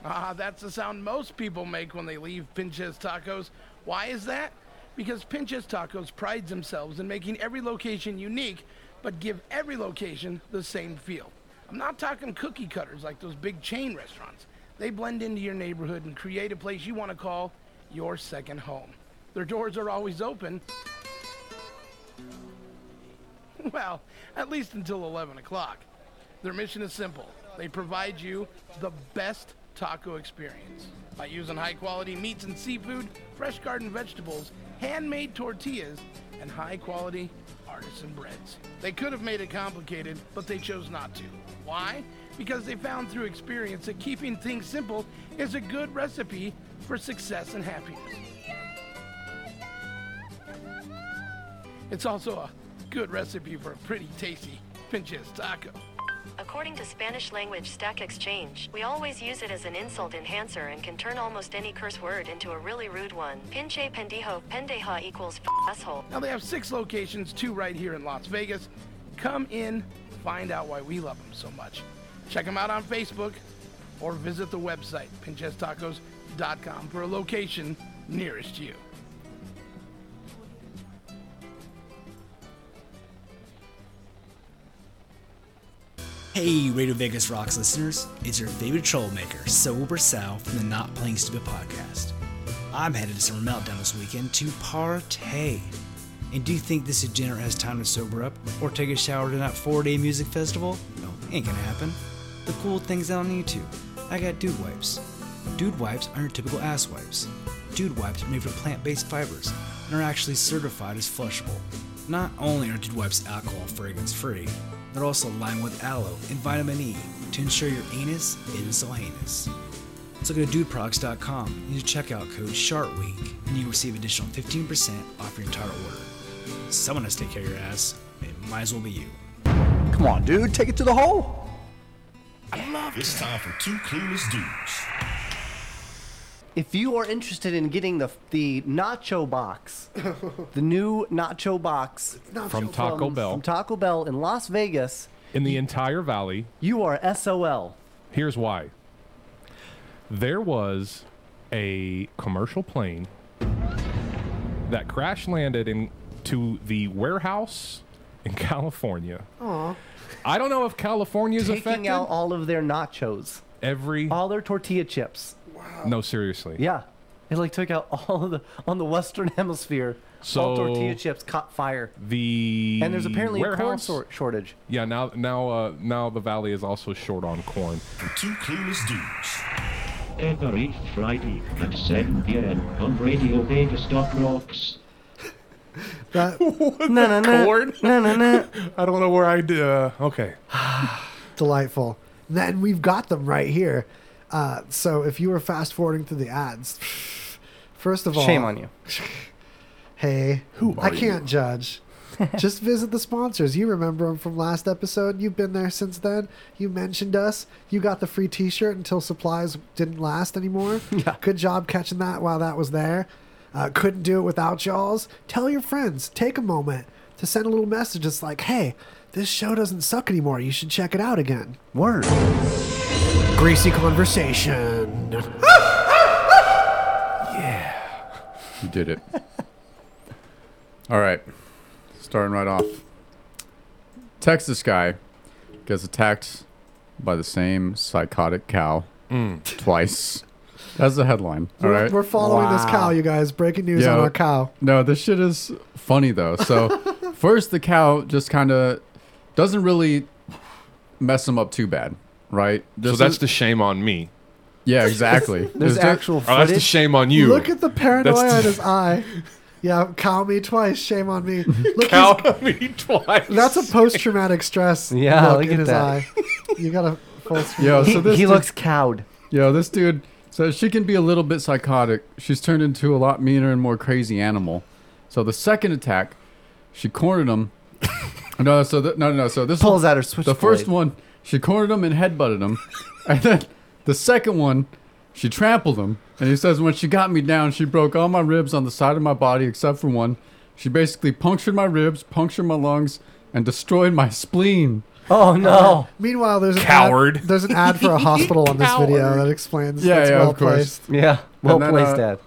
S3: Ah, that's the sound most people make when they leave Pinches Tacos. Why is that? Because Pinches Tacos prides themselves in making every location unique, but give every location the same feel. I'm not talking cookie cutters like those big chain restaurants. They blend into your neighborhood and create a place you want to call your second home. Their doors are always open. Well, at least until 11 o'clock. Their mission is simple. They provide you the best taco experience by using high quality meats and seafood, fresh garden vegetables, handmade tortillas, and high quality artisan breads. They could have made it complicated, but they chose not to. Why? Because they found through experience that keeping things simple is a good recipe for success and happiness. It's also a good recipe for a pretty tasty pinches taco.
S11: According to Spanish language stack exchange, we always use it as an insult enhancer and can turn almost any curse word into a really rude one. Pinche pendijo, pendeja equals f- asshole.
S3: Now they have six locations, two right here in Las Vegas. Come in, find out why we love them so much. Check them out on Facebook or visit the website, pinchestacos.com, for a location nearest you.
S21: Hey, Radio Vegas Rocks listeners, it's your favorite troublemaker, Sober Sal from the Not Playing Stupid podcast. I'm headed to Summer Meltdown this weekend to partay. And do you think this degenerate has time to sober up or take a shower tonight four day music festival? No, ain't gonna happen. The cool things I don't need to. I got dude wipes. Dude wipes aren't your typical ass wipes. Dude wipes are made from plant based fibers and are actually certified as flushable. Not only are dude wipes alcohol fragrance free, they're also lined with aloe and vitamin E to ensure your anus isn't so heinous. Let's look at dudeproducts.com and use checkout code SHARTWEEK and you receive additional 15% off your entire order. Someone has to take care of your ass. It might as well be you.
S6: Come on, dude, take it to the hole.
S8: It's time for two clueless dudes.
S5: If you are interested in getting the the nacho box, the new nacho box
S4: From Taco Bell.
S5: from Taco Bell in Las Vegas,
S4: in the entire valley.
S5: You are SOL.
S4: Here's why. There was a commercial plane that crash landed into the warehouse in California.
S5: Aww.
S4: I don't know if California's
S5: taking
S4: affected.
S5: out all of their nachos,
S4: every
S5: all their tortilla chips.
S4: no, seriously.
S5: Yeah, it like took out all of the on the Western Hemisphere. all
S4: So-
S5: tortilla chips caught fire,
S4: The
S5: and there's apparently a corn
S4: warehouse-
S5: sor- shortage.
S4: Yeah, now now uh, now the valley is also short on corn.
S8: Two clueless dudes.
S22: Every Friday at 7 p.m. on Radio Vegas. Rocks.
S2: That
S5: na, na,
S4: corn?
S5: na, na, na.
S4: I don't know where I uh, okay.
S2: Delightful. Then we've got them right here. Uh, so if you were fast forwarding through the ads, first of all,
S5: Shame on you.
S2: Hey, who I
S5: are you?
S2: can't judge. Just visit the sponsors. You remember them from last episode. You've been there since then. You mentioned us. You got the free T-shirt until supplies didn't last anymore. Good job catching that while that was there. Uh, couldn't do it without y'all's. Tell your friends. Take a moment to send a little message. It's like, hey, this show doesn't suck anymore. You should check it out again.
S5: Word.
S2: Greasy conversation.
S1: You did it. All right. Starting right off. Texas guy gets attacked by the same psychotic cow twice. That's the headline. All
S2: we're,
S1: right.
S2: we're following this cow, you guys. Breaking news on
S1: Yeah.
S2: our cow.
S1: No, this shit is funny though. So, first the cow just kind of doesn't really mess him up too bad, right?
S4: so that's the shame on me.
S1: Yeah, exactly. There's
S4: ju-
S1: actual
S4: oh, that's the
S1: footage.
S4: shame on you.
S2: Look at the paranoia
S4: That's
S2: in
S4: the-
S2: his eye. Yeah, cow me twice. Shame on me. Look,
S4: Cow
S2: he's-
S4: me twice.
S2: That's a post-traumatic stress.
S1: Yeah,
S2: look
S1: look
S2: in
S1: at
S2: his
S1: that.
S2: eye. You got a full. screen.
S1: Yo, so this dude-
S5: cowed.
S1: Yo, this dude. So she can be a little bit psychotic. She's turned into a lot meaner and more crazy animal. So the second attack, she cornered him. no, so th- no, no, no. So this
S5: Pulls
S1: one-
S5: out her
S1: The first
S5: switchblade.
S1: one, she cornered him and headbutted him, and then the second one, she trampled him. And he says, when she got me down, she broke all my ribs on the side of my body except for one. She basically punctured my ribs, punctured my lungs, and destroyed my spleen.
S5: Oh
S2: Uh, meanwhile, there's an
S1: Coward.
S2: Ad, there's an ad for a hospital on this video
S1: Coward.
S2: that explains.
S1: Yeah,
S2: that's
S1: yeah,
S2: well
S1: of course. uh,
S2: placed.
S5: Yeah, well placed, Dad.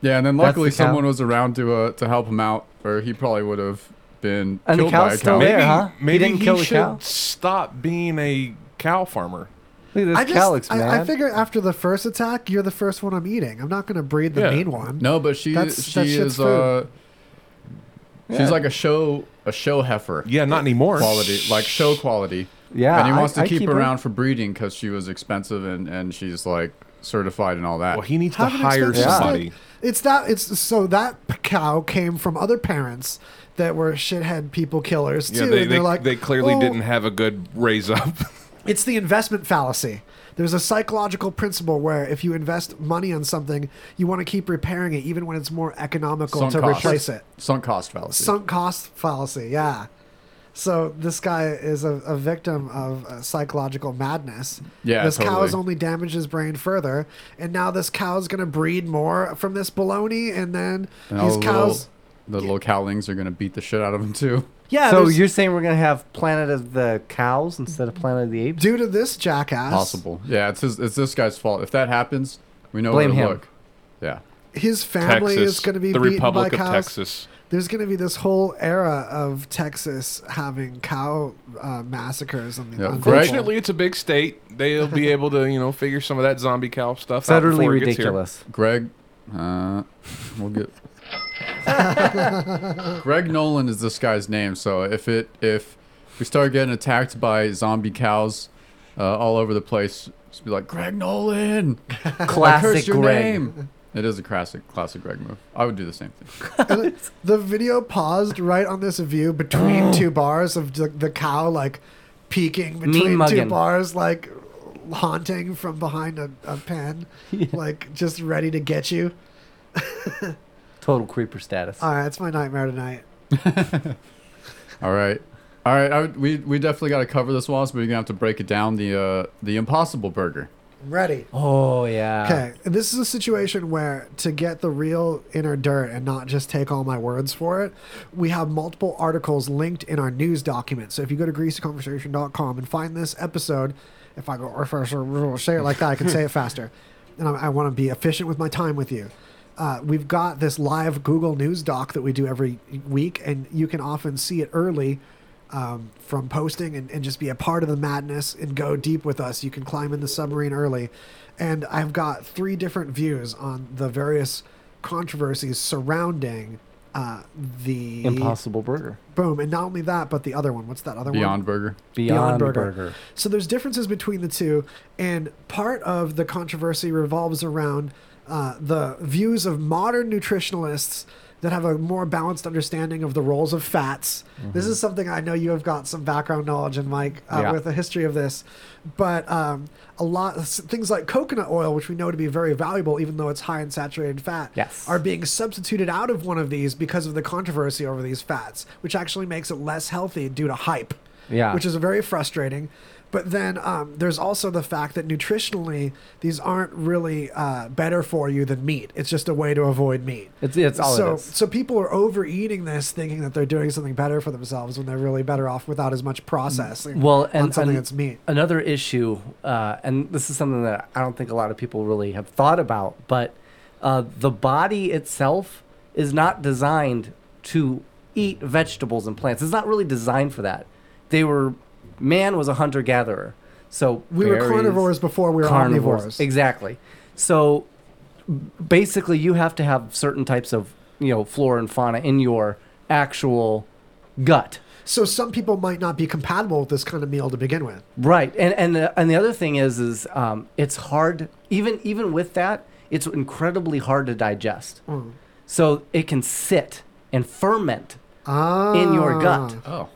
S1: Yeah, and then
S5: That's
S1: luckily
S5: the cow.
S1: someone was around to uh, to help him out, or he probably would have been
S5: And the
S1: killed by
S5: cow's
S1: a
S5: still
S1: cow.
S5: there, Maybe- huh? He
S4: Maybe
S5: didn't kill the
S4: should
S5: cow?
S4: stop being a cow farmer.
S2: I just, I, I figure after the first attack, you're the first one I'm eating. I'm not going to breed the main one.
S1: No, but she
S2: That's-
S1: she
S2: that shit's
S1: is
S2: food.
S1: uh, she's
S2: Yeah.
S1: like a show a show heifer.
S4: Yeah, not anymore.
S1: Quality like show quality.
S4: Yeah,
S1: and he
S4: I-
S1: wants
S4: I
S1: to keep,
S4: keep
S1: her
S4: her.
S1: around for breeding because she was expensive and and she's like certified and all that. Well,
S4: he needs
S2: Have an expensive steak. It's that. It's so that p- cow came from other parents that were shithead people killers
S4: Yeah,
S2: too.
S4: they,
S2: and they're
S4: they,
S2: like,
S4: they clearly
S2: "Oh,
S4: didn't have a good raise up.
S2: It's the investment fallacy. There's a psychological principle where if you invest money on something, you want to keep repairing it even when it's more economical
S1: Sunk
S2: to
S1: cost.
S2: replace it.
S1: Sunk cost fallacy.
S2: Sunk cost fallacy, yeah. So this guy is a, a victim of uh, psychological madness.
S1: Yeah,
S2: this cow
S1: totally.
S2: has only damaged his brain further, and now this cow's gonna breed more from this baloney, and then
S1: And all
S2: these
S1: the
S2: cows.
S1: little, the little cowlings are gonna beat the shit out of him too.
S2: Yeah,
S5: So
S2: there's-
S5: you're saying we're gonna have Planet of the Cows instead of Planet of the Apes?
S2: Due to this jackass,
S1: Possible. Yeah, it's his, it's this guy's fault. If that happens, we know
S5: Blame
S1: where
S5: him.
S1: to look. Yeah.
S2: his family
S4: Texas,
S2: is gonna be
S4: the
S2: beaten
S4: Republic
S2: by
S4: of
S2: cows.
S4: Texas.
S2: There's gonna be this whole era of Texas having cow uh, massacres on the.
S4: Yeah.
S2: on people.
S4: Fortunately, it's a big state. They'll be able to, you know, figure some of that zombie cow stuff out before it gets here.
S1: Greg, uh, we'll get. Greg Nolan is this guy's name. So if it if we start getting attacked by zombie cows uh, all over the place, just be like Greg Nolan. I
S5: Classic
S1: cursed
S5: Greg.
S1: It is a classic classic Greg move. I would do the same thing.
S2: the video paused right on this view between two bars of the, the cow like peeking
S5: Mean
S2: between two
S5: mugging.
S2: bars like haunting from behind a, a pen like just ready to get you
S5: Total creeper status.
S2: all right it's my nightmare tonight
S1: All right. All right, I would, we we definitely got to cover this, Wallace. But you're gonna have to break it down. The uh, the Impossible Burger.
S2: I'm ready.
S5: Oh yeah.
S2: Okay, this is a situation where to get the real inner dirt and not just take all my words for it, we have multiple articles linked in our news document. So if you go to greasyconversation.com and find this episode, if I go or if I say it like that, I can say it faster. And I, I want to be efficient with my time with you. Uh, we've got this live Google News doc that we do every week, and you can often see it early um, from posting and, and just be a part of the madness and go deep with us. You can climb in the submarine early. And I've got three different views on the various controversies surrounding uh, the
S5: Impossible Burger.
S2: Boom. And not only that, but the other one. What's that other one?
S1: Beyond Burger.
S5: Beyond, Burger.
S2: So there's differences between the two, and part of the controversy revolves around uh, the views of modern nutritionalists that have a more balanced understanding of the roles of fats.
S1: Mm-hmm.
S2: This is something I know you have got some background knowledge in, Mike, uh,
S5: Yeah.
S2: with a history of this. But um, a lot s- things like coconut oil, which we know to be very valuable, even though it's high in saturated fat,
S5: Yes.
S2: are being substituted out of one of these because of the controversy over these fats, which actually makes it less healthy due to hype.
S5: Yeah.
S2: Which is very frustrating. But then um, there's also the fact that nutritionally, these aren't really uh, better for you than meat. It's just a way to avoid meat.
S5: It's- it's all it
S2: so,
S5: is.
S2: So people are overeating this thinking that they're doing something better for themselves when they're really better off without as much processing.
S5: Well, and
S2: on something
S5: an-
S2: that's meat.
S5: Another issue, uh, and this is something that I don't think a lot of people really have thought about, but uh, the body itself is not designed to eat vegetables and plants. It's not really designed for that. They were man was a hunter gatherer, so
S2: We were
S5: berries-
S2: carnivores before we were omnivores.
S5: Exactly. So basically, you have to have certain types of you know flora and fauna in your actual gut.
S2: So some people might not be compatible with this kind of meal to begin with.
S5: Right, and and the, and the other thing is is um, it's hard even even with that it's incredibly hard to digest.
S2: Mm.
S5: So it can sit and ferment in
S2: Ah.
S5: your gut.
S1: Oh,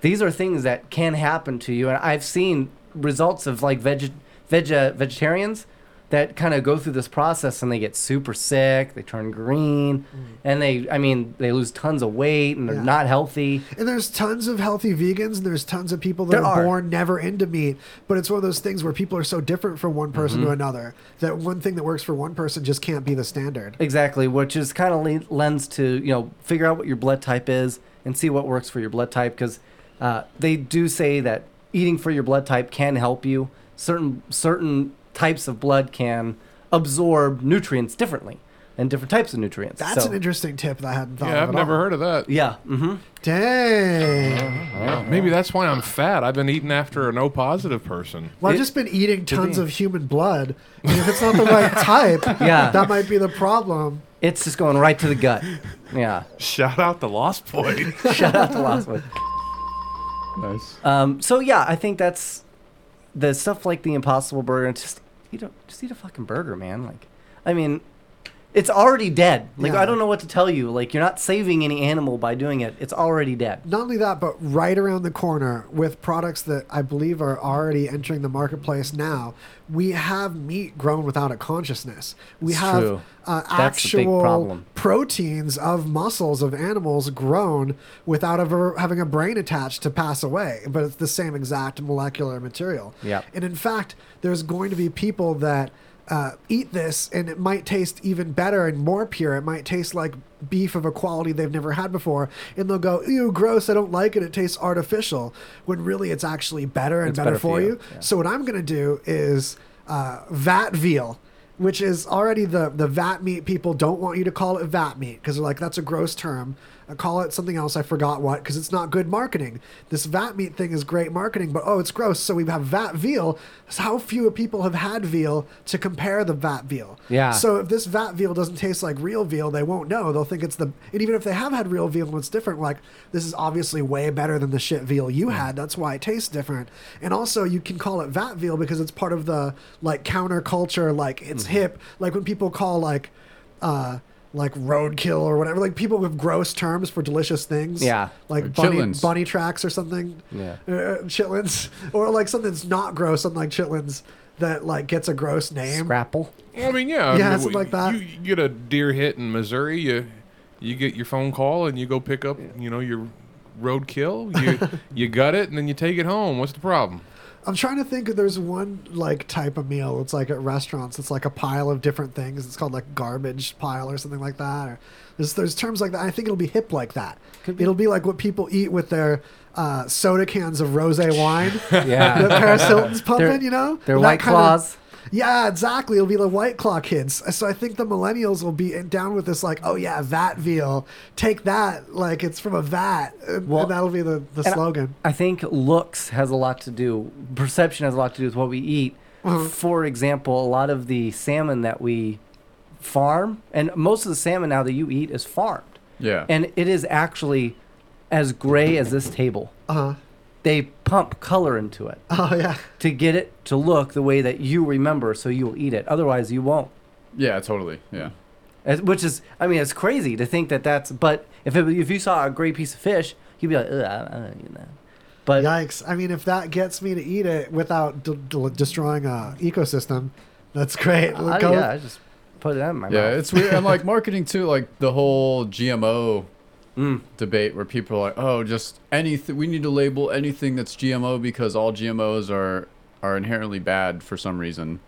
S5: these are things that can happen to you, and I've seen results of like veg, veg uh, vegetarians that kind of go through this process and they get super sick, they turn green,
S1: Mm.
S5: and they I mean they lose tons of weight and they're
S2: Yeah.
S5: not healthy.
S2: And there's tons of healthy vegans, and there's tons of people that
S5: There
S2: are,
S5: are.
S2: born never into meat. But it's one of those things where people are so different from one person to
S5: Mhm.
S2: another that one thing that works for one person just can't be the standard.
S5: Exactly, which is kind of le- lends to you know figure out what your blood type is and see what works for your blood type because uh, they do say that eating for your blood type can help you. Certain certain types of blood can absorb nutrients differently and different types of nutrients.
S2: That's
S5: so-
S2: an interesting tip that I hadn't thought
S4: Yeah,
S2: of.
S4: I've
S2: at
S4: never
S2: all.
S4: heard of that.
S5: Yeah. Mm-hmm.
S2: Dang.
S4: Yeah, maybe that's why I'm fat. I've been eating after an O positive person.
S2: Well, I've just been eating
S4: Could
S2: tons
S4: be.
S2: of human blood. And if it's not the right type,
S5: Yeah.
S2: that might be the problem.
S5: it's just going right to the gut. Yeah.
S4: Shout out the Lost Boy.
S5: Shout out to Lost Boy.
S1: Nice.
S5: Um, so yeah, I think that's the stuff like the Impossible Burger. It's just you don't just eat a fucking burger, man. Like, I mean, it's already dead. Like,
S2: Yeah.
S5: I don't know what to tell you. Like, you're not saving any animal by doing it. It's already dead.
S2: Not only that, but right around the corner with products that I believe are already entering the marketplace now, we have meat grown without a consciousness. We
S5: It's
S2: have
S5: true.
S2: Uh,
S5: That's the big
S2: actual
S5: problem.
S2: proteins of muscles of animals grown without ever having a brain attached to pass away, but it's the same exact molecular material.
S5: Yep.
S2: And in fact, there's going to be people that uh, eat this and it might taste even better and more pure. It might taste like beef of a quality they've never had before. And they'll go, ew, gross, I don't like it. It tastes artificial. When really it's actually better and
S5: It's
S2: better, for you.
S5: yeah.
S2: So what I'm going to do is uh, vat veal. Which is already the, the vat meat people don't want you to call it vat meat because they're like, that's a gross term. I call it something else, I forgot what, because it's not good marketing. This vat meat thing is great marketing, but oh, it's gross. So we have vat veal. So How few people have had veal to compare the vat veal?
S5: Yeah.
S2: So if this vat veal doesn't taste like real veal, they won't know. They'll think it's the. And even if they have had real veal and it's different, like this is obviously way better than the shit veal
S5: Mm.
S2: you had. That's why it tastes different. And also, you can call it vat veal because it's part of the like counterculture. Like it's
S5: Mm-hmm.
S2: hip. Like when people call like, uh, like roadkill or whatever. Like people with gross terms for delicious things.
S5: Yeah. Or
S2: Like bunny,
S5: chitlins.
S2: bunny tracks or something
S5: Yeah.
S2: uh, chitlins, or like something that's not gross, something like chitlins that like gets a gross name.
S5: Scrapple.
S4: Well, I mean, yeah. I
S2: Yeah,
S4: mean,
S2: something like that.
S4: You, you get a deer hit in Missouri, you you get your phone call and you go pick up, you know, your roadkill. You you gut it and then you take it home. What's the problem?
S2: I'm trying to think. if There's one like type of meal. It's like at restaurants. It's like a pile of different things. It's called like garbage pile or something like that. Or there's, there's terms like that. I think it'll be hip like that. It'll be like what people eat with their uh, soda cans of rosé wine.
S5: Yeah.
S2: that Paris Hilton's
S5: Their-
S2: pumping. you know,
S5: their
S2: That
S5: White
S2: kind of-
S5: Claws.
S2: yeah, exactly. It'll be the White Claw kids. So I think the millennials will be in- down with this, like, oh yeah, vat veal. Take that, like it's from a vat, and,
S5: Well,
S2: and that'll be the, the
S5: And I-
S2: slogan.
S5: I think looks has a lot to do. Perception has a lot to do with what we eat. For example, a lot of the salmon that we farm, and most of the salmon now that you eat is farmed.
S1: Yeah.
S5: And it is actually as gray as this table.
S2: Uh-huh.
S5: They pump color into it.
S2: Oh yeah.
S5: To get it to look the way that you remember, so you'll eat it. Otherwise, you won't.
S1: Yeah, totally. Yeah.
S5: As, which is, I mean, it's crazy to think that that's. But if it, if you saw a gray piece of fish, you'd be like, Ugh, I I don't eat that. But
S2: yikes! I mean, if that gets me to eat it without d- d- destroying a ecosystem, that's great.
S5: I,
S2: Go-
S5: Uh, yeah, I just put it in my
S1: yeah,
S5: mouth.
S1: it's weird. And like marketing too, like the whole GMO
S5: Mm.
S1: debate where people are like, "Oh, just anything. We need to label anything that's GMO because all GMOs are are inherently bad for some reason."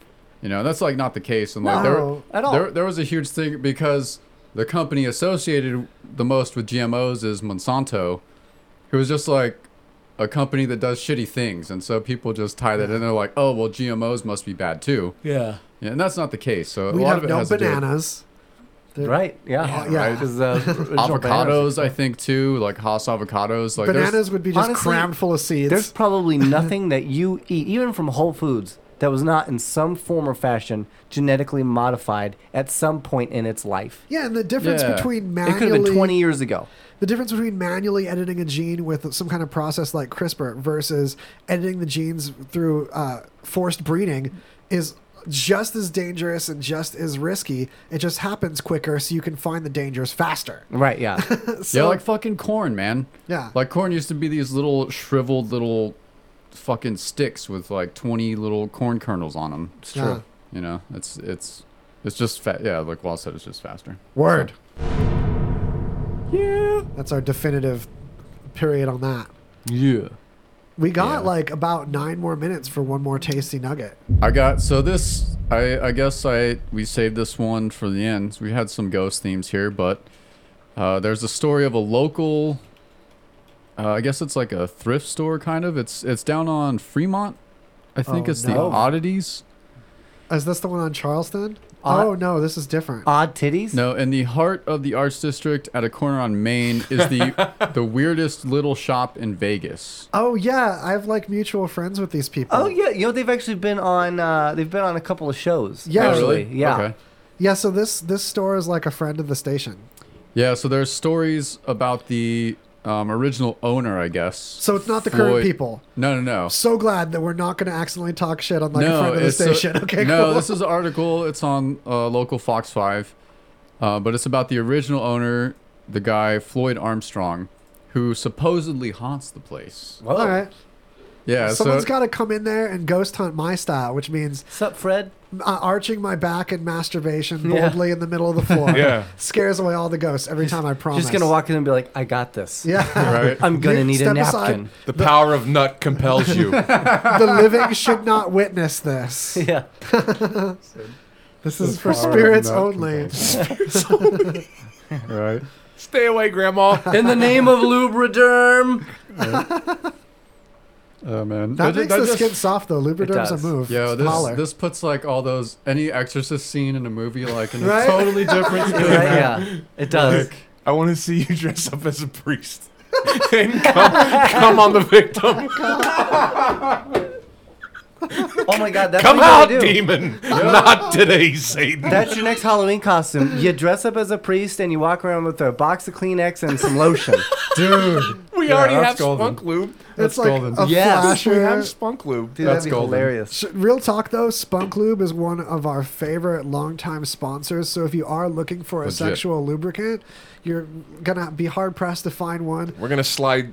S1: You know, that's like not the case. And like
S5: No,
S1: there,
S5: at all.
S1: there, there was a huge thing because the company associated the most with GMOs is Monsanto, who was just like a company that does shitty things, and so people just tie that in. They're like, "Oh, well, GMOs must be bad too."
S5: Yeah.
S1: Yeah, and that's not the case. So
S2: We'd
S1: a lot
S2: have
S1: of it
S2: no
S1: has to do with-
S2: bananas. They're-
S5: Right, yeah.
S2: yeah.
S1: right?
S5: 'Cause, uh, original bananas-
S1: avocados, I think too, like Haas avocados. Like there's-
S2: Bananas would be just crammed full of seeds.
S5: There's probably nothing that you eat, even from Whole Foods, that was not in some form or fashion genetically modified at some point in its life.
S2: Yeah, and the difference
S5: Yeah.
S2: between
S5: It
S2: manually
S5: could have been 20 years ago.
S2: The difference between manually editing a gene with some kind of process like CRISPR versus editing the genes through uh, forced breeding is just as dangerous and just as risky. It just happens quicker, so you can find the dangers faster.
S5: Right, yeah.
S1: yeah,
S2: So-
S1: like fucking corn, man.
S2: Yeah.
S1: Like corn used to be these little shriveled little fucking sticks with like 20 little corn kernels on them. It's
S2: true. Yeah.
S1: You know, it's it's it's just fa- yeah, like Wall said it's just faster.
S2: Word. Yeah. That's our definitive period on that.
S1: Yeah.
S2: We got like about nine more minutes for one more tasty nugget.
S1: I got so this. I I guess I we saved this one for the end. We had some ghost themes here, but uh, there's a story of a local. Uh, I guess it's like a thrift store kind of. It's it's down on Fremont. I think
S2: Oh,
S1: it's the
S2: no.
S1: Oddities.
S2: Is this the one on Charleston?
S1: Uh,
S2: oh no, this is different.
S5: Odd titties.
S1: No, in the heart of the Arts District, at a corner on Main, is the the weirdest little shop in Vegas.
S2: Oh yeah, I have like mutual friends with these people.
S5: Oh yeah, you know they've actually been on. Uh, they've been on a couple of shows.
S2: Yeah. Oh, really?
S5: actually. yeah.
S1: Okay.
S2: Yeah, so this this store is like a friend of the station.
S1: Yeah. So there's stories about the um, original owner, I guess. So
S2: it's not the current people.
S1: No, no, no.
S2: So glad that we're not going to accidentally talk shit on like a friend of the
S1: it's a-
S2: station. okay,
S1: no,
S2: cool.
S1: this is an article. It's on uh, local Fox Five, uh, but it's about the original owner, the guy Floyd Armstrong, who supposedly haunts the place.
S2: all right.
S1: Yeah,
S2: Someone's
S1: so
S2: got to come in there and ghost hunt my style, which means
S5: sup, Fred.
S2: Uh, arching my back in masturbation
S5: Yeah.
S2: boldly in the middle of the floor.
S5: Yeah.
S2: scares away all the ghosts every time. I promise.
S5: Just gonna walk in and be like, I got this.
S2: Yeah.
S4: Right.
S5: I'm gonna need a
S2: Step
S5: napkin.
S2: aside.
S4: The power of nut compels you.
S2: the living should not witness this.
S5: Yeah.
S2: this is
S4: The
S2: for
S4: power of
S2: spirits
S4: not
S2: only.
S1: right.
S4: Stay away, Grandma.
S5: In the name of Lubriderm.
S1: Oh man,
S2: That
S1: ju-
S2: makes the
S1: just-
S2: skin soft though. Lubriderm's a move.
S1: Yeah,
S2: It's
S1: this
S2: taller.
S1: this puts like all those any Exorcist scene in a movie like in
S2: Right?
S1: a totally different.
S2: Right,
S1: skin.
S2: yeah.
S5: It does.
S4: Like, I want to see you dress up as a priest and come, come on the victim.
S5: Oh my God! That's
S4: come
S5: what you
S4: out,
S5: gotta do.
S4: demon. Not today, Satan.
S5: That's your next Halloween costume. You dress up as a priest and you walk around with a box of Kleenex and some lotion.
S1: Dude.
S4: We already have spunk lube.
S2: It's like a
S5: Yes.
S2: flasher.
S4: We have spunk lube.
S5: Dude, that'd be hilarious.
S2: Sh- Real talk though, Spunk Lube is one of our favorite longtime sponsors. So if you are looking for a
S4: Legit.
S2: sexual lubricant, you're gonna be hard pressed to find one.
S4: We're gonna slide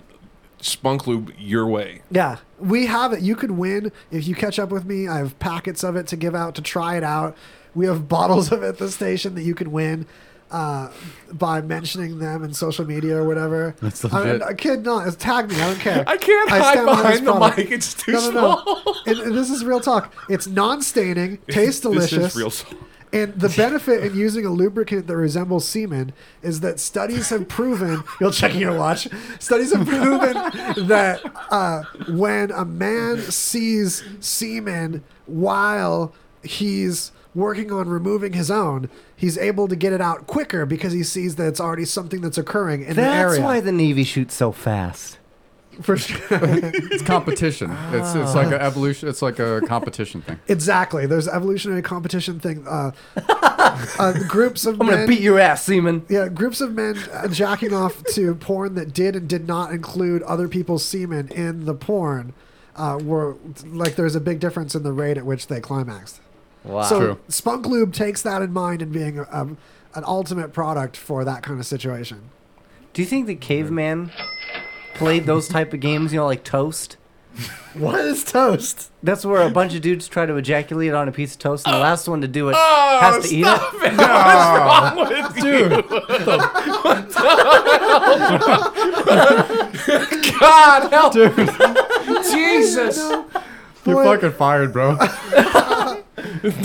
S4: spunk lube your way.
S2: Yeah, we have it. You could win if you catch up with me. I have packets of it to give out to try it out. We have bottles of it at the station that you can win. uh, by mentioning them in social media or whatever.
S1: That's
S2: I,
S1: legit.
S2: I kid not. It's tag me. I don't care.
S4: I can't hide
S2: stand behind
S4: behind
S2: this
S4: the
S2: product.
S4: mic, it's too
S2: And- and this is real talk. It's non-staining, tastes
S4: This
S2: delicious.
S4: is real salt.
S2: And the benefit in using a lubricant that resembles semen is that studies have proven. You're checking your watch. Studies have proven that uh, when a man sees semen while he's working on removing his own, he's able to get it out quicker because he sees that it's already something that's occurring in
S5: That's
S2: the area.
S5: why the Navy shoots so fast.
S2: For sure.
S1: It's competition. It's it's like
S5: Ah.
S1: an evolution. It's like a competition thing.
S2: Exactly. There's evolutionary competition thing. Uh, uh, groups of
S5: I'm
S2: men.
S5: gonna beat your ass, semen.
S2: Yeah, groups of men uh, jacking off to porn that did and did not include other people's semen in the porn uh, were like there's a big difference in the rate at which they climaxed.
S5: Wow.
S2: So
S5: True.
S2: Spunk Lube takes that in mind and being a, um an ultimate product for that kind of situation.
S5: Do you think the caveman played those type of games? You know, like toast.
S2: What is toast?
S5: That's where a bunch of dudes try to ejaculate on a piece of toast, and the last one to do it has to eat it.
S4: Dude.
S1: God help, dude!
S4: Jesus.
S1: You're fucking fired, bro.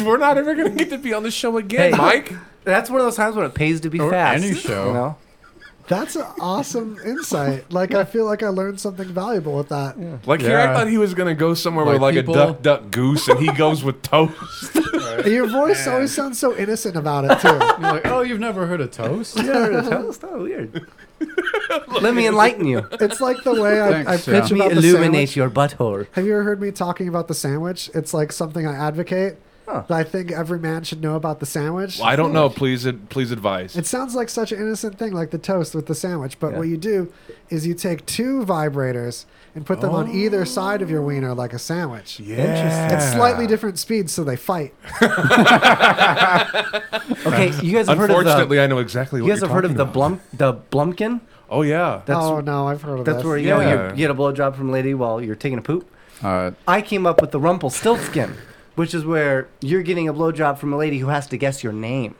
S4: We're not ever going to get to be on the show again, Mike.
S5: That's one of those times when it pays to be fast.
S1: any show.
S5: You know?
S2: That's an awesome insight. Like I feel like I learned something valuable with that.
S4: Like here, I thought he was going to go somewhere with like
S1: people-
S4: a duck, duck, goose, and he goes with toast.
S2: Your voice always sounds so innocent about it too.
S1: You're like, oh, you've never heard of toast?
S2: You never heard of toast?
S5: Oh, weird. Let me enlighten you.
S2: It's like the way I, I
S5: Thanks,
S2: pitch
S5: yeah. Let me
S2: about the
S5: illuminate
S2: sandwich.
S5: your butthole.
S2: Have you ever heard me talking about the sandwich? It's like something I advocate. That I think every man should know about the sandwich.
S4: I don't know. Please, ad- please advise.
S2: It sounds like such an innocent thing, like the toast with the sandwich. But what you do is you take two vibrators and put them on
S5: Oh.
S2: either side of your wiener like a sandwich.
S4: Interesting.
S2: At slightly different speeds, so they fight.
S5: Okay, you guys have heard of the.
S4: Unfortunately, I know exactly
S5: You
S4: what
S5: guys
S4: you're
S5: have heard of
S4: talking
S5: the blum the blumpkin?
S4: Oh yeah.
S2: oh no, I've heard of
S5: That's
S2: this.
S5: where you know you get a blowjob from a lady while you're taking a poop.
S1: Uh,
S5: I came up with the Rumpelstiltskin, which is where you're getting a blowjob from a lady who has to guess your name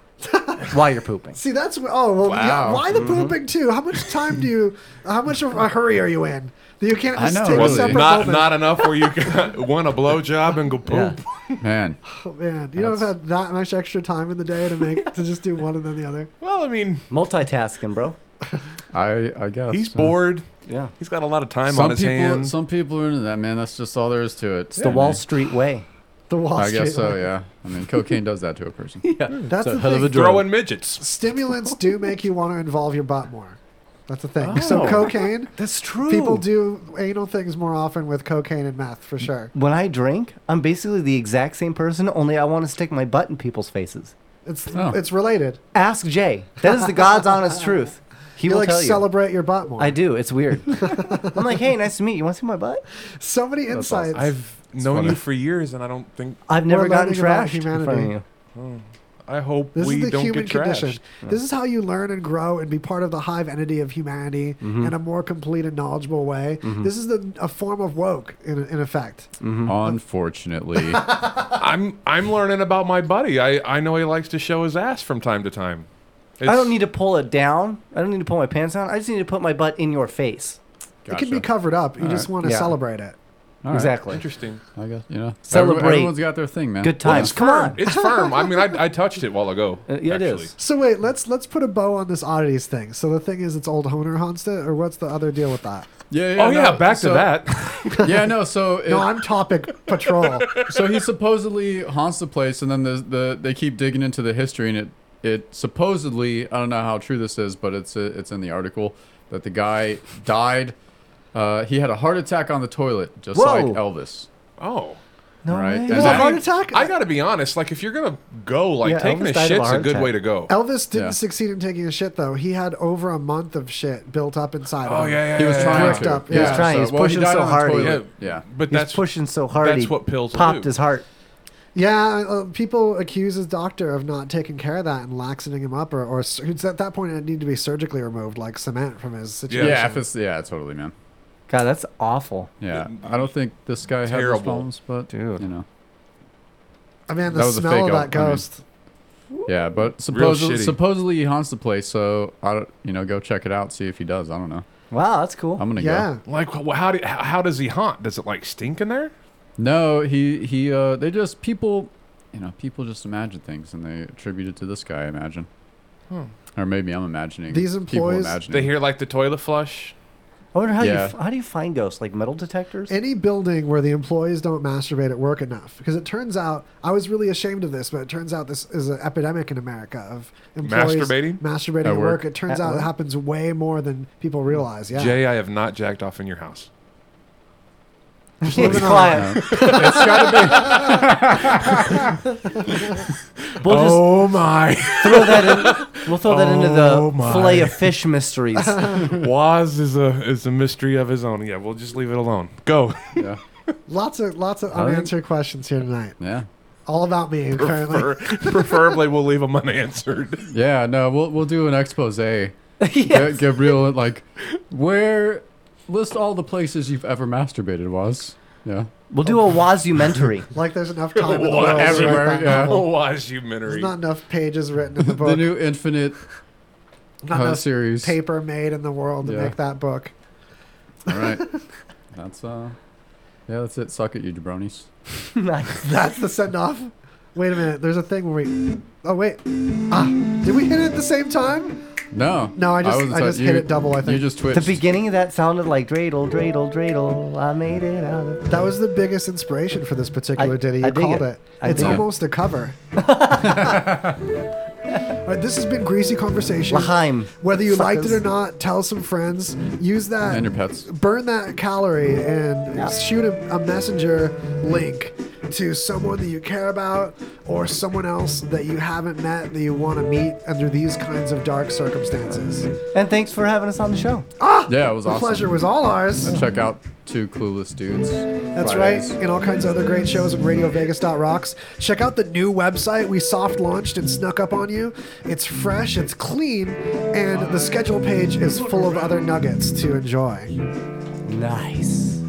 S5: while you're pooping.
S2: See, that's wh- oh well. Yeah,
S5: Wow.
S2: why the
S5: Mhm.
S2: pooping too? How much time do you? How much of a hurry are you in? That you can't just take a
S4: Was
S2: separate
S4: not,
S2: moment.
S4: not enough where you can want a blowjob and go poop.
S1: Man.
S2: Oh, man, you don't have that much extra time in the day to make to just do one and then the other.
S4: Well, I mean,
S5: multitasking, bro.
S1: I I guess
S4: He's
S1: so.
S4: bored.
S5: Yeah.
S4: He's got a lot of time
S1: some
S4: on his
S1: people,
S4: hands.
S1: Some people are into that, man. That's just all there is to it. It's
S5: the Wall Street way.
S2: The Wall
S1: I guess
S2: Street
S1: so.
S2: way.
S1: Yeah. I mean, cocaine does that to a person.
S5: yeah.
S2: That's the thing.
S4: Throwing midgets.
S2: Stimulants do make you want to involve your butt more. That's the thing. So
S5: Oh.
S2: cocaine.
S5: That's true.
S2: People do anal things more often with cocaine and meth for sure.
S5: When I drink, I'm basically the exact same person, only I want to stick my butt in people's faces.
S2: It's
S5: Oh.
S2: it's related.
S5: Ask Jay. That is the God's honest truth. He
S2: you
S5: will
S2: like
S5: tell
S2: celebrate your butt
S5: you.
S2: more.
S5: I do. It's weird. I'm like, hey, nice to meet you. Want to see my butt?
S2: so many insights.
S4: I've
S2: It's
S4: known
S2: funny.
S4: you for years, and I don't think
S5: I've never gotten
S2: learning about
S5: trashed in front of
S2: humanity.
S5: you.
S4: Oh, I hope
S2: This
S4: we
S2: is the
S4: don't
S2: human
S4: get trashed.
S2: condition. This is how you learn and grow and be part of the hive entity of humanity
S1: Mhm.
S2: in a more complete and knowledgeable way.
S1: Mhm.
S2: This is the, a form of woke, in, in effect.
S1: Mm-hmm. Unfortunately,
S4: I'm I'm learning about my buddy. I, I know he likes to show his ass from time to time.
S5: I don't need to pull it down. I don't need to pull my pants down. I just need to put my butt in your face.
S2: It can be covered up. You
S5: All
S2: just
S5: right.
S2: want to
S5: Yeah.
S2: celebrate it.
S1: All right.
S5: Exactly.
S4: Interesting.
S1: I guess you know.
S5: Celebrate.
S1: Everyone, has got their thing, man.
S5: Good times. Come on. Uh,
S4: It's firm. I mean, I, I touched it while ago.
S5: yeah, it
S4: actually.
S5: is.
S2: So wait, let's let's put a bow on this oddities thing. So the thing is, it's old Honer Honsta, or what's the other deal with that?
S1: Yeah, yeah.
S4: Oh,
S1: no, oh,
S4: yeah, back to
S1: that. yeah, no. So
S2: No, I'm topic patrol.
S1: so he supposedly haunts the place, and then the, the they keep digging into the history, and it it supposedly I don't know how true this is, but it's it's in the article that the guy died. Uh, he had a heart attack on the toilet, just like
S4: Whoa.
S1: Elvis.
S4: Oh.
S5: No
S1: right? And
S4: Well,
S1: that-
S4: I- I gotta be honest. Like, if you're gonna go, like
S1: Yeah,
S4: taking
S1: Elvis
S4: a
S1: died of a
S4: shit's a,
S1: heart
S4: good
S1: attack.
S4: way to go.
S2: Elvis didn't
S1: Yeah.
S2: succeed in taking a shit though. He had over a month of shit built up inside.
S4: Oh,
S2: him.
S4: yeah, yeah,
S1: He was
S4: yeah,
S1: trying
S4: yeah.
S1: to.
S2: up,
S1: He was
S2: yeah.
S1: trying.
S2: So-
S1: He's
S2: well, he
S1: pushing
S2: died
S1: so
S2: on the
S1: hard.
S2: toilet.
S1: Yeah. Yeah.
S4: But
S5: He's
S4: that's
S5: pushing so hard.
S4: That's
S5: he
S4: what pills
S5: popped
S4: do.
S5: his heart.
S2: Yeah, uh, people accuse his doctor of not taking care of that and laxing him up, or, or sur- at that point it needed to be surgically removed, like cement from his
S1: Yeah,
S2: situation.
S1: yeah, if it's, yeah, totally, man.
S5: God, that's awful.
S1: Yeah, I don't think this guy had those
S4: Terrible.
S1: problems, but you know,
S2: I mean,
S1: that
S2: the
S1: was a fake
S2: smell of
S1: out-
S2: that
S1: I mean-
S2: ghost.
S1: Yeah, but
S4: Real
S1: supposedly,
S4: shitty.
S1: supposedly he haunts the place, so I don't, you know, go check it out, see if he does. I don't know.
S5: Wow, that's cool.
S1: I'm gonna go.
S4: Like, wh- how do h- how does he haunt? Does it like stink in there?
S1: No, he he. Uh, they just people, you know, people just imagine things and they attribute it to this guy. I imagine,
S4: Hmm.
S1: or maybe I'm imagining.
S2: These employees-
S1: people imagining.
S4: They hear like the toilet flush.
S5: I wonder how
S1: Yeah.
S5: you how do you find ghosts like metal detectors?
S2: Any building where the employees don't masturbate at work enough, because it turns out I was really ashamed of this, but it turns out this is an epidemic in America of employees
S4: Masturbating?
S2: masturbating
S4: At
S2: at, work.
S4: work?
S2: It
S4: At
S2: turns out
S4: work?
S2: it happens way more than people realize. Yeah,
S4: Jay, I have not jacked off in your house.
S2: Just
S5: It's
S2: moving on.
S5: quiet. We'll just
S4: Oh my.
S5: Throw that in. We'll throw that into
S4: Oh
S5: the
S4: my.
S5: fillet of fish mysteries.
S4: Waz is a is a mystery of his own. Yeah, we'll just leave it alone. Go.
S1: Yeah.
S2: lots of lots of
S4: I think-
S2: unanswered questions here tonight.
S1: Yeah.
S2: All about me
S4: Prefer,
S2: apparently.
S4: preferably, we'll leave them unanswered.
S1: Yeah, no, we'll we'll do an expose. Ga- Gabriel, like, where list all the places you've ever masturbated was. Yeah.
S5: We'll do a wazumentary.
S2: Like there's enough time in the
S1: Well,
S2: world. to write
S1: everywhere,
S2: that
S1: yeah.
S2: novel.
S4: Wazumentary.
S2: There's not enough pages written in the book.
S1: The new Infinite
S2: not
S1: uh,
S2: enough
S1: series.
S2: paper made in the world to
S1: Yeah.
S2: make that book.
S1: All right. That's uh. Yeah, that's it. Suck it, you jabronis.
S2: That's the send off. Wait a minute. There's a thing where we. Oh wait. Ah, did we hit it at the same time?
S1: No.
S2: No, I just-
S1: was-
S2: I just hit
S1: you-
S2: it double, I
S1: You
S2: think.
S1: just
S5: The
S1: twitched.
S5: beginning of that sounded like dreidel, dreidel, dreidel. I made it out of.
S2: That was the biggest inspiration for this particular
S5: I-
S2: ditty. You
S5: I dig
S2: called
S5: it.
S2: it.
S5: I
S2: It's
S5: dig it.
S2: almost a cover. All right, this has been greasy conversation.
S5: Lahaim.
S2: Whether you liked it or
S5: Suckers.
S2: not, tell some friends. Use that.
S1: And your pets.
S2: burn that calorie and shoot a, a messenger link to someone that you care about or someone else that you haven't met that you want to meet under these kinds of dark circumstances. Ah!
S5: And thanks for having us on the show.
S1: Yeah, it was
S2: The
S1: awesome.
S2: pleasure was all ours.
S1: And check out two clueless dudes.
S2: That's
S1: Fridays.
S2: right, and all kinds of other great shows at RadioVegas.rocks. Check out the new website we soft launched and snuck up on you. It's fresh, it's clean, and the schedule page is full of other nuggets to enjoy.
S5: Nice.